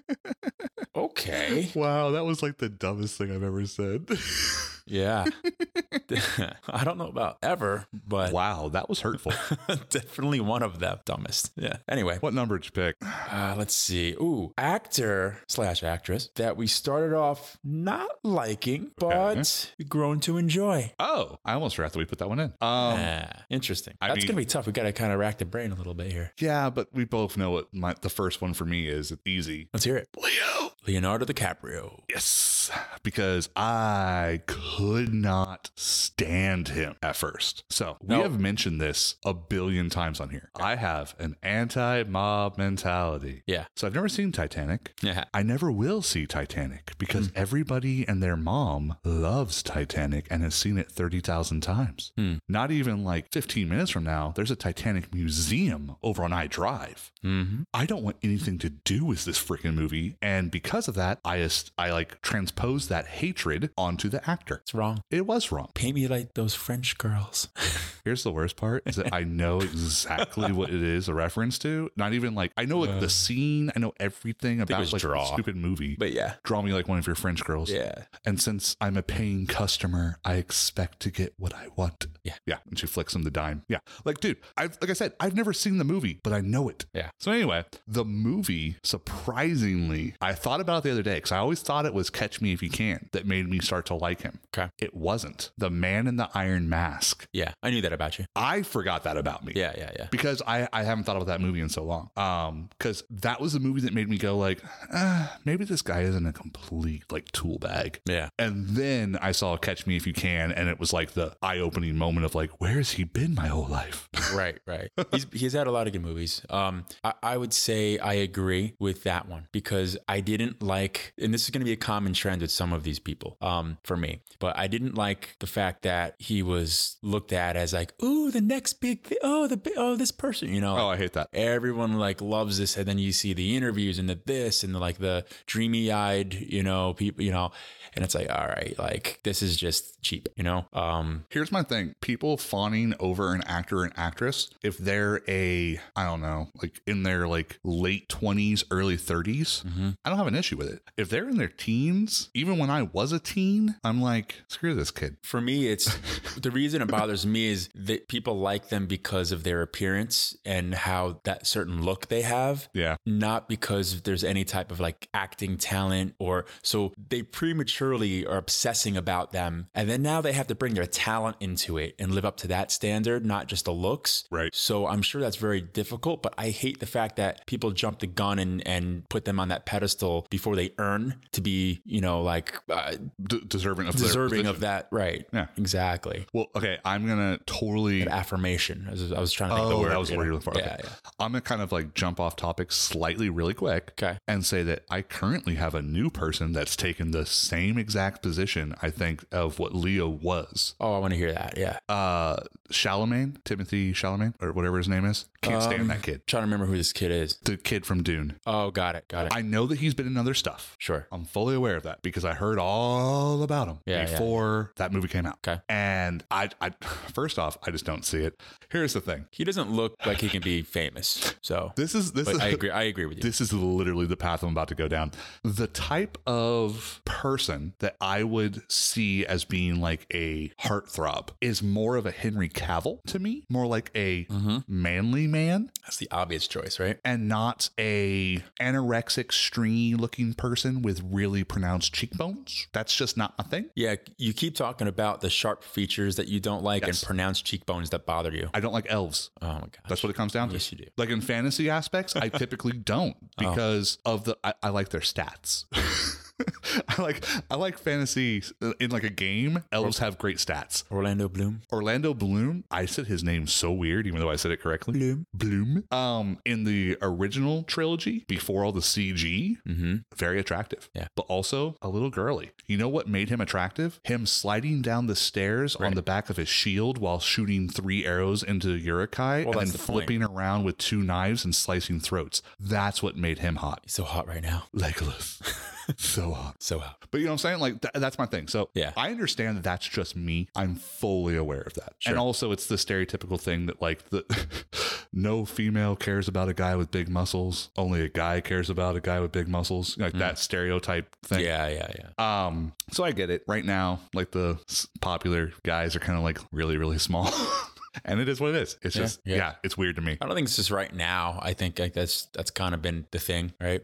okay. Wow, that was like the dumbest thing I've ever said. Yeah. I don't know about ever, but wow, that was hurtful. definitely one of the dumbest. Yeah. Anyway, what number did you pick? uh, let's see. Ooh, actor slash actress that we started off not liking, but grown to enjoy. Oh, I almost forgot that we put that one in. Um, Ah, interesting. I That's mean- gonna be tough. We gotta kind of rack the brain a little bit here. yeah, but we both know what my, the first one for me is. It's easy. Let's hear it. Leo. Leonardo DiCaprio. Yes, because I could not stand him at first. So we No. have mentioned this a billion times on here. I have an anti mob mentality. Yeah. So I've never seen Titanic. Yeah. I never will see Titanic because everybody and their mom loves Titanic and has seen it 30,000 times. Hmm. Not even like 15 minutes from now, there's a Titanic museum over on iDrive. Mm-hmm. I don't want anything to do with this freaking movie. And because of that, I just, I like transposed that hatred onto the actor. It's wrong. It was wrong. Pay me like those French girls. Here's the worst part is that I know exactly what it is a reference to. Not even like I know like Uh. the scene. I know everything about was like Draw. the stupid movie. But yeah. Draw me like one of your French girls. Yeah. And since I'm a paying customer, I expect to get what I want. Yeah. Yeah. And she flicks him the dime. Yeah. Like, dude, I've, like I said, I've never seen the movie, but I know it. Yeah. So, anyway, the movie, surprisingly, I thought about it the other day because I always thought it was Catch Me If You Can that made me start to like him. Okay. It wasn't. The man in the iron mask. Yeah. I knew that about you. I forgot that about me. Yeah. Yeah. Yeah. Because I, I haven't thought about that movie in so long. Um, because that was the movie that made me go like, ah, maybe this guy isn't a complete like tool bag. Yeah. And then I saw Catch Me If You Can, and it was like the eye opening moment of like, where has he been my whole life? right, right. He's he's had a lot of good movies. Um, I, I would say I agree with that one because I didn't like, and this is going to be a common trend with some of these people. Um, for me, but I didn't like the fact that he was looked at as like, ooh, the next big, thi- oh, the bi- oh, this person, you know. oh, I hate that. Everyone like loves this, and then you see the interviews and the this and the, like the dreamy-eyed, you know, people, you know, and it's like, all right, like this is just cheap, you know. Um, Here's my thing people fawning over an actor and actress, if they're a, I don't know, like in their like late 20s, early 30s, I don't have an issue with it. If they're in their teens, even when I was a teen, I'm like, screw this kid. For me, it's the reason it bothers me is that people like them because of their appearance and how that certain look they have, Yeah. not because there's any type of like acting talent or so they prematurely are obsessing about them. And then now they have to bring their talent into it and live up to that standard, not just the looks. Right. So I'm sure that's very difficult, but I hate the fact that people jump the gun and, and put them on that pedestal before they earn to be, you know, like uh, D- deserving of their deserving position. of that. Right. Yeah. Exactly. Well, okay, I'm gonna totally. An affirmation. I was, I was trying to think of the Oh, word. that was the you word know? you're looking for. Yeah, Okay. yeah. I'm gonna kind of like jump off topic slightly, really quick. Okay. and say that I currently have a new person that's taken the same exact position, I think, of what Leo was. Oh, I want to hear that. Yeah. Uh Charlemagne, Timothy Charlemagne, or whatever his name is. Can't Um, stand that kid. trying to remember who this kid is. The kid from Dune. Oh, got it. Got it. I know that he's been in other stuff. sure. I'm fully aware of that because I heard all about him Yeah, yeah. before that movie came out. Okay. And I, I, first off, I just don't see it. Here's the thing. He doesn't look like he can be famous. So, This is this but is I agree. I agree with you. This is literally the path I'm about to go down. The type of person that I would see as being like a heartthrob is more of a Henry Cavill to me, more like a mm-hmm. manly man That's the obvious choice, right? and not a anorexic stringy looking person with really pronounced cheekbones that's just not my thing Yeah. You keep talking about the sharp features that you don't like Yes. and pronounced cheekbones that bother you. i don't like elves Oh my god. that's what it comes down to Yes, you do. like in fantasy aspects i typically don't Oh. because of the I, I like their stats i like i like fantasy uh, in like a game elves have great stats Orlando Bloom. orlando bloom i said his name so weird even though i said it correctly Bloom. bloom um in the original trilogy before all the cg Mm-hmm. very attractive Yeah. but also a little girly you know what made him attractive him sliding down the stairs on Right. the back of his shield while shooting three arrows into urukai Well, and that's then the point. flipping around with two knives and slicing throats that's what made him hot He's so hot right now. legolas so hot So hot. but you know what i'm saying like tha- that's my thing so Yeah. i understand that that's just me i'm fully aware of that Sure. and also it's the stereotypical thing that like the no female cares about a guy with big muscles only a guy cares about a guy with big muscles like that stereotype thing Mm-hmm. Yeah, yeah, yeah. um, so I get it. Right now, like the s- popular guys are kind of like really, really small. and it is what it is. It's Yeah, just, yeah. yeah. it's weird to me. I don't think it's just right now. I think like that's that's kind of been the thing, right?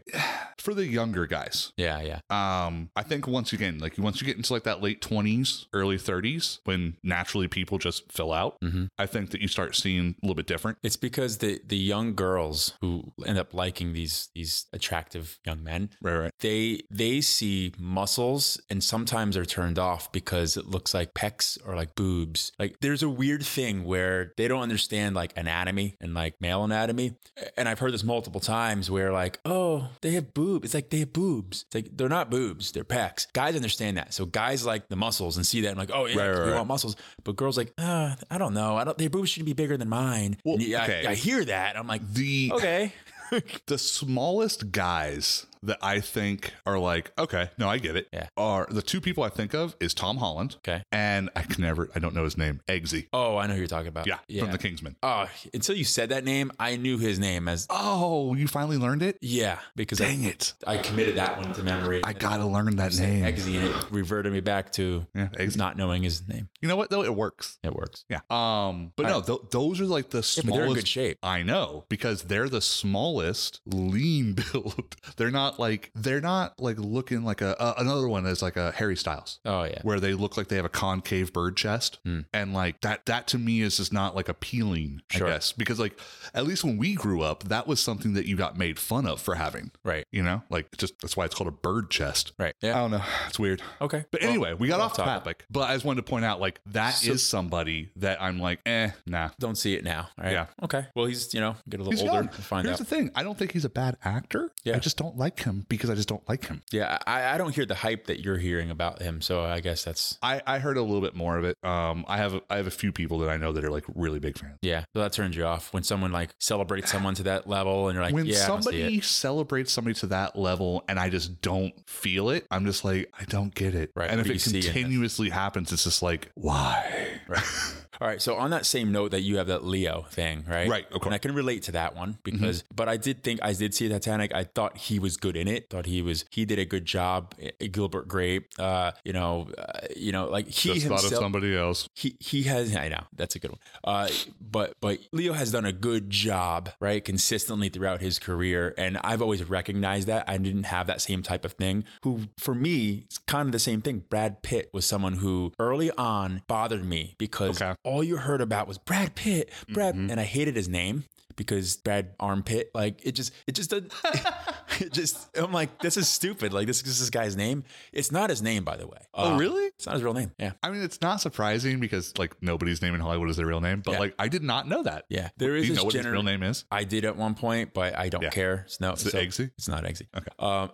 For the younger guys, Yeah, yeah. um, I think once again, like once you get into like that late 20s, early 30s, when naturally people just fill out, Mhm. I think that you start seeing a little bit different. It's because the the young girls who end up liking these these attractive young men, Right, right. they they see muscles and sometimes are turned off because it looks like pecs or like boobs. Like there's a weird thing where they don't understand like anatomy and like male anatomy. And I've heard this multiple times where like, oh, they have boobs. It's like they have boobs. It's like they're not boobs, they're pecs. Guys understand that. So guys like the muscles and see that and like, oh yeah, Right, right, you right. want muscles. But girls like, ah, I don't know. I don't their boobs shouldn't be bigger than mine. Well, And yeah, I- okay. I, hear that. I'm like, The okay. the smallest guys that I think are like, okay, no, I get it. Yeah. Are the two people I think of is Tom Holland. Okay. And I can never I don't know his name. Eggsy. Oh, I know who you're talking about. Yeah, From the Kingsman. Oh, until you said that name, I knew his name as Oh, you finally learned it? yeah because I, Dang it. I committed that one to memory. I gotta learn that name. Eggsy and it reverted me back to Yeah, Eggsy. not knowing his name. You know what though? It works. It works. Yeah. Um, but no, th- those are like the but smallest they're in good shape. I know because they're the smallest lean build. they're not like they're not like looking like a uh, another one is like a Harry Styles. Oh yeah. where they look like they have a concave bird chest Hmm. and like that that to me is just not like appealing Sure. i guess because like at least when we grew up that was something that you got made fun of for having Right. you know like it's just that's why it's called a bird chest Right. i Yeah. don't know it's weird okay. but Well, anyway we got off off topic. but i just wanted to point out like that is So- somebody that i'm like eh nah don't see it now. All right. Yeah. Okay. Well, he's you know get a little He's older. young. and find Here's out. the thing. I don't think he's a bad actor. Yeah. I just don't like him because I just don't like him. yeah. I, I don't hear the hype that you're hearing about him. So I guess that's I, I heard a little bit more of it. Um, I have I have a few people that I know that are like really big fans. yeah. So that turns you off when someone like celebrates someone to that level and you're like when yeah I don't see it." somebody celebrates somebody to that level and I just don't feel it, I'm just like, I don't get it. Right, And if what do you it see in it? continuously happens, it's just like, why? All right. So on that same note that you have that Leo thing, right? Right, of course. And I can relate to that one because, but I did think I did see Titanic. I thought he was good in it. Thought he was he did a good job. I- Gilbert Grape, uh, you know, uh, you know, like he himself. somebody else. he, he has I know that's a good one, uh, but but Leo has done a good job right consistently throughout his career, and I've always recognized that I didn't have that same type of thing. Who for me it's kind of the same thing. Brad Pitt was someone who early on bothered me because Okay. Mm-hmm. all you heard about was Brad Pitt, Brad, and I hated his name because Brad Armpit. Like it just it just doesn't. It just I'm like, this is stupid. Like this, this is this guy's name. It's not his name, by the way. oh, Um, really? It's not his real name. Yeah. I mean, it's not surprising because like nobody's name in Hollywood is their real name, but Yeah. like I did not know that. Yeah. There is Do you this know what his gener- real name is? I did at one point, but I don't Yeah. care. It's no, Is it so- Eggsy? It's not Eggsy. Okay. Um,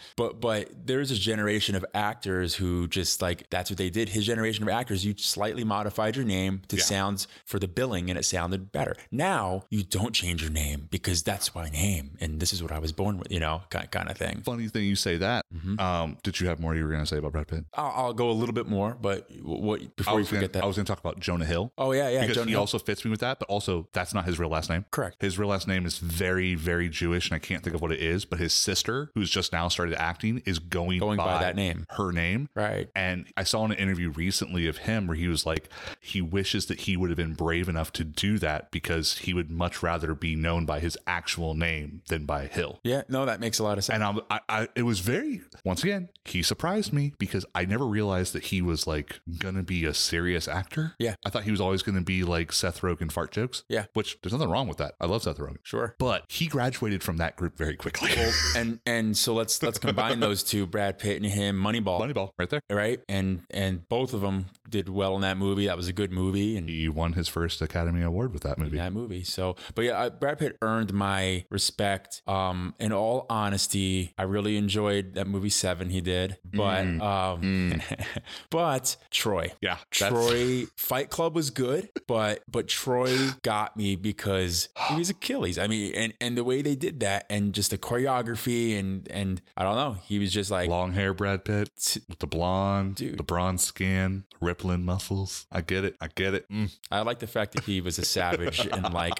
but but there's a generation of actors who just like that's what they did. His generation of actors, you slightly modified your name to Yeah. sounds for the billing, and it sounded better. Now you don't change your name because that's my name, and this is what I was born with. You know, kind kind of thing. Funny thing you say that. Mhm. Um, did you have more you were gonna say about Brad Pitt? I'll, I'll go a little bit more, but w- what I before you was, forget gonna, that? I was gonna talk about Jonah Hill. oh yeah, yeah, because Jonah he Hill. also fits me with that, but also that's not his real last name. correct. His real last name is very, very Jewish, and I can't think of what it is. But his sister, who's just now started acting, is going, Going by that name, her name. right? And I saw an interview recently of him where he was like, he wishes that he would have been brave enough to do that because he would much rather be known by his actual name than by Hill. Yeah, no, that makes a lot of sense. And I'm, I, I, it was very, once again, he surprised me because I never realized that he was like gonna be a serious actor. Yeah. I thought he was always gonna be like Seth Rogen fart jokes. Yeah. Which there's nothing wrong with that. I love Seth Rogen. sure. But he graduated from that group very quickly. Well, and and so let's let's combine those two, Brad Pitt and him, Moneyball, Moneyball right there. right? And and both of them did well in that movie. That was a good movie, and He won his first Academy Award with that movie. that movie. So, but yeah, I, Brad Pitt earned my respect. Um, in all honesty, I really enjoyed that movie Seven he did, but Mm. um, but Troy. Yeah. that's- Troy Fight Club was good, but but Troy got me because he was Achilles. I mean, and and the way they did that, and just the choreography, and and I don't know, he was just like long hair Brad Pitt T- with the blonde, Dude. the bronze skin, rippling muscles. I get it. I get it. Mm. I like the fact that he was a savage and like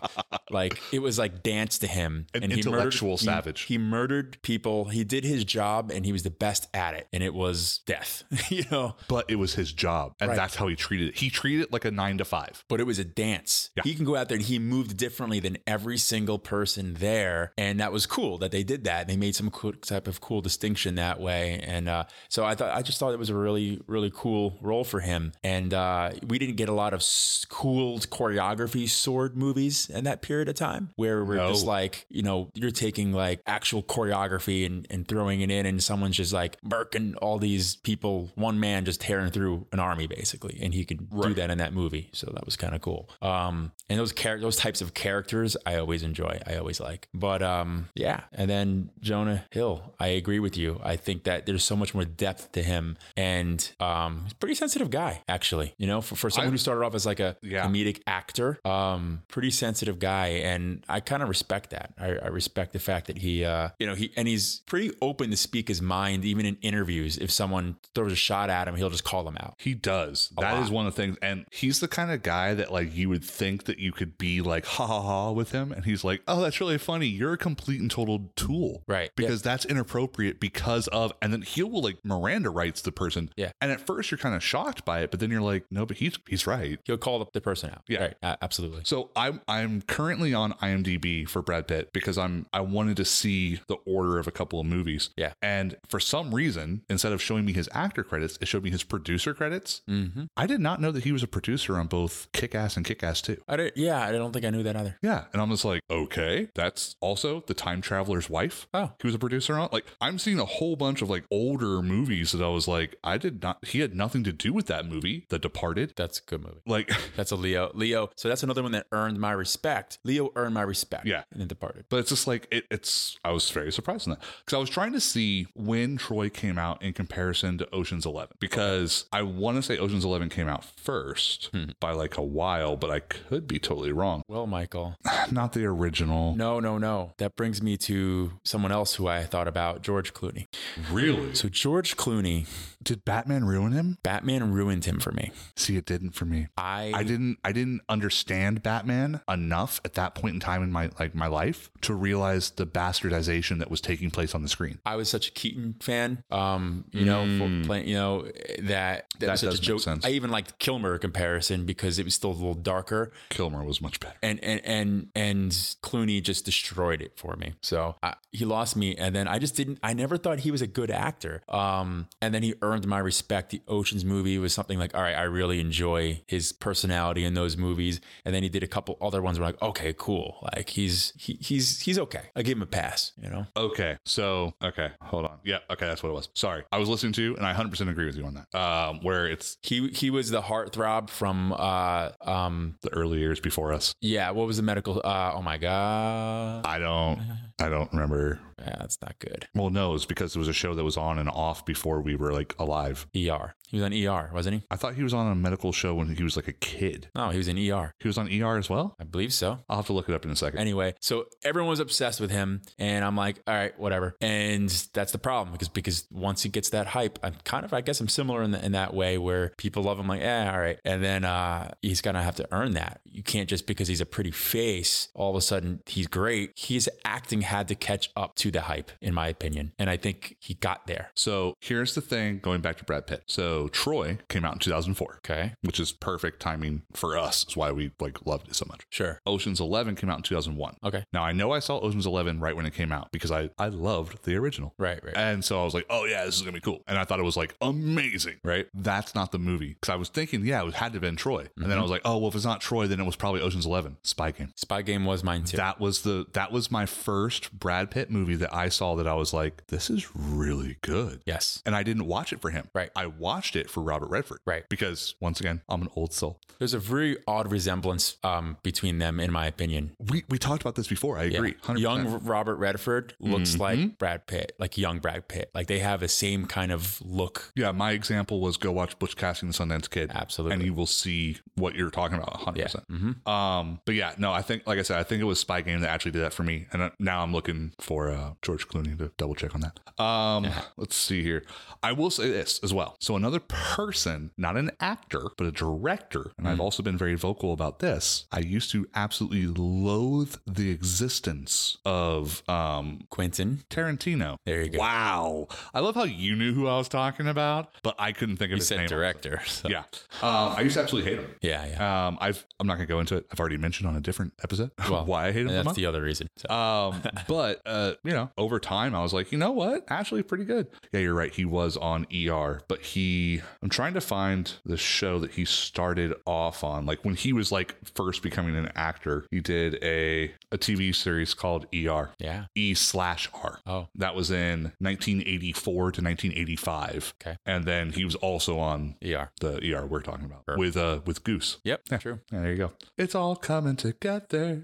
like it was like dance to him. An and he murdered- intellectual he- savage. He, murdered people. He did his job and he was the best at it. And it was death. you know? But it was his job, and Right. that's how he treated it. He treated it like a nine to five. But it was a dance. Yeah. He can go out there and he moved differently than every single person there. And that was cool that they did that. They made some cool type of cool distinction that way. And uh, so I thought, I just thought it was a really, really cool role for him. And uh, we didn't get a lot of s- cool choreography sword movies in that period of time where we're No. just like, you know, you're taking like actual choreography and, and throwing it in, and someone's just like murking all these people, one man just tearing through an army basically. And he could do Right. that in that movie. So that was kind of cool. Um, and those char- those types of characters I always enjoy. I always like. But um, yeah. And then Jonah Hill, I agree with you. I think that there's so much more depth to him, and um, he's a pretty sensitive guy actually. You know, for, for someone I- who started off as like a Yeah. comedic actor, um, pretty sensitive guy, and I kind of respect that. I, I respect the fact that he, uh, you know, he and he's pretty open to speak his mind even in interviews. If someone throws a shot at him, he'll just call them out. He does. That is lot. one of the things. And he's the kind of guy that like you would think that you could be like ha ha ha with him. And he's like, oh, that's really funny. You're a complete and total tool. Right. Because that's inappropriate because of and then he will like Miranda writes the person. Yeah. And at first you're kind of shocked by it, but then you're like, no, but he's he's right. He'll call the, the person out. Yeah. Right. Uh, absolutely. So I'm I'm currently on IMDb for Brad Pitt because I'm I wanted to see the order of a couple of movies. Yeah. And for some reason, instead of showing me his actor credits, it showed me his producer credits. Mm-hmm. I did not know that he was a producer on both Kick Ass and Kick Ass 2. I did, yeah, I don't think I knew that either. Yeah. And I'm just like, okay, that's also the time traveler's wife. Oh. He was a producer on. Like, I'm seeing a whole bunch of like older movies that I was like, I did not, he had nothing to do with that movie, The Departed. That's a good movie. Like, That's a Leo. Leo. So that's another one that earned my respect. Leo earned my respect. Yeah. And then departed. but it's just like, it, it's, I was very surprised in that because I was trying to see when Troy came out in comparison to Ocean's 11 because I want to say Ocean's 11 came out first Hmm. by like a while, but I could be totally wrong. Well, Michael. Not the original. No, no, no. That brings me to someone else who I thought about, George Clooney. Really? So George Clooney, Did Batman ruin him? Batman ruined him for me. See, it didn't for me. I, I didn't I didn't understand Batman enough at that point in time in my like my life to realize the bastardization that was taking place on the screen. I was such a Keaton fan, um, you know, for playing, you know, that that, Mm. was such does a make joke. sense. I even liked Kilmer comparison because it was still a little darker. Kilmer was much better. and and and and Clooney just destroyed it for me. So I, he lost me, and then I just didn't. I never thought he was a good actor. Um, and then he earned my respect. The Ocean's movie was something being like, all right, I really enjoy his personality in those movies. And then he did a couple other ones where I'm like, okay, cool. Like he's he, he's he's okay. I give him a pass, you know? Okay. So, okay. Hold on. Yeah. Okay. That's what it was. Sorry. I was listening to you and I 100% agree with you on that. Um, where it's He he was the heartthrob from uh um the early years before us. yeah, what was the medical uh oh my god. I don't, I don't remember. Yeah, that's not good. Well, no, it's because it was a show that was on and off before we were like alive. ER. He was on ER, wasn't he? I thought he was on a medical show when he was like a kid. No, he was in ER. He was on ER as well. I believe so. I'll have to look it up in a second. Anyway, so everyone was obsessed with him, and I'm like, all right, whatever. And that's the problem because because once he gets that hype, I'm kind of, I guess, I'm similar in, the, in that way where people love him, like, eh, all right, and then uh, he's gonna have to earn that. You can't just because he's a pretty face, all of a sudden he's great. His acting had to catch up to the hype, in my opinion, and I think he got there. So here's the thing going back to Brad Pitt. So Troy came out in 2004, Okay, which is perfect timing for us. It's why we like loved it so much. sure, Ocean's 11 came out in 2001. okay, Now I know I saw Ocean's 11 right when it came out because I I loved the original. right, right, And so I was like, oh yeah, this is gonna be cool. And I thought it was like amazing, right? That's not the movie. Cause I was thinking, yeah, it had to have been Troy. And Mm-hmm. then I was like, oh, well, if it's not Troy, then it was probably Ocean's 11, Spy Game. Spy Game was mine too. That was the that was my first Brad Pitt movie that I saw that I was like, this is really good. yes, And I didn't watch it for him. Right. I watched it for Robert Redford. right. Because once again, I'm an old soul. There's a very odd resemblance um, between them, in my opinion. We we talked about this before. I Yeah. agree. 100%. Young Robert Redford looks Mm-hmm. like Brad Pitt, like young Brad Pitt. Like they have the same kind of look. Yeah, my example was go watch Butch Cassidy and the Sundance Kid, Absolutely. and you will see what you're talking about 100%. yeah. hmm Um, but yeah, no, I think, like I said, I think it was Spy Game that actually did that for me. And uh, now I'm looking for uh, George Clooney to double check on that. Um, Let's see here. I will say this as well. So, another person, not an actor, but a director, and Mm. I've also been very vocal about this. I used to absolutely loathe the existence of um, Quentin. Tarantino. There you go. Wow. I love how you knew who I was talking about, but I couldn't think of You his said name. director. so- Yeah. Um, I used to absolutely hate him. Yeah. Yeah. Um, I've I'm not gonna go into it. I've already mentioned on a different episode Well, why I hate him so That's much. the other reason. So, um, but uh, you know, over time, I was like, you know what, actually, pretty good. Yeah, you're right. He was on ER, but he I'm trying to find the show that he started off on. Like when he was like first becoming an actor, he did a a TV series called ER. yeah. E slash R. Oh. That was in 1984 to 1985. Okay. And then he was also on ER. the ER we're talking about with uh with Goose. Yep. True. Yeah, there you go. It's all coming together.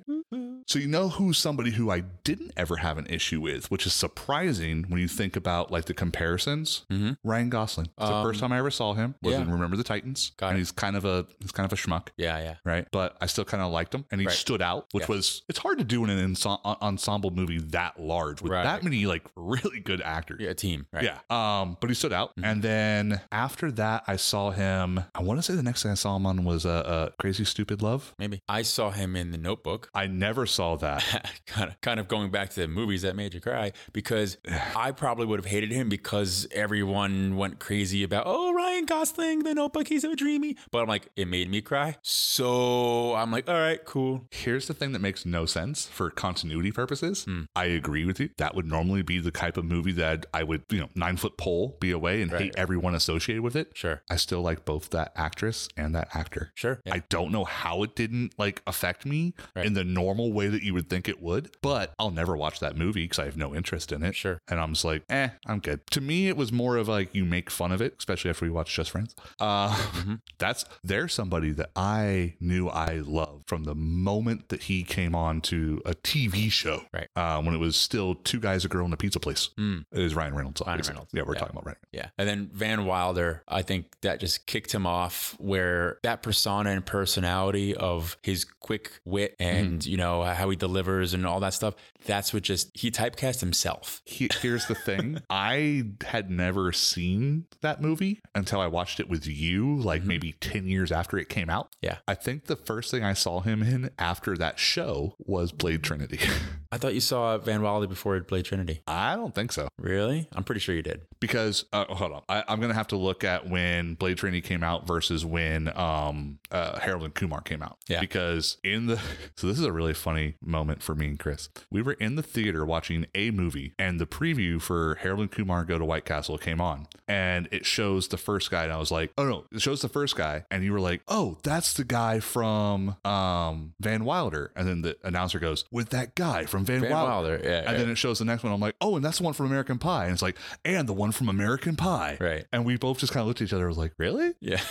So you know who's somebody who I didn't ever have an issue with, which is surprising when you think about like the comparisons. Mhm. Ryan Gosling. It's the Um, first time I ever saw him was yeah. in Remember the Titans, Got and it. he's kind of a he's kind of a schmuck. Yeah. Yeah. Right, but I still kind of liked him, and he Right. stood out, which Yeah. was it's hard to do in an enso- en- ensemble movie that large with Right. that many like really good actors. Yeah. Mm-hmm. Team. Right. Yeah. Um, but he stood out. And then after that, I saw him. I want to say the next thing I saw him on was uh, uh, Crazy Stupid Love. Maybe I saw him in The Notebook. I never saw that. kind of kind of going back to the movies that made you cry because I probably would have hated him because everyone went crazy about oh Ryan Gosling the Notebook he's so dreamy but I'm like it made me cry so I'm like all right cool Here's the thing that makes no sense for continuity purposes. Hmm. I agree with you. That would normally be the type of movie that I would, you know, nine foot pole be away and hate everyone associated with it. sure I still like both that actress and that actor. sure yeah. I don't know how it didn't like affect me Right. in the normal way that you would think it would, but I'll never watch that movie because I have no interest in it. Sure. And I'm just like, eh, I'm good. To me, it was more of like you make fun of it, especially after we watch Just Friends. Uh, Mm-hmm. That's there's somebody that I knew I loved from the moment that he came on to a TV show. Right. Uh, when it was still two guys, a girl, and a pizza place. Mm. It was Ryan Reynolds. obviously. Reynolds. Yeah, we're Yeah. talking about Ryan. Yeah. And then Van Wilder, I think that just kicked him off where that persona and personality of his quick wit and, you know, how he delivers and all that stuff, that's what just he typecast himself. he, here's the thing i had never seen that movie until i watched it with you like maybe 10 years after it came out Yeah. i think the first thing i saw him in after that show was blade trinity I thought you saw Van Wally before Blade Trinity. I don't think so. Really? I'm pretty sure you did. because uh, hold on, I, I'm gonna have to look at when Blade Trinity came out versus when um, uh, Harold and Kumar came out. Yeah. because in the so this is a really funny moment for me and Chris. We were in the theater watching a movie, and the preview for Harold and Kumar Go to White Castle came on, and it shows the first guy, and I was like, oh no, it shows the first guy, and you were like, oh, that's the guy from um, Van Wilder, and then the announcer goes with that guy from Van, Van Wilder. Wilder. Yeah. And then it shows the next one. I'm like, oh, and that's the one from American Pie. And it's like, and the one from American Pie. right. And we both just kind of looked at each other. was like, really? Yeah.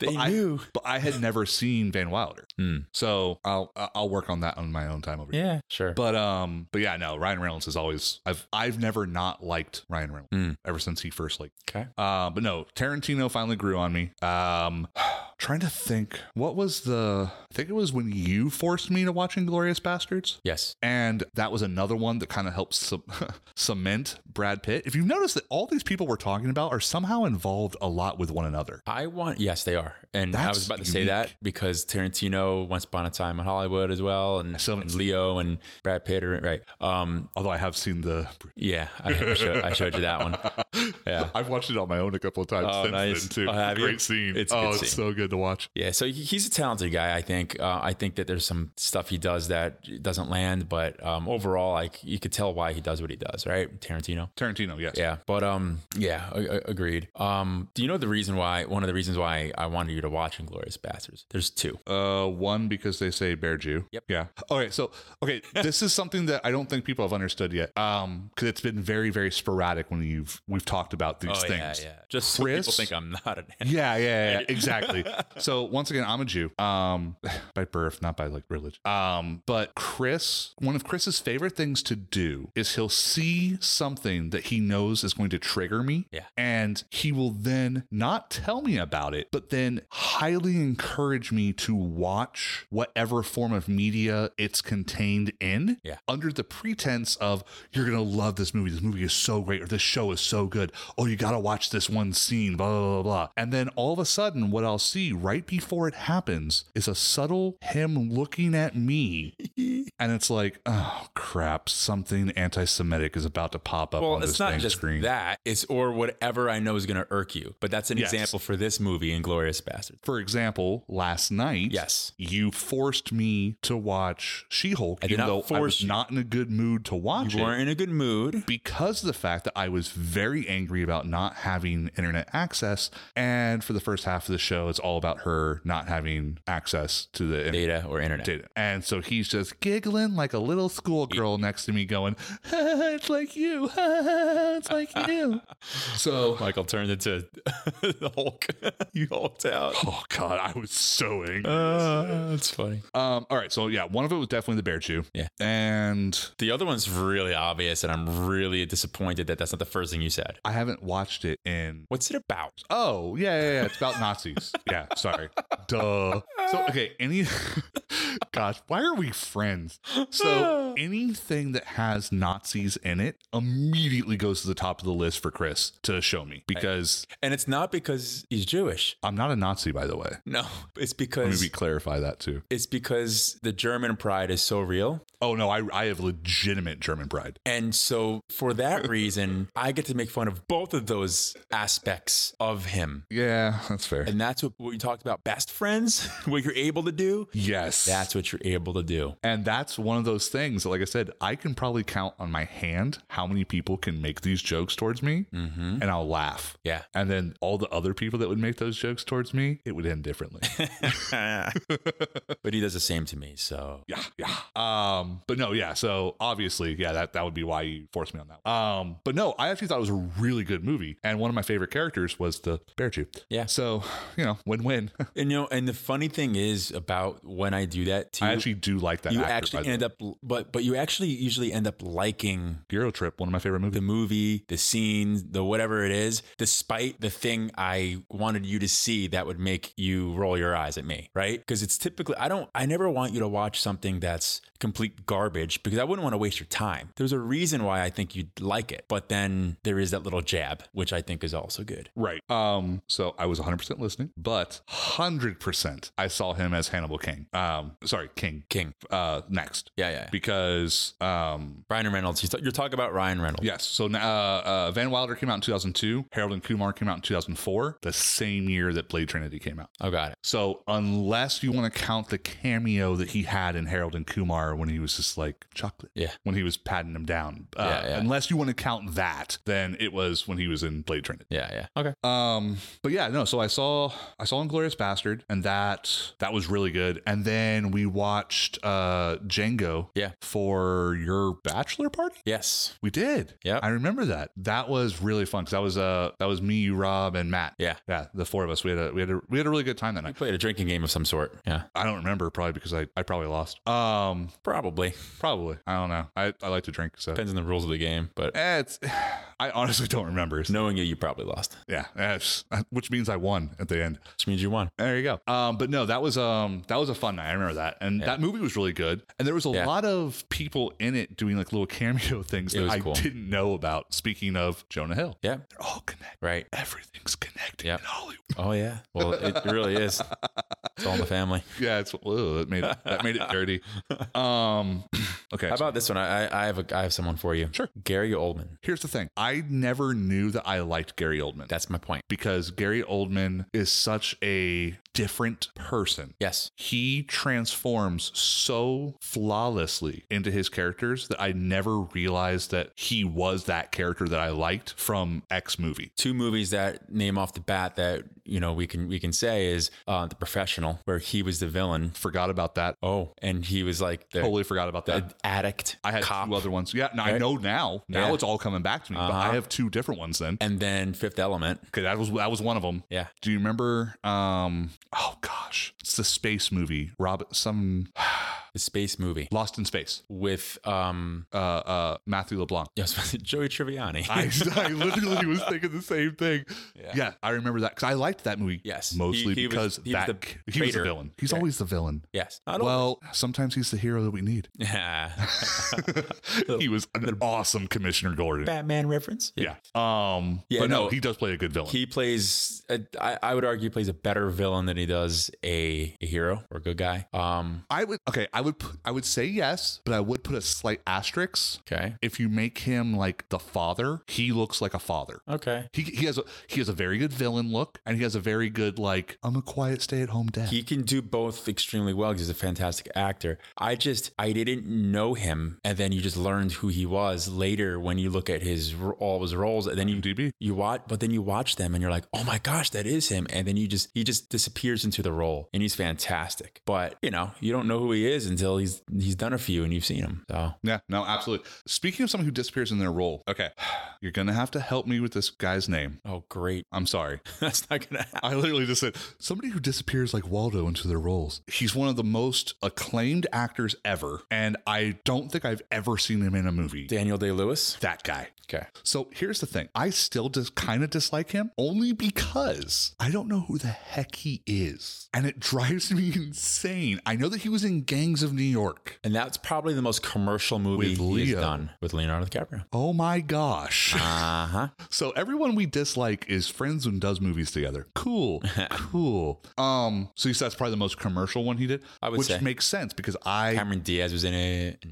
they But I- knew. But I had never seen Van Wilder, Hmm. so I'll I'll work on that on my own time over here. Yeah. Sure. But um, but yeah, no, Ryan Reynolds is always I've I've never not liked Ryan Reynolds Hmm. ever since he first like. okay. Uh, but no, Tarantino finally grew on me. Um, trying to think, what was the? I think it was when you forced me to watch Inglorious Bastards. Yes. And that was another one that kind of helped ce- cement Brad Pitt. If you notice that all these people we're talking about are somehow involved a lot with one another. I want. Yes, they are. And I That's was about to say that unique. because Tarantino, Once Upon a Time in Hollywood, as well, and, still haven't and Leo and Brad Pitt are right. Um. Although I have seen the. Yeah. I, show, I showed you that one. Yeah. I've watched it on my own a couple of times Oh, since nice. then, too. Oh, have you? Great scene. It's a oh, good it's scene. so good to watch. Yeah, so he- he's a talented guy. I think. Uh, I think that there's some stuff he does that doesn't land, but um, overall, like you could tell why he does what he does, right? Tarantino. Tarantino, yes. Yeah, but um, yeah, a- a- agreed. Um, do you know the reason why? One of the reasons why I wanted you to watch *Inglorious Bastards*. There's two. Uh, one because they say bear Jew. Yep. Yeah. Okay. So, okay, this is something that I don't think people have understood yet. Um, because it's been very, very sporadic when you've we've talked about these things. Oh, yeah. Just so people Chris? think I'm not an. Yeah, yeah, yeah, exactly. so once again, I'm a Jew, um, by birth, not by like religion. Um, but Chris, one of Chris's favorite things to do is he'll see something that he knows is going to trigger me, Yeah. and he will then not tell me about it, but then highly encourage me to watch whatever form of media it's contained in, Yeah. under the pretense of you're gonna love this movie. This movie is so great, or this show is so good. Oh, you gotta watch this one scene, blah, blah, blah, blah. And then all of a sudden, what I'll see right before it happens is a subtle him looking at me. and it's like, oh crap, something anti Semitic is about to pop up on Well, this it's not dang just screen. that. It's or whatever I know is going to irk you. But that's an Yes. example for this movie, *Inglorious Bastards*. For example, last night, Yes. you forced me to watch She Hulk, I did even not though I force was you. not in a good mood to watch You it. weren't in a good mood. because of the fact that I was very angry about not having internet access. And for the first half of the show, it's all about her not having access to the internet. Data or internet. Data. And so he's just giggling like a little schoolgirl next to me, going, "It's like you, it's like you." So, Michael turned into the Hulk. you hulked out. oh god, I was so angry. Uh, that's funny. Um, all right, so yeah, one of it was definitely the bear chew. Yeah. and The other one's really obvious, and I'm really disappointed that that's not the first thing you said. I haven't watched it in What's it about? Oh, yeah, yeah, yeah. It's about Nazis. Yeah, sorry. Duh. So, okay, any. Gosh, why are we friends? So, anything that has Nazis in it immediately goes to the top of the list for Chris to show me because And it's not because he's Jewish. I'm not a Nazi, by the way. No, it's Let because me clarify that too. it's because the German pride is so real. Oh, no, I, I have legitimate German pride. And so for that reason, I get to make fun of both of those aspects of him. Yeah, that's fair. And that's what we talked about best friends, what you're able to do. Yes. That's what you're able to do. And that's one of those things. that, Like I said, I can probably count on my hand how many people can make these jokes towards me, Mm-hmm. and I'll laugh. Yeah. And then all the other people that would make those jokes towards me, it would end differently. but he does the same to me. So yeah, yeah. Um, but no, yeah. So obviously, yeah, that, that would be why you forced me on that. One. Um, but no, I actually thought it was a really good movie, and one of my favorite characters was the bear Jew. Yeah. So you know, win win. And you know, and the funny thing is about when I do that to I you, actually do like that. you actor, by actually the way. end up, but but you actually usually end up liking Euro Trip, one of my favorite movies. the movie, the scene, the whatever it is, despite the thing I wanted you to see that would make you roll your eyes at me, right? Because it's typically, I don't, I never want you to watch something that's complete garbage because I wouldn't want to waste your time. There's a reason why I think you'd like it, but then there is that little jab, which I think is also good. Right. Um, so I was 100% listening, but 100% I saw him as Hannibal King. Um, sorry, King. King. Uh, next Yeah, yeah. because um Ryan Reynolds. You're you're talking about Ryan Reynolds. yes, so uh, uh Van Wilder came out in 2002, Harold and Kumar came out in 2004, the same year that Blade Trinity came out. Oh, got it. So unless you want to count the cameo that he had in Harold and Kumar when he was just like chocolate, Yeah. when he was patting him down, uh, Yeah, yeah. unless you want to count that, then it was when he was in Blade Trinity. Yeah, Uh, yeah. Okay. Um, but yeah, no. So I saw I saw Inglorious Bastard, and that that was really good. And then we watched uh Django. Yeah. For your bachelor party, Yes. we did. Yep. I remember that. That was really fun because that was uh that was me, you, Rob, and Matt. Yeah. Yeah, the four of us. We had a we had a we had a really good time that You night. played a drinking game of some sort. Yeah. I don't remember probably because I, I probably lost. Um, Probably. probably I don't know. I, I like to drink, so Depends on the rules of the game, but Eh, it's I honestly don't remember. knowing you, you probably lost, Yeah, that's which means I won at the end. which means you won. There you go. Um, but no, that was um that was a fun night. I remember that, and that movie was really good. And there was a Yeah. lot of people in it doing like little cameo things It that was I cool. didn't know about. Speaking of Jonah Hill, Yeah. they're all connected. Right. Everything's connected Yep. in Hollywood. Oh yeah. Well, it really is. It's all in the family. Yeah, it's ugh, that made it, that made it dirty. Um, okay. How about this one? I I- I have a I have someone for you. Sure. Gary Oldman. Here's the thing. I never knew that I liked Gary Oldman That's my point. because Gary Oldman is such a different person. Yes. he transforms so flawlessly into his characters that I never realized that he was that character that I liked from X movie. Two movies that name off the bat that you know we can we can say is uh, the professional, where he was the villain. Forgot about that. Oh, and he was like the, Totally forgot about that. the addict I had Uh, cop, two other ones. Yeah, no, I Right? know now. Now Yeah. it's all coming back to me. But I Uh-huh. have two different ones then. and then Fifth Element. Okay, that was that was one of them. Yeah. Do you remember? Um. Oh gosh, it's the space movie. Robert, some The space movie Lost in Space. with um Uh. Uh. Matthew LeBlanc. yes, Joey Triviani. I, I literally was thinking the same thing. Yeah, Yeah. I remember that because I liked that movie. Yes. mostly He- he was- because he that was the he was the traitor. villain. He's Right. always the villain. yes. Not all- Well, sometimes he's the hero that we need. Yeah. he was an awesome Commissioner Gordon. Batman reference. Yeah. Um. Yeah, but no, no. he does play a good villain. He plays, a, I, I would argue, plays a better villain than he does a, a hero or a good guy. Um, I would okay. I would put- I would say yes, but I would put a slight asterisk. okay, If you make him like the father, he looks like a father. okay. He, he has a he has a very good villain look, and he has a very good like I'm a quiet stay at home dad. He can do both extremely well because he's a fantastic actor. I just, I didn't know him, and then you just learned who he was later when you look at his r- all his roles, and then you DB. you watch, but then you watch them, and you're like, oh my gosh, that is him, and then you just he just disappears into the role, and he's fantastic. But you know, you don't know who he is until he's he's done a few and you've seen him. So Yeah, no, absolutely. Speaking of someone who disappears in their role, okay, you're gonna have to help me with this guy's name. oh great, I'm sorry. that's not gonna happen. I literally just said somebody who disappears like Waldo into their roles. He's one of the most acclaimed actors ever, and I don't think I've ever seen him in a movie. Daniel Day Lewis. That guy. Okay. So here's the thing. I still just kind of dislike him only because I don't know who the heck he is. And it drives me insane. I know that he was in Gangs of New York. And that's probably the most commercial movie With he's Leo. done with Leonardo DiCaprio. Oh my gosh. Uh huh. So everyone we dislike is friends and does movies together. Cool, cool. Um, so you said that's probably the most commercial one he did, I would which say. makes sense because I Cameron Diaz was in it.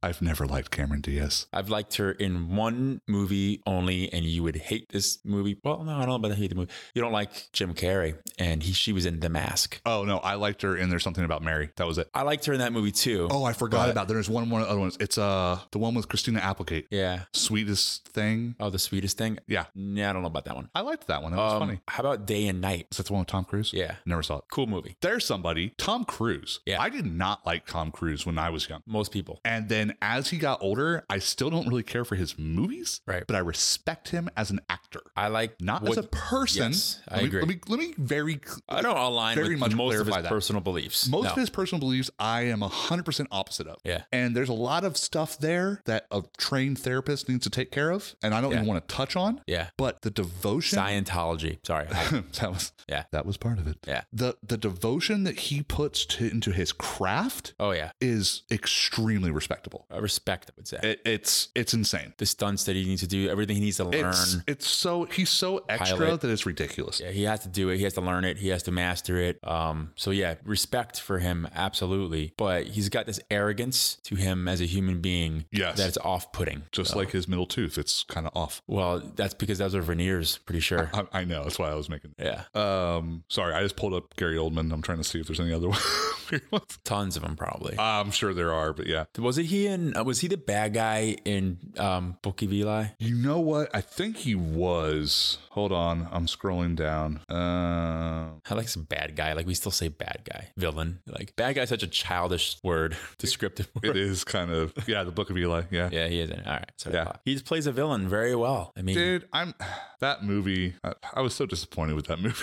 I've never liked Cameron Diaz. I've liked her in one movie only, and you would hate this movie. Well, no, I don't know about hate the movie. You don't like Jim Carrey, and he she was in The Mask. Oh no, I liked her in There's Something About Mary. That was it. I liked her in that movie too. Oh, I forgot But- about there's one more other ones. It's uh the one with Christina Applegate, yeah. sweetest thing. Oh, the sweetest thing. Yeah, Yeah, I don't know about that one. I liked that one. That was Um, funny. How about Day and Night? Is that the one with Tom Cruise? Yeah, never saw it. cool movie. There's somebody, Tom Cruise. Yeah. I did not like Tom Cruise when I was young. Most people. And then as he got older, I still don't really care for his movies, Right. but I respect him as an actor, I like not what- as a person. Yes, I let me, agree. Let me, let me very, cl- I don't align Very with much most of his clarify that. personal beliefs. most No. of his personal beliefs values I am 100% opposite of. Yeah. And there's a lot of stuff there that a trained therapist needs to take care of. And I don't Yeah. even want to touch on, Yeah. but the devotion. Scientology. Sorry. I- that was Yeah. That was part of it. Yeah. The the devotion that he puts to, into his craft oh yeah. is extremely respectable. Uh, Respect. I would say It, it's it's insane. the stunts that he needs to do, everything he needs to learn. It's it's so he's so extra Pilot. that it's ridiculous. Yeah, he has to do it. He has to learn it. He has to master it. Um, so yeah, respect for him, absolutely. But he's got this arrogance to him as a human being Yes. that's off-putting. Just like his middle tooth, it's kind of off. Well, that's because those are veneers, pretty sure. I, I know. That's why I was making. yeah, Um, sorry, I just pulled up Gary Oldman. I'm trying to see if there's any other weird ones. tons of them probably. I'm sure there are, but yeah. was it he in? Uh, was he the bad guy in um, Bookie Vili? You know what? I think he was. Hold on, I'm scrolling down. Um, I like some bad guy. Like we still say bad guy, villain. Like bad guy, is such a childish word, descriptive it word. is kind of yeah, the Book of Eli. Yeah, Yeah, he is. In it. All right, so Yeah. yeah. he just plays a villain very well. I mean, dude, I'm that movie. I, I was so disappointed with that movie.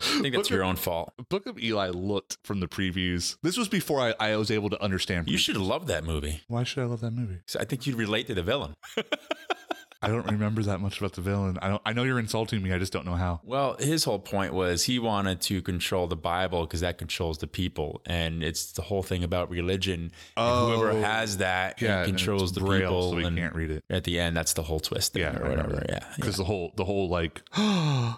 I think that's Book your own fault. of, Book of Eli looked from the previews. This was before I, I was able to understand. You previews. should love that movie. Why should I love that movie? So I think you'd relate to the villain. I don't remember that much about the villain. I don't. I know you're insulting me. I just don't know how. Well, his whole point was he wanted to control the Bible because that controls the people, and it's the whole thing about religion. and Oh. whoever has that yeah, and controls it's the braille, people. so we and can't read it. at the end, that's the whole twist. Thing Yeah, I or remember whatever. that. Yeah, yeah. Because the whole the whole like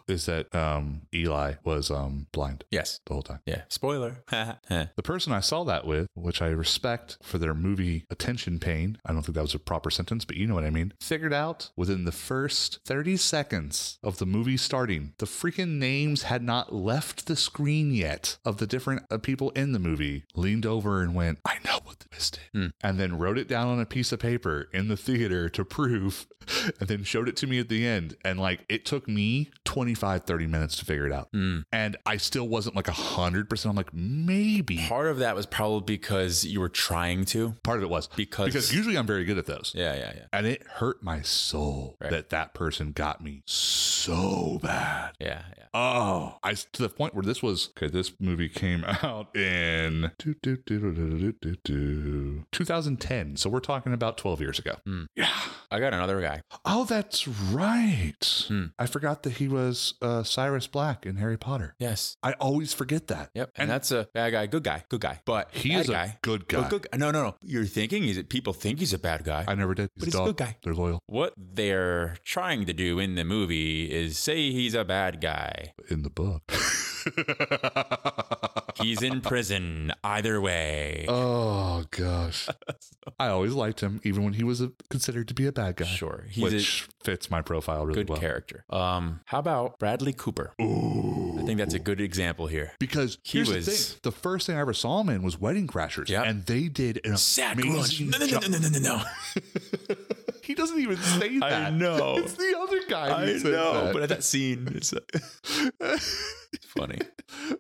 is that um Eli was um blind yes, the whole time. yeah. Spoiler. The person I saw that with, which I respect for their movie attention pain, I don't think that was a proper sentence, but you know what I mean, figured out within the first 30 seconds of the movie starting, the freaking names had not left the screen yet of the different uh, people in the movie, leaned over and went, I know what the mistake. And then wrote it down on a piece of paper in the theater to prove, and then showed it to me at the end. And like, it took me 25, 30 minutes to figure it out. Mm. And I still wasn't like 100%. I'm like, maybe Part of that was probably because you were trying to. part of it was Because- because usually I'm very good at those. Yeah, yeah, yeah, And it hurt my soul Right. that that person got me so bad. yeah, yeah. Oh, I to the point where this was okay. This movie came out in 2010, so we're talking about 12 years ago. Hmm. Yeah. I got another guy. Oh, that's right. Hmm. I forgot that he was uh, Cyrus Black in Harry Potter. Yes. I always forget that. Yep. And, And- that's a bad guy, good guy, good guy. But He bad is guy. a good But guy. good- no, no, no. You're thinking is it people think he's a bad guy? I never did. But he's a good guy. They're loyal what they're trying to do in the movie is say he's a bad guy. in the book. He's in prison either way. Oh gosh. I always liked him, even when he was a, considered to be a bad guy. sure. He's which fits my profile a really good well. character. Um, how about Bradley Cooper? Ooh. I think that's a good example here. Because He here's the was- thing: the first thing I ever saw him in was Wedding Crashers, Yep. and they did an Sacrilege. amazing No, no, no, job. no, no, no, no. He doesn't even say I that. know. It's the other guy. who I says know, that. but at that scene, it's it's funny.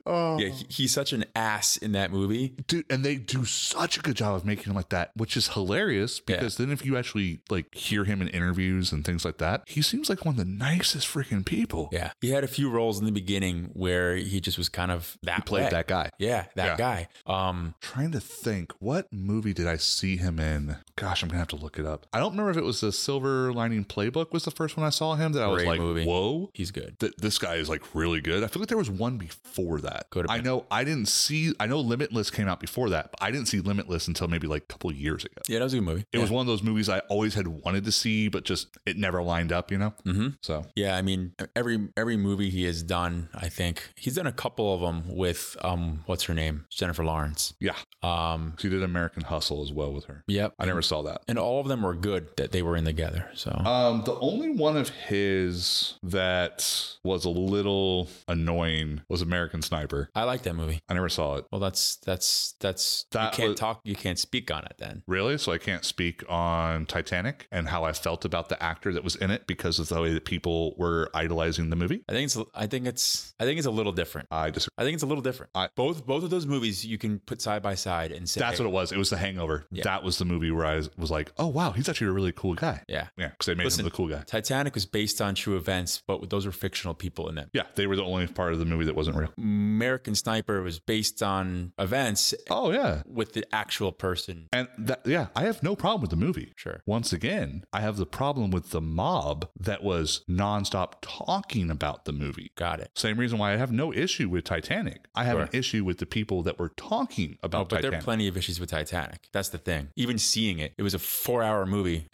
oh, Yeah, he, he's such an ass in that movie. dude, and they do such a good job of making him like that, which is hilarious. Yeah. Because then, if you actually like hear him in interviews and things like that, he seems like one of the nicest freaking people. Yeah, he had a few roles in the beginning where he just was kind of that Played way. that guy. Yeah, that guy. Um, trying to think what movie did i see him in gosh i'm gonna have to look it up i don't remember if it was the silver lining playbook was the first one i saw him that i was Great like movie. whoa he's good. th- this guy is like really good i feel like there was one before that Could've i been. know i didn't see i know limitless came out before that but i didn't see limitless until maybe like a couple years ago Yeah, that was a good movie. it was one of those movies i always had wanted to see but just it never lined up you know Mm-hmm. so Yeah, I mean every every movie he has done, I think he's done a couple of them with um what's her name Jennifer Lawrence. yeah Um, she did american hustle as well with her yep, i never saw that and all of them were good that they were in together. So Um, the only one of his that was a little annoying was American Sniper. I like that movie. I never saw it. Well, that's that's that's That you can't was- talk, you can't speak on it then. Really? So I can't speak on Titanic and how I felt about the actor that was in it because of the way that people were idolizing the movie. I think it's I think it's I think it's a little different. I disagree. I think it's a little different. I- both both of those movies you can put side by side and say That's what it was. It was The Hangover. Yeah. That was the movie where I was was like, oh, wow, he's actually a really cool guy. yeah. Yeah, because they made Listen. him the cool guy. Titanic was based on true events, but those were fictional people in it. Yeah, they were the only part of the movie that wasn't real? Mm. American Sniper was based on events Oh yeah. with the actual person. And that yeah, I have no problem with the movie. Sure. Once again, I have the problem with the mob that was nonstop talking about the movie. Got it. Same reason why I have no issue with Titanic. I have an Sure. issue with the people that were talking about Oh, but there Titanic. are plenty of issues with Titanic. That's the thing. Even seeing it, it was a four hour movie.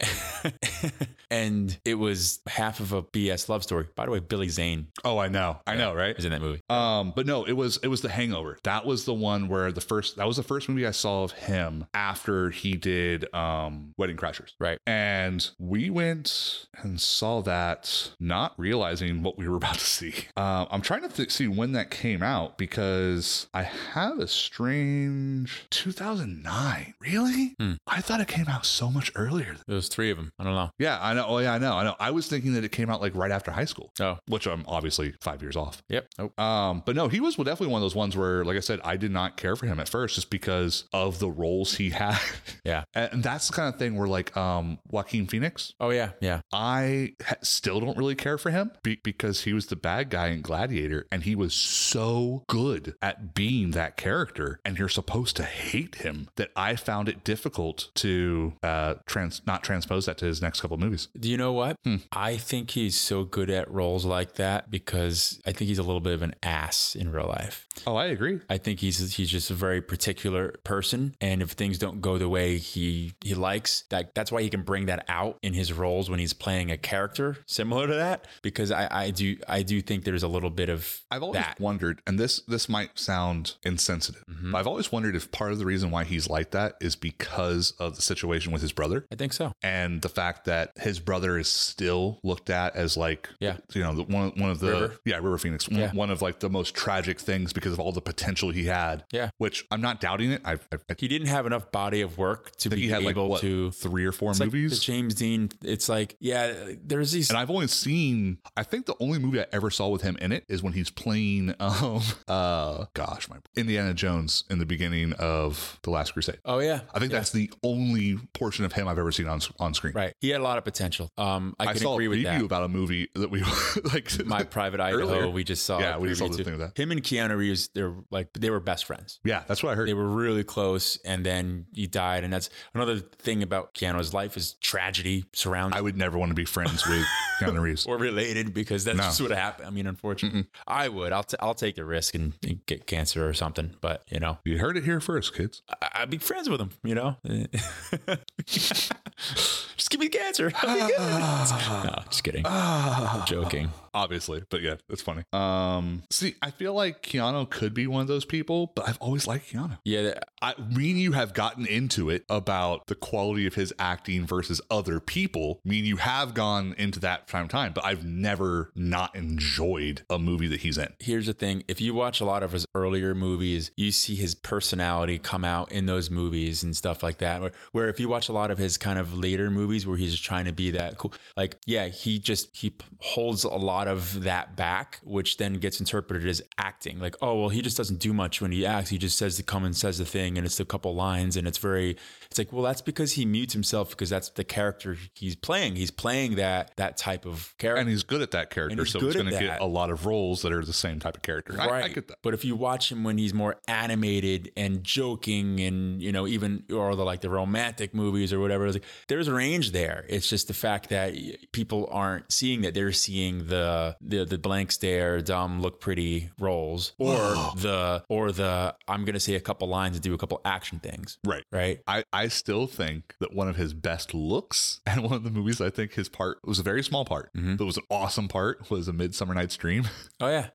and it was half of a BS love story. By the way, Billy Zane oh, I know. I know, right? is in that movie. Um, but no, it was it was The Hangover. That was the one where the first that was the first movie I saw of him after he did um Wedding Crashers. Right. And we went and saw that, not realizing what we were about to see. Uh, I'm trying to th- see when that came out because I have a strange 2009. Really? Hmm. I thought it came out so much earlier. than- There was three of them. I don't know. Yeah, I know. Oh, yeah, I know. I know. I was thinking that it came out like right after high school, Oh, which I'm obviously five years off. yep. Oh, Um, but no, he was definitely one of those ones where, like I said, I did not care for him at first just because of the roles he had. Yeah. And that's the kind of thing where, like, um, Joaquin Phoenix, oh yeah. Yeah. I ha- still don't really care for him be- because he was the bad guy in Gladiator and he was so good at being that character. And you're supposed to hate him that I found it difficult to uh, trans- not transpose that to his next couple movies. Do you know what? Hmm. I think he's so good at roles like that because I think he's a little bit of an ass in real life. Oh, I agree. I think he's he's just a very particular person, and if things don't go the way he he likes, that that's why he can bring that out in his roles when he's playing a character similar to that. Because I I do I do think there's a little bit of I've always that. wondered, and this this might sound insensitive, but I've always wondered if part of the reason why he's like that is because of the situation with his brother I think so. and the fact that his brother is still looked at as like Yeah. you know the, one one of the River. yeah River Phoenix one, Yeah. one of like the most tragic things because of all the potential he had Yeah. which I'm not doubting it I've, I've, I He didn't have enough body of work to think be he had like able what to. three or four It's like the movies James Dean. It's like yeah, there's these. and I've only seen, I think the only movie I ever saw with him in it is when he's playing, um, uh, gosh, my Indiana Jones in the beginning of The Last Crusade. oh yeah, I think that's the only portion of him I've ever seen on on screen. right. He had a lot of potential. Um, I, I, can saw agree a with review that. about a movie that we like. My Private Idaho. Earlier. We just saw. yeah, a we saw preview the too. thing with that. Him and Keanu Reeves, they're like they were best friends. Yeah, that's what I heard. They were really close, and then he died. And that's another thing about Keano's life is tragedy surrounds I would never want to be friends with Keanu Reeves. or related because that's No. just what happened. I mean, unfortunately, I would. I'll t- I'll take the risk and, and get cancer or something. But you know, You heard it here first, kids. I- I'd be friends with him. You know, just give me cancer. I'll be good. no, just kidding. Joking. Obviously, but yeah, it's funny. Ah. Um, see, I feel like Keanu could be one of those people, but I've always liked Keanu. Yeah, that- I, me and you have gotten into it about the quality of his acting versus other people. Me and you have gone into that from time, but I've never not enjoyed a movie that he's in. here's the thing if you watch a lot of his earlier movies you see his personality come out in those movies and stuff like that where, where if you watch a lot of his kind of later movies where he's just trying to be that cool like yeah he just he p- holds a lot of that back which then gets interpreted as acting like oh well he just doesn't do much when he acts he just says to come and says the thing and it's a couple lines and it's very it's like well that's because he mutes himself because that's the character he's playing he's playing that that type of character And he's good at that character, he's so he's good at going to that. get a lot of roles that are the same type of character. I- I, get that. But if you watch him when he's more animated and joking and, you know, even or the like the romantic movies or whatever, it's like, there's a range there. It's just the fact that y- people aren't seeing that. They're seeing the the, the blank stare, dumb, look pretty roles or the or the I'm going to say a couple lines and do a couple action things, Right. right? I, I still think that one of his best looks and one of the movies I think his part was a very small part, Mhm. but was an awesome part was A Midsummer Night's Dream. Oh yeah,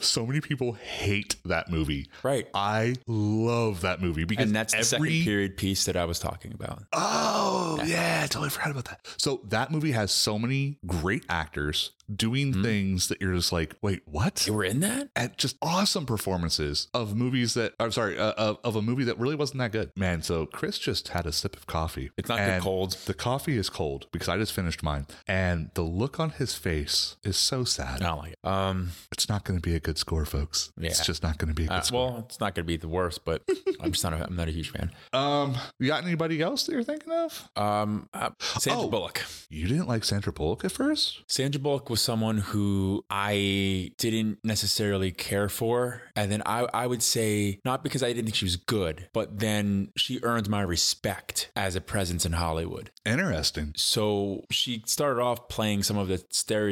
so many people hate that movie. right. I love that movie because And that's the second every period piece that I was talking about. Oh, yeah. I totally forgot about that. So that movie has so many great actors doing Mm-hmm. things that you're just like, wait, what? You were in that? At just awesome performances of movies that I'm sorry, uh, of, of a movie that really wasn't that good. Man, so Chris just had a sip of coffee. It's not good And cold. The coffee is cold because I just finished mine. And the look on his face is so sad. I don't like it. Um It's not going to be be a good score, folks. It's Yeah. just not going to be a good Uh, score. well, it's not going to be the worst, but I'm just not. A, I'm not a huge fan. um, you got anybody else that you're thinking of? Um, uh, Sandra Oh. Bullock. You didn't like Sandra Bullock at first? Sandra Bullock was someone who I didn't necessarily care for. And then I, I would say, not because I didn't think she was good, but then she earned my respect as a presence in Hollywood. Interesting. So she started off playing some of the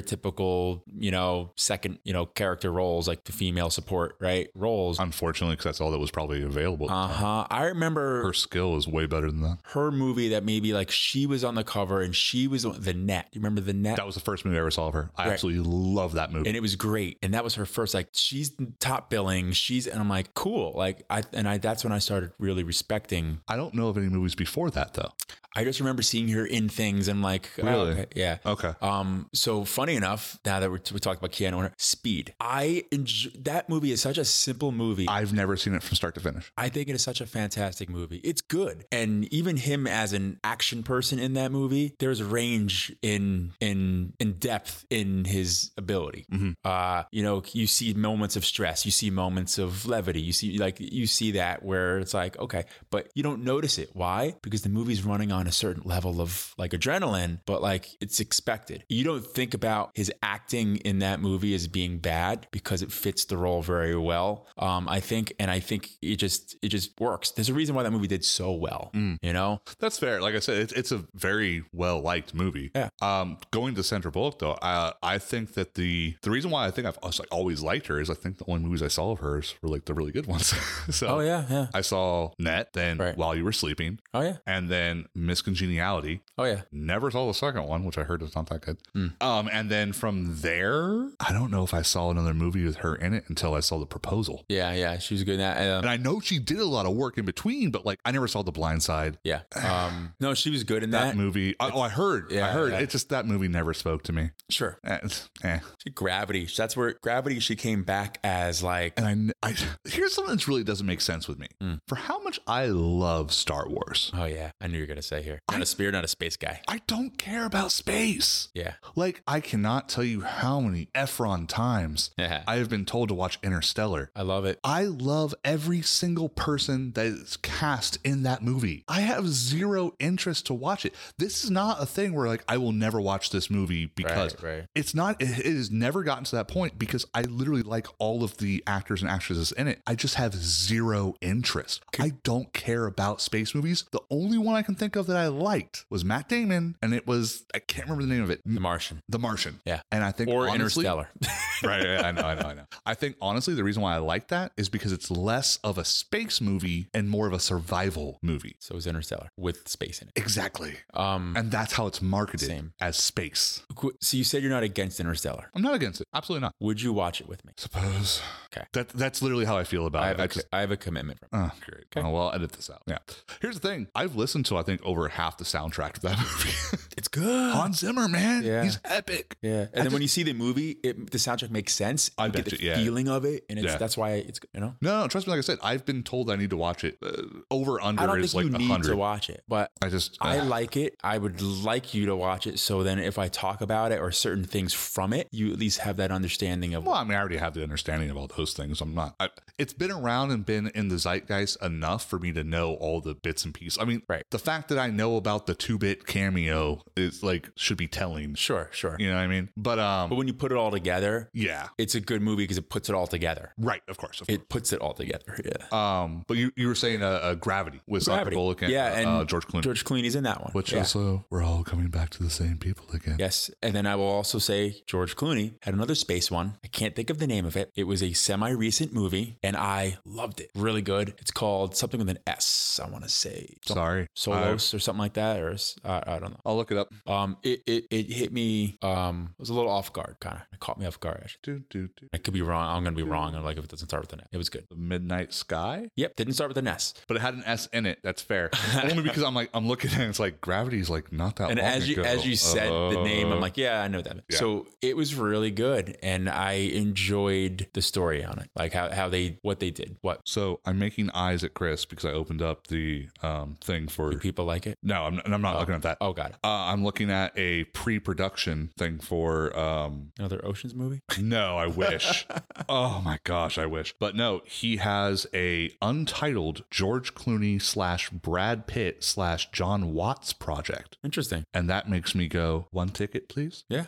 stereotypical, you know, second, you know, character roles, like the female support, right? Roles. Unfortunately, because that's all that was probably available. Uh huh. I remember Her skill is way better than that. her movie that maybe like she was on the cover and she was on the net. You remember the net? That was the first movie I ever saw of her. I Right. absolutely love that movie. and it was great. And that was her first, like she's top billing. She's, and I'm like, cool. Like I, and I, that's when I started really respecting. I don't know of any movies before that though. I just remember seeing her in things and like, oh, Really? okay, yeah. Okay. Um, so funny enough, now that we're, we talked about Keanu, and her- Speed. I enjoy, that movie is such a simple movie. I, I've never seen it from start to finish. think it is such a fantastic movie. It's good, and even him as an action person in that movie, there's range in in in depth in his ability. Mhm. Uh, you know, you see moments of stress, you see moments of levity, you see like you see that where it's like okay, but you don't notice it. Why? Because the movie's running on a certain level of like adrenaline, but like it's expected. You don't think about his acting in that movie as being bad because it fits the role very well. Um, I think, and I think it just it just works. There's a reason why that movie did so well. You know, That's fair. Like I said, it's, it's a very well liked movie. Yeah. Um, going to Sandra Bullock though, I I think that the the reason why I think I've also, like, always liked her is I think the only movies I saw of hers were like the really good ones. so oh yeah, yeah, I saw Net, then Right. While You Were Sleeping, oh yeah, and then Miss Congeniality. oh yeah. Never saw the second one, which I heard is not that good. Hmm. Um, and then from there, I don't know if I saw another movie with her in it until I saw The Proposal. Yeah, yeah, she was good in that. And Um, I know she did a lot of work in between, but like I never saw The Blind Side. yeah, um, no, she was good in That that. movie, I, oh, I heard, I yeah, heard. yeah. It just that movie never spoke to me. Sure, Eh, it's- eh. She- Gravity. That's where Gravity. She came back as like. And I, I, here's something that really doesn't make sense with me. For how much I love Star Wars, Oh yeah, I knew you were gonna say here. Not a spirit, not a space guy. I don't care about space. Yeah, Like I cannot tell you how many Efron times yeah. I, I have been told to watch Interstellar. love it. I love every single person that is cast in that movie. I have zero interest to watch it. This is not a thing where like I will never watch this movie because Right, right. it's not it it has never gotten to that point because I literally like all of the actors and actresses in it. I just have zero interest. I don't care about space movies. The only one I can think of that I liked was Matt Damon and it was I can't remember the name of it. The Martian The Martian. Yeah. And I think or honestly, Interstellar. right, right, I know, I know, I know. I think honestly, the reason why I like that is because it's less of a space movie and more of a survival movie. so it's Interstellar with space in it. Exactly. Um. And that's how it's marketed Same. as space. qu- So you said you're not against Interstellar. I'm not against it. Absolutely not. Would you watch it with me? Suppose. Okay. That that's literally how I feel about it. I have, a I co- just- I have a commitment. From Oh, great. Okay. Oh, well, I'll edit this out. Yeah. Here's the thing. I've listened to I think over half the soundtrack of that movie. It's good. Hans Zimmer, man. Yeah. He's epic. yeah, and then when you see the movie, it, the soundtrack makes sense. I you bet get the you- yeah. feeling of it, and it's, Yeah. that's why it's you know. No, no, trust me. Like I said, I've been told I need to watch it. Uh, over I under don't think is like you a need to hundred. watch it, but I just I uh, like it. I would like you to watch it. So then, if I talk about it or certain things from it, you at least have that understanding of. Well, I mean, I already have the understanding of all those things. I'm not. I, it's been around and been in the zeitgeist enough for me to know all the bits and pieces. I mean, Right. the fact that I know about the two bit cameo is like should be telling. Sure, sure. You know what I mean? But But um, when you put it all together, yeah, it's a good movie because it puts it all together. right. Of course. Of It puts it all together. Uh, Yeah. course. Um, but you, you were saying uh, uh gravity with Sandra Gravity. Bullock and, Yeah, uh, and uh, George Clooney, George Clooney's in that one. which yeah. also we're all coming back to the same people again. Yes. And then I will also say George Clooney had another space one. I can't think of the name of it. It was a semi recent movie and I loved it. Really good. It's called something with an S, I want to say. Sorry, Solos or something like that, or s- I, I don't know. I, will look it up. Um, it, it, it hit me. Um, it was a little off guard, kind of. It caught me off guard. Actually. Do, do, do. I could be wrong. I'm gonna be wrong. I'm like if it doesn't start with an S, it was good. The Midnight Sky. Yep, didn't start with an S. but it had an S in it. That's fair. Only because I'm like I'm looking at it, it's like gravity's like not that. And long as you ago. Uh, Uh-huh. as you said the name, I'm like, yeah, I know that. Yeah. So it was really good, and I enjoyed the story on it, like how how they what they did. What So I'm making eyes at Chris because I opened up the um thing for. do people like it? No, I'm I'm not looking at that. Oh, got it. Uh, I'm looking at a pre-production thing for um Another oceans movie. No, I wish. oh my gosh, I wish. But no, he has a untitled George Clooney slash Brad Pitt slash John Watts project. Interesting. And that makes me go, one ticket, please. Yeah.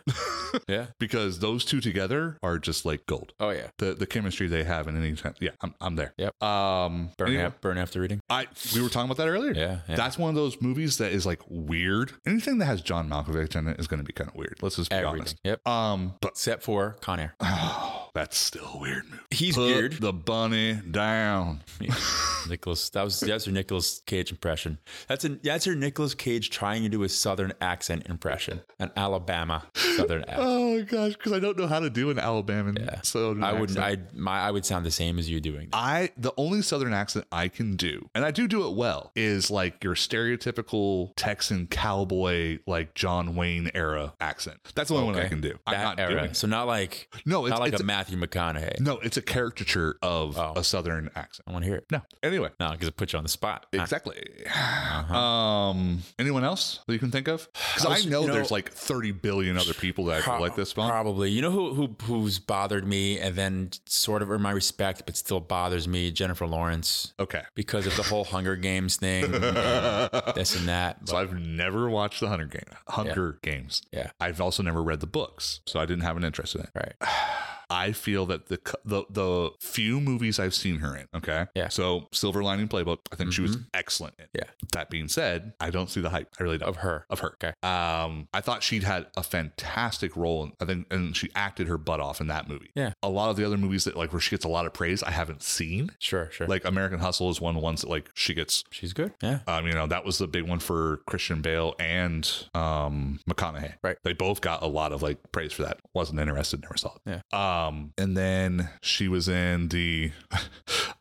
yeah. Because those two together are just like gold. Oh yeah. The the chemistry they have in any sense. Yeah, I'm, I'm there. Yep. Um Burn anyway, af- burn after reading. I we were talking about that earlier. Yeah. yeah. That's one of those movies that is like weird. Anything that has John Malkovich in it is going to be kind of weird. Let's just be everything. honest. Yep. Um, but Except for Con Air. that's still a weird movie. He's Put weird. the bunny down. Nicholas. That was that's your Nicholas Cage impression. That's an that's your Nicholas Cage trying to do a Southern accent impression, an Alabama Southern accent. Oh gosh, because I don't know how to do an Alabama. Yeah. So I would I my I would sound the same as you doing. That. I the only southern accent I can do, and I do do it well, is like your stereotypical Texan cowboy, like John Wayne era accent. That's the only one I Okay. can do. I'm not That era. doing it. So not like No, it's, not like it's a Matthew McConaughey. no, it's a caricature of Oh. a southern accent. I want to hear it. No, anyway, No, because it puts you on the spot. Huh. exactly. Um, anyone else that you can think of? Uh-huh. I Because was- I know you know- there's like 30 billion other people that I Pro- could like this one. Probably. You know who, who who's bothered me and then sort of earned my respect, but still bothers me? Jennifer Lawrence. Okay. Because of the whole Hunger Games thing, this and that. So I've never watched the Hunger Game, Hunger Games. Yeah. I've also never read the books, so I didn't have an interest in it. Right. I feel that the cu- the the few movies I've seen her in, okay, Yeah. Mm-hmm. So Silver Lining Playbook, I think she was excellent. In. Yeah. That being said, I don't see the hype. I really don't Of her. of her. Okay. Um, I thought she'd had a fantastic role, and I think, and she acted her butt off in that movie. Yeah. A lot of the other movies that like where she gets a lot of praise, I haven't seen. Sure, sure. Like American Hustle is one of the ones that like she gets She's good. Yeah. um, you know, that was the big one for Christian Bale and um, McConaughey. Right. They both got a lot of like praise for that. Wasn't interested, never saw it. Yeah. Um, and then she was in the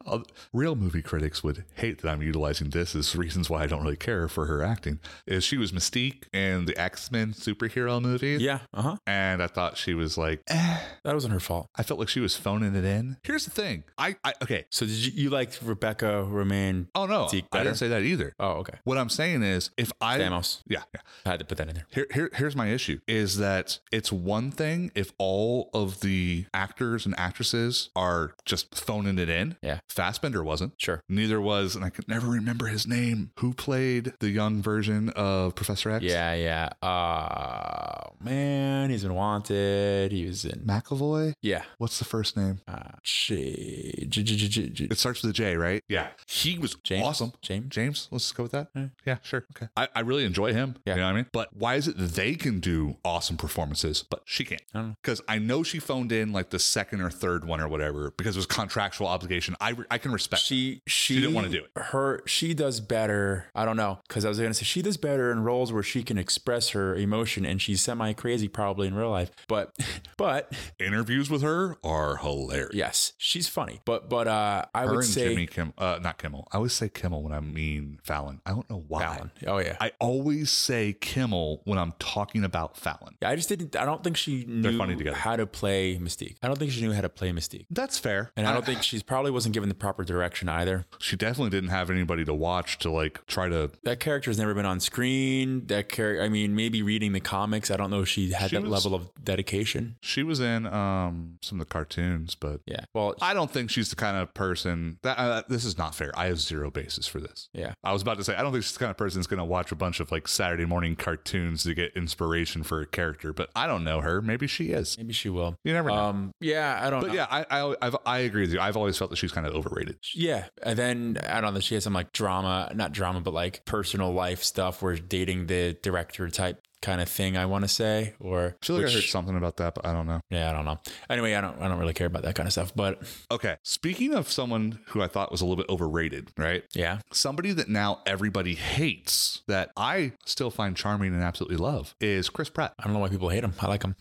uh, real movie critics would hate that I'm utilizing this as reasons why I don't really care for her acting. Is she was Mystique in the X Men superhero movie. Yeah. Uh huh. And I thought she was like, eh. That wasn't her fault. I felt like she was phoning it in. Here's the thing. I, I okay. So did you, you liked Rebecca Romaine? Oh no, Zeke I better? didn't say that either. Oh, okay. What I'm saying is, if I Thamos. yeah, yeah. I had to put that in there. Here, here, here's my issue is that it's one thing if all of the actors and actresses are just phoning it in. Yeah. Fassbender wasn't. Sure. Neither was, and I could never remember his name, who played the young version of Professor X. Yeah, yeah. Oh man, he's been wanted. He was in. McAvoy? Yeah. What's the first name? Uh, J- J- J- J- J- J- It starts with a J, right? Yeah. He was James. awesome. James. James, let's just go with that. Mm. Yeah, sure. Okay. I, I really enjoy him. Yeah. You know what I mean? But why is it they can do awesome performances, but she can't? I don't know. Because I know she phoned in like the second or third one or whatever because it was contractual obligation. I, re- I can respect. She she, didn't wanna do it. Her she does better. I don't know because I was gonna say she does better in roles where she can express her emotion and she's semi crazy probably in real life. But but Interviews with her are hilarious. yes, she's funny. But but uh, I Her would and say Jimmy Kimmel, uh, not Kimmel. I always say Kimmel when I mean Fallon. I don't know why. Fallon. Oh yeah. I always say Kimmel when I'm talking about Fallon. Yeah, I just didn't. I don't think she knew funny together. how to play Mystique. I don't think she knew how to play Mystique, That's fair. and I don't think she's probably wasn't given the proper direction either. she definitely didn't have anybody to watch to like try to That character's never been on screen. That character. I mean, maybe reading the comics. I don't know if she had She that was- level of dedication. She was in um some of the cartoons, but Yeah. Well. I don't think she's the kind of person that uh, this is not fair. I have zero basis for this. yeah. I was about to say I don't think she's the kind of person that's going to watch a bunch of like Saturday morning cartoons to get inspiration for a character, but I don't know her. Maybe she is. Maybe she will. You never know. Um. Yeah. I don't. but know. yeah, I I I've, I agree with you. I've always felt that she's kind of overrated. Yeah. And then I don't know. She has some like drama, not drama, but like personal life stuff where dating the director type kind of thing. I want to say, or I feel like I heard which- something about that, but I don't know. yeah, I don't know. Anyway, I don't. I don't really care about that kind of stuff. But Okay. Speaking of someone who I thought was a little bit overrated, right? yeah. Somebody that now everybody hates that I still find charming and absolutely love is Chris Pratt. I don't know why people hate him. I like him.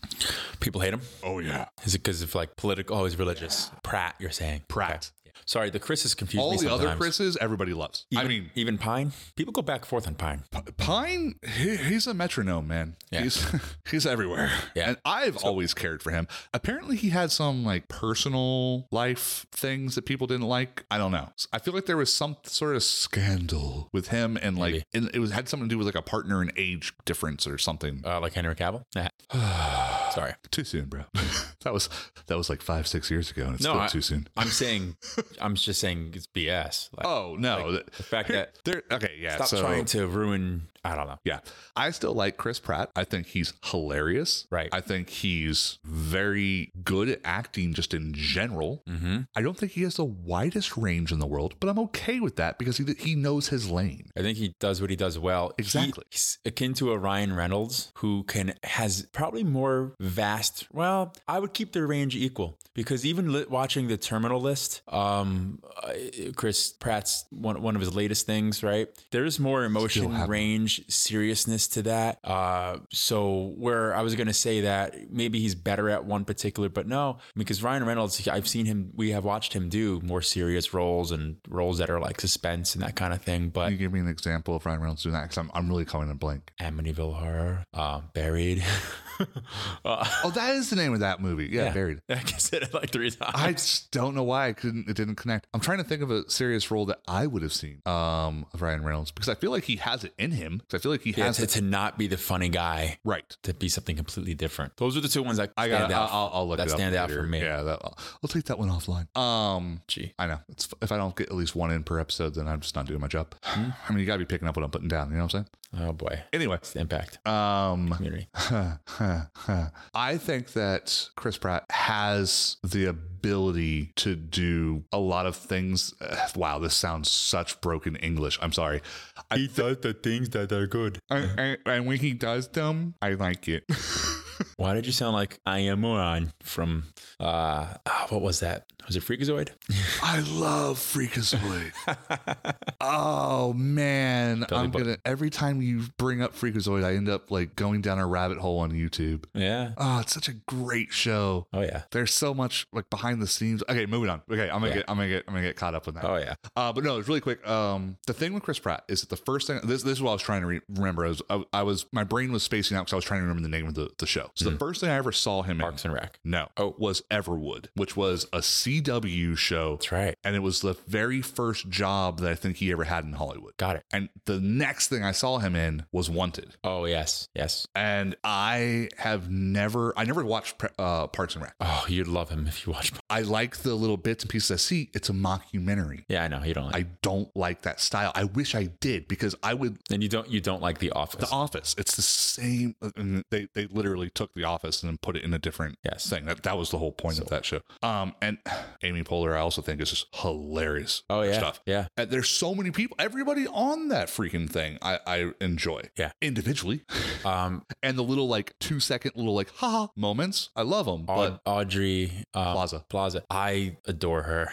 People hate him. Oh yeah. Is it because of like political? Oh, he's religious. Pratt, you're saying. Pratt. Okay. Sorry, the Chris is confused. All me the other sometimes. Chris's, everybody loves. I Even- mean, even Pine. People go back and forth on Pine. P- Pine, he, he's a metronome, man. Yeah. He's he's everywhere. Yeah. And I've always cared for him. Apparently, he had some like personal life things that people didn't like. I don't know. I feel like there was some sort of scandal with him, and like and it was had something to do with like a partner and age difference or something. Uh, like Henry Cavill. Nah. Sorry. Too soon, bro. that was that was like five, six years ago, and it's No, still I- too soon. I'm saying, I'm just saying it's BS. Like, Oh no, the fact that There- okay, yeah. stop so, trying to ruin. I don't know. Yeah. I still like Chris Pratt. I think he's hilarious. Right. I think he's very good at acting just in general. Mm-hmm. I don't think he has the widest range in the world, but I'm okay with that because he he knows his lane. I think he does what he does well. Exactly. He's akin to a Ryan Reynolds who can has probably more vast. Well, I would keep their range equal because even li- watching the Terminal List, um, uh, Chris Pratt's one one of his latest things, right? There's more emotion, happening. range, seriousness to that. Uh, so where I was gonna say that maybe he's better at one particular, but no, because Ryan Reynolds, he- I've seen him. We have watched him do more serious roles and roles that are like suspense and that kind of thing, but. Can you give me an example of Ryan Reynolds doing that? Because I'm, I'm really coming in blank. Amityville Horror, uh, Buried. uh, Oh, that is the name of that movie. Yeah, Yeah. Buried. I guess it like three times. I just don't know why I couldn't. It didn't connect. I'm trying to think of a serious role that I would have seen um, of Ryan Reynolds because I feel like he has it in him. 'Cause I feel like he yeah, has to, it to not be the funny guy, right. to be something completely different. Those are the two ones I, I got. stand out. I'll, I'll, I'll look that it up stand out later. for me. Yeah, that, I'll, I'll take that one offline. Um, Gee. I know. It's, if I don't get at least one in per episode, then I'm just not doing my job. Hmm. I mean, you gotta be picking up what I'm putting down. You know what I'm saying? Oh boy, Anyway, it's the impact um, community. I think that Chris Pratt has the ability to do a lot of things. Ugh, Wow, this sounds such broken English. I'm sorry. I, He does the things that are good. I, I, and when he does them, I like it. Why did you sound like I am moron from uh ah, what was that? Was it Freakazoid? I love Freakazoid. oh man, Belly I'm button. gonna. Every time you bring up Freakazoid, I end up like going down a rabbit hole on YouTube. yeah. Oh, it's such a great show. Oh yeah. There's so much like behind the scenes. Okay, moving on. Okay, I'm gonna Yeah. get, I'm gonna get, I'm gonna get caught up on that. Oh yeah. Uh, but no, it's really quick. Um, the thing with Chris Pratt is that the first thing this this is what I was trying to re- remember. I was, I, I was my brain was spacing out because I was trying to remember the name of the, the show. So the first thing I ever saw him Mm-hmm. Parks and Rec. in, no, Oh. was Everwood, which was a CW show, That's right. and it was the very first job that I think he ever had in Hollywood. Got it. And the next thing I saw him in was Wanted, Oh yes. Yes. and I have never I never watched Pre- uh, Parks and Rec. Oh, you'd love him if you watched. I like the little bits and pieces I see. It's a mockumentary. Yeah, I know you don't like. I don't like that style. I wish I did because I would and you don't you don't like The Office. The Office. It's the same. uh, and They they literally took The Office and then put it in a different Yes. thing. That that was the whole point of that show. Um, and Amy Poehler, I also think is just hilarious. Oh yeah, stuff. yeah. And there's so many people. Everybody on that freaking thing, I I enjoy. Yeah. individually, Um, and the little like two second little like haha moments. I love them. Aud- But Audrey um, Plaza. Plaza. I adore her.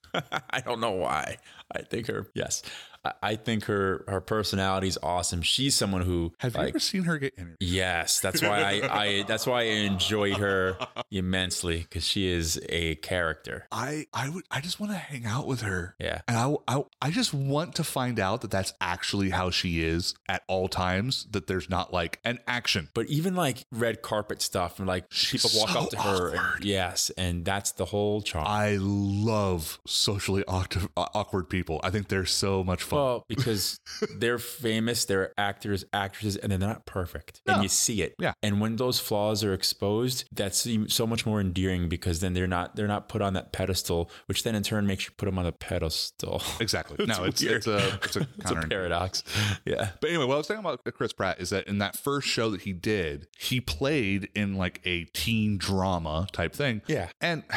I don't know why. I think her. Yes, I, I think her her personality is awesome. She's someone who have you like- ever seen her get interviewed? Yes, that's why I, I that's why I enjoy her immensely because she is a character. I I would I just want to hang out with her. Yeah, And I, I, I just want to find out that that's actually how she is at all times, that there's not like an action. but even like red carpet stuff and like She's people walk so up to her. awkward. And, yes, and that's the whole charm. I love socially awkward, awkward people. I think they're so much fun. Well, because they're famous, they're actors, actresses, and they're not perfect. No. And you see it. Yeah. And when those flaws are exposed, that's even- so much more endearing because then they're not they're not put on that pedestal, which then in turn makes you put them on a pedestal. exactly. No, it's, it's It's weird. a, it's a, it's a counter- paradox. Yeah. But anyway, what I was thinking about Chris Pratt is that in that first show that he did, he played in like a teen drama type thing. Yeah. And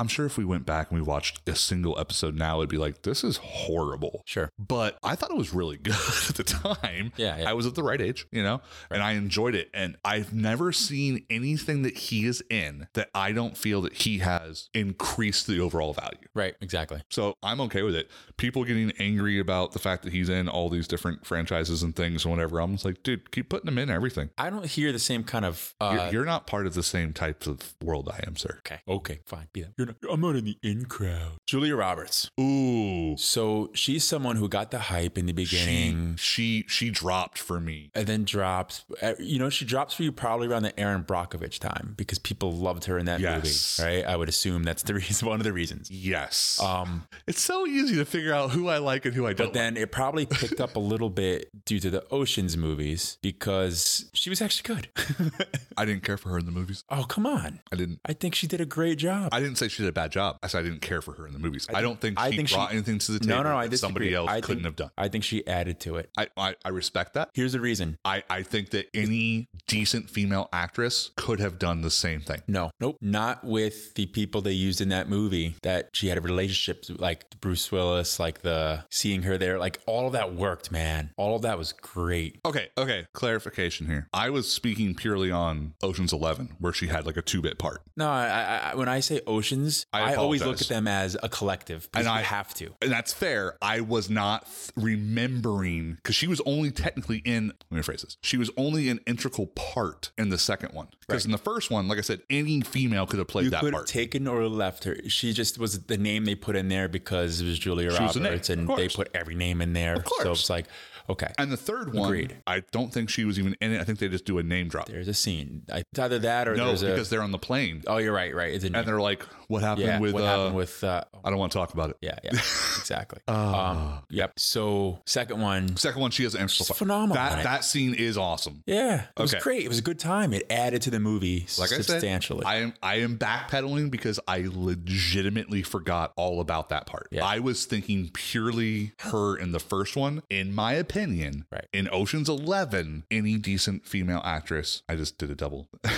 I'm sure if we went back and we watched a single episode now, it'd be like, this is horrible. Sure. but I thought it was really good at the time. Yeah, yeah. I was at the right age, you know, and I enjoyed it. And I've never seen anything that he is in that I don't feel that he has increased the overall value. Right. Exactly. So I'm okay with it. People getting angry about the fact that he's in all these different franchises and things and whatever. I'm just like, dude, keep putting him in everything. I don't hear the same kind of. Uh, You're, you're not part of the same type of world I am, sir. okay. Okay. Fine. Be that. You're in. I'm not in the in crowd. Julia Roberts. Ooh. So she's someone who got the hype in the beginning. She she she dropped for me. and then drops. uh, You know, she drops for you probably around the Aaron Brockovich time because people loved her in that Yes. movie, right? I would assume that's the reason, one of the reasons. Yes. Um, it's so easy to figure out who I like and who I don't. but then it probably picked up a little bit due to the Ocean's movies because she was actually good. like. I didn't care for her in the movies. oh, come on. I didn't. I think she did a great job. I didn't say she did a bad job. I said I didn't care for her in the movies. I, think- don't think she I think she- brought anything to the table no, no, I that somebody disagree. else I couldn't think- have done. I think she added to it. I, I I respect that. Here's the reason. I, I think that any decent female actress could have done the same thing. No, nope, not with the people they used in that movie that she had a relationship to, like Bruce Willis, like the seeing her there, like all of that worked, man. All of that was great. Okay, okay. Clarification here. I was speaking purely on Ocean's Eleven, where she had like a two bit part. No, I, I, I when I say oceans, I I, always look apologize. at them as a collective, because And I- and I have to. And that's fair. I was not th- remembering because she was only technically in, let me rephrase this. She was only an integral part in the second one. Because in the first one, like I said, any female could have played You that could have part. taken or left her. She just was the name they put in there because it was Julia was the name, Roberts, of and they course. put every name in there. So course. it's like, okay, and the third one, Agreed. I don't think she was even in it. I think they just do a name drop. there's a scene. I, it's either that or No, there's because a. they're on the plane Oh, you're right, right. It's a and they're like, what happened yeah. with, what uh, happened with? Uh, I don't want to talk about it. Yeah, yeah, exactly. um, yep. So second one, Second one, she has an integral She's part. phenomenal in That it. that scene is awesome. yeah, it was Okay. great. It was a good time. It added to the movie Like I said, substantially. I am I am backpedaling because I legitimately forgot all about that part. Yeah. I was thinking purely her in the first one. In my opinion, Right. in Ocean's Eleven, any decent female actress, I just did a double.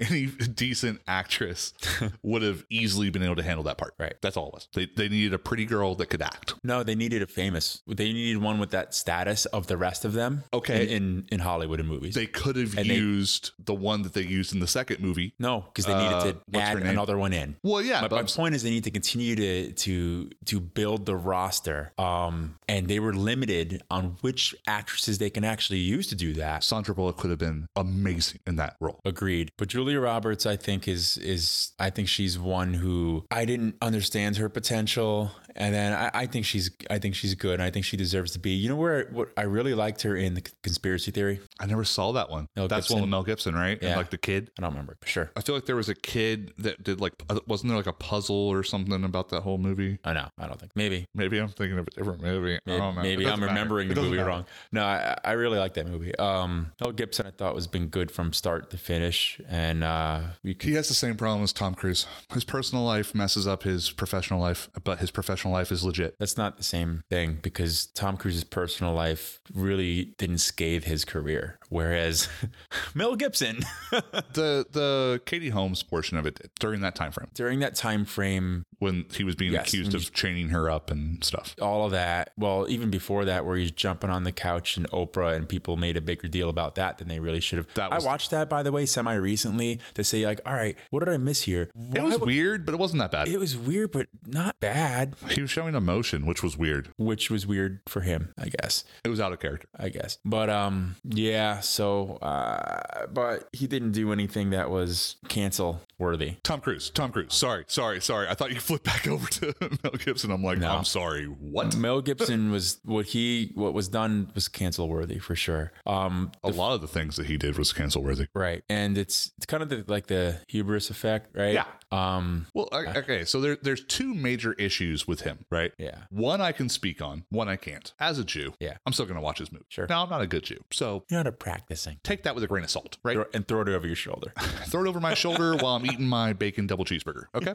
any decent actress would have easily been able to handle that part. Right. That's all it was. They they needed a pretty girl that could act. no, they needed a famous. They needed one with that status of the rest of them. Okay. in in, in Hollywood and movies. They could have And they- used the one that they used in the second movie. no, because they Uh, needed to what's her add name? another one in. Well, yeah, My, but my I'm point is they need to continue to to to build the roster. Um, and they were limited on which actresses they can actually use to do that. Sandra Bullock could have been amazing in that role. Agreed. But Julia Roberts, I think, is is I think she's one who I didn't understand her potential, and then I, I think she's I think she's good. And I think she deserves to be. You know where what I really liked her in the conspiracy theory. I never saw that one. Mel That's one Gibson. with Mel Gibson, right? And Yeah. like the kid. I don't remember for sure. I feel like there was a kid that did like wasn't there like a puzzle or something about that whole movie? I know. I don't think maybe. Maybe I'm thinking of a different movie. I Maybe, don't know. It maybe doesn't I'm matter. remembering It the doesn't movie matter. wrong. No, I, I really like that movie. Um, Mel Gibson, I thought was been good from start to finish, and uh, we could He has the same problem as Tom Cruise. His personal life messes up his professional life, but his professional life is legit. That's not the same thing because Tom Cruise's personal life really didn't scathe his career, whereas Mel Gibson The the Katie Holmes portion of it did, during that time frame during that time frame, when he was being Yes. accused of chaining her up and stuff. all of that, well, even before that, where he's jumping on the couch and Oprah, and people made a bigger deal about that than they really should have. That was- I watched that by the way semi recently to say like, all right, what did I miss here? It was weird, but it wasn't that bad. It was weird, but not bad, he was showing emotion, which was weird. which was weird for him, I guess. It was out of character. I guess. But um yeah, so uh but he didn't do anything that was cancel worthy. Tom Cruise. Tom Cruise. Sorry, sorry, sorry. I thought you flipped back over to Mel Gibson. I'm like, I'm sorry. What? Mel Gibson was what he what was done was cancel worthy for sure. Um A lot of the things that he did was cancel worthy. right. And it's it's kind of the, like the hubris effect, right? Yeah. Um Well, I- okay. So there, there's two major issues with him, right? yeah. One I can speak on, one I can't. As a Jew, Yeah. I'm still gonna watch his movie. Sure. Now I'm not a good Jew, so You're not a practicing. take that with a grain of salt, right? Throw- And throw it over your shoulder. throw it over my shoulder while I'm eating my bacon double cheeseburger. Okay.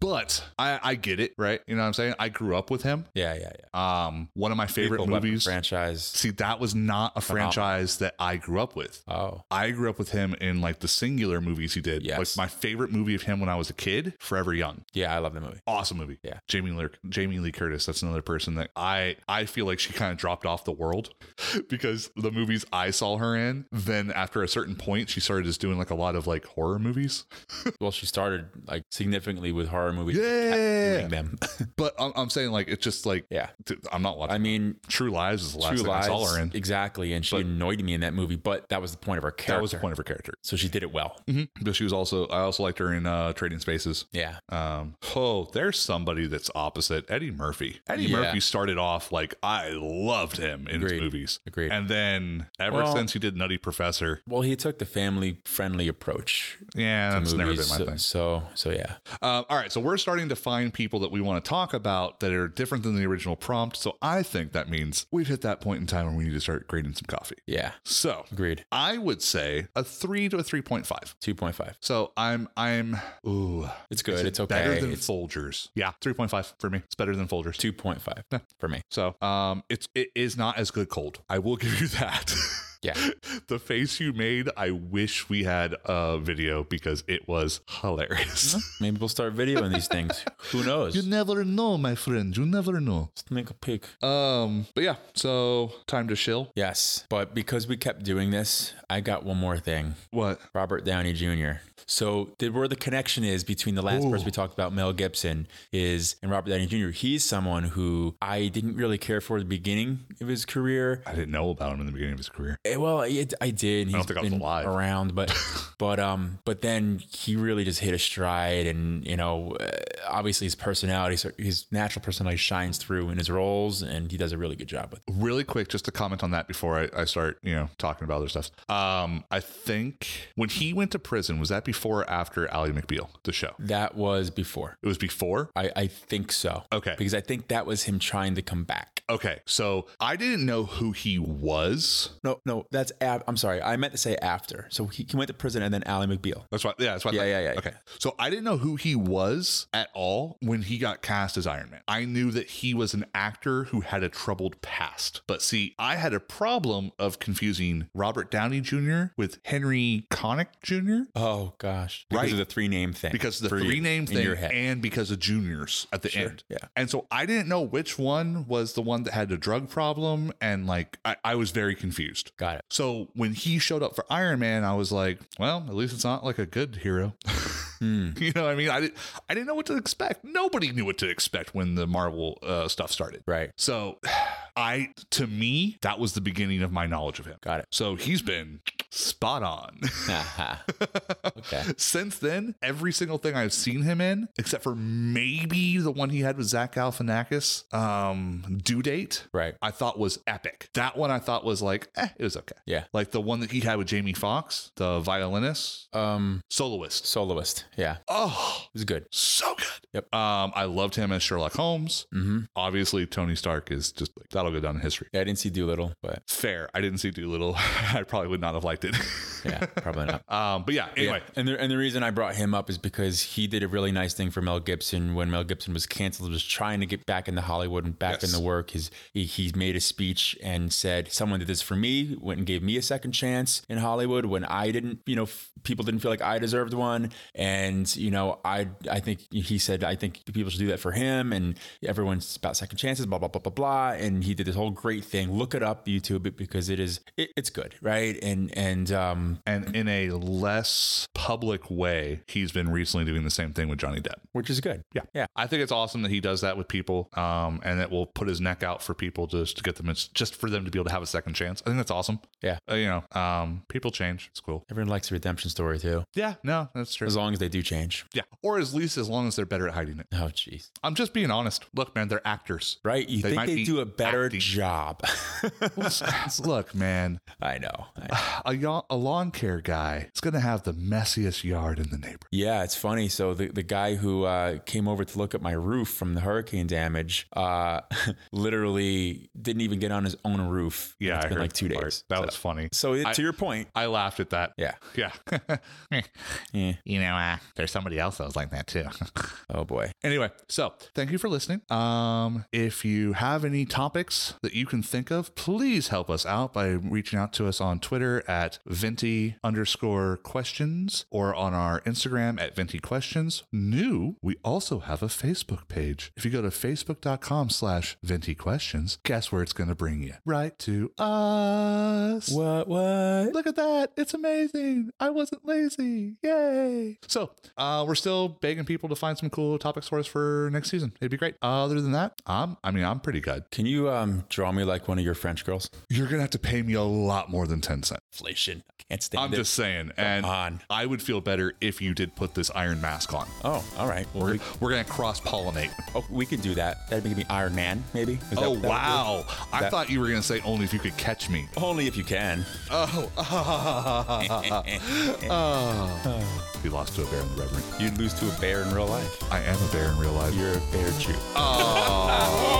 but I, I get it, right? You know what I'm saying? I grew up with him. Yeah, yeah, yeah. Um, one of my favorite Lethal Weapon movies. franchise. See, that was not a franchise that I grew up with. Oh. I grew up with him in like the singular movies he did. Yes. Like my favorite movie of him when I was a kid, Forever Young. Yeah, I love the movie. Awesome movie. Yeah. Jamie Lee, Jamie Lee Curtis, that's another person that I I feel like she kind of dropped off the world because the movies I saw her in, then after a certain point she started just doing like a lot of like horror movies. Well, she started like significantly with horror horror movies. Yeah, they kept yeah, yeah. doing them. But I'm, I'm saying like it's just like yeah. dude, I'm not watching. I mean, True Lies is the last True thing Lies, I saw her in. exactly, and she But- annoyed me in that movie. But that was the point of her character. That was the point of her character. So she did it well. Mhm. But she was also I also liked her in uh, Trading Spaces. Yeah. Um, oh, there's somebody that's opposite Eddie Murphy. Eddie Yeah. Murphy started off like I loved him in Agreed. his movies, Agreed. and then ever Well- since he did Nutty Professor, well, he took the family-friendly approach. yeah, to that's never been movies, my so, thing. So, so yeah. Um, all right, so we're starting to find people that we want to talk about that are different than the original prompt. So I think that means we've hit that point in time where we need to start grading some coffee. Yeah. So Agreed. I would say a three to a three point five. 2.5. So I'm I'm ooh It's good. Is it It's okay. Better than it's Folgers. Yeah, three point five for me. It's better than Folgers. 2.5 for me. So um it's it is not as good cold. I will give you that. Yeah. the face you made, I wish we had a video because it was hilarious. Maybe we'll start videoing these things. Who knows? never know, my friend. You never know. Let's make a pick. Um but yeah, so time to chill. Yes, but because we kept doing this, I got one more thing. What? Robert Downey Jr. So the, where the connection is between the last Ooh. person we talked about, Mel Gibson, is and Robert Downey Jr. He's someone who I didn't really care for at the beginning of his career. I didn't know about him in the beginning of his career. Eh, Well, I, I did. He's don't think I was been alive. around, but but um, but then he really just hit a stride, and you know, uh, obviously his personality, so his natural personality, shines through in his roles, and he does a really good job with. It. really quick just to comment on that before I, I start you know talking about other stuff um i think when he went to prison was that before or after ally mcbeal the show That was before. it was before I, I think so. okay Because I think that was him trying to come back. okay so i didn't know who he was No, no, that's ab- I'm sorry. I meant to say after. So he, he went to prison and then Ally McBeal. that's why yeah that's why Yeah, yeah, yeah. okay so i didn't know who he was at all when he got cast as iron man i knew that he was an actor who had a troubled past but see i had a problem of confusing robert downey jr with henry connick jr Oh gosh. Because Right. of the three name thing. because of the For you, three name in thing your head. and because of juniors at the Sure, end. yeah. And so I didn't know which one was the one that had the drug problem. And like, I, I was very confused. Got it. So when he showed up for Iron Man, I was like, well, at least it's not like a good hero. Hmm. you know what I mean? I, did, I didn't know what to expect. Nobody knew what to expect when the Marvel uh, stuff started. Right. So I, to me, that was the beginning of my knowledge of him. Got it. So he's been spot on. Haha. okay. Since then, every single thing I've seen him in, except for maybe the one he had with Zach Galifianakis, um, Due Date, Right. I thought was epic. That one I thought was like, eh, it was okay. Yeah. Like the one that he had with Jamie Foxx, the violinist, Um soloist. soloist. Yeah. Oh, It was good. so good. Yep. Um, I loved him as Sherlock Holmes. Mhm. Obviously, Tony Stark is just like, that'll go down in history. Yeah, I didn't see Doolittle, but Fair. I didn't see Doolittle. I probably would not have liked it. yeah, probably not. um, but yeah, anyway. Yeah. And the and the reason I brought him up is because he did a really nice thing for Mel Gibson when Mel Gibson was canceled, was trying to get back into Hollywood and back Yes. in the work. His he, he made a speech and said, "Someone did this for me, went and gave me a second chance in Hollywood when I didn't, you know, f- people didn't feel like I deserved one." And you know, I I think he said, "I think people should do that for him." And everyone's about second chances, blah blah blah blah blah. And he did this whole great thing. Look it up YouTube it because it is it, it's good, right? And and um, and in a less public way, he's been recently doing the same thing with Johnny Depp. which is good. Yeah. yeah. I think it's awesome that he does that with people, um, and that will put his neck out for people just to get them, just for them to be able to have a second chance. I think that's awesome. Yeah. Uh, you know, um, people change. It's cool. Everyone likes a redemption story too, Yeah, no, that's true. as long as they do change. Yeah, or at least as long as they're better at hiding it. Oh, jeez. I'm just being honest. Look, man, they're actors. Right? You They think might they be do a better acting. job? Look, man, I know. I know. a, ya- a lawn care guy is going to have the messiest yard in the neighborhood. Yeah, it's funny. So the, the guy who uh, came over to look at my roof from the hurricane damage, uh, literally didn't even get on his own roof. Yeah, it's I been heard like two that part. days. That so, was funny. so it, I- to your point. I laughed at that. Yeah. Yeah. Eh. You know, uh, there's somebody else that was like that too. Oh boy. anyway, so thank you for listening. Um, if you have any topics that you can think of, please help us out by reaching out to us on Twitter at Venti venti underscore questions or on our Instagram at venti questions. New, we also have a Facebook page. If you go to facebook.com slash venti questions, guess where it's going to bring you? Right to us. What? What? Look at that. It's amazing. I wasn't lazy. Yay. So uh, we're still begging people to find some cool topics for us for next season. It'd be great. Other than that, I'm, I mean, I'm pretty good. Can you um, draw me like one of your French girls? You're going to have to pay me a lot more than 10 cents. Inflation. I can't stand I'm it. just saying. And on. I would feel better if you did put this iron mask on. Oh, all right. Well, We're, we, we're going to cross pollinate. oh, we could do that. That'd make me Iron Man, maybe. Is that Oh, what that wow. would do? I That- thought you were going to say only if you could catch me. Only if you can. Oh. We Oh. lost to a bear in the reverend. You'd lose to a bear in real life. I am a bear in real life. You're a bear Jew. Oh.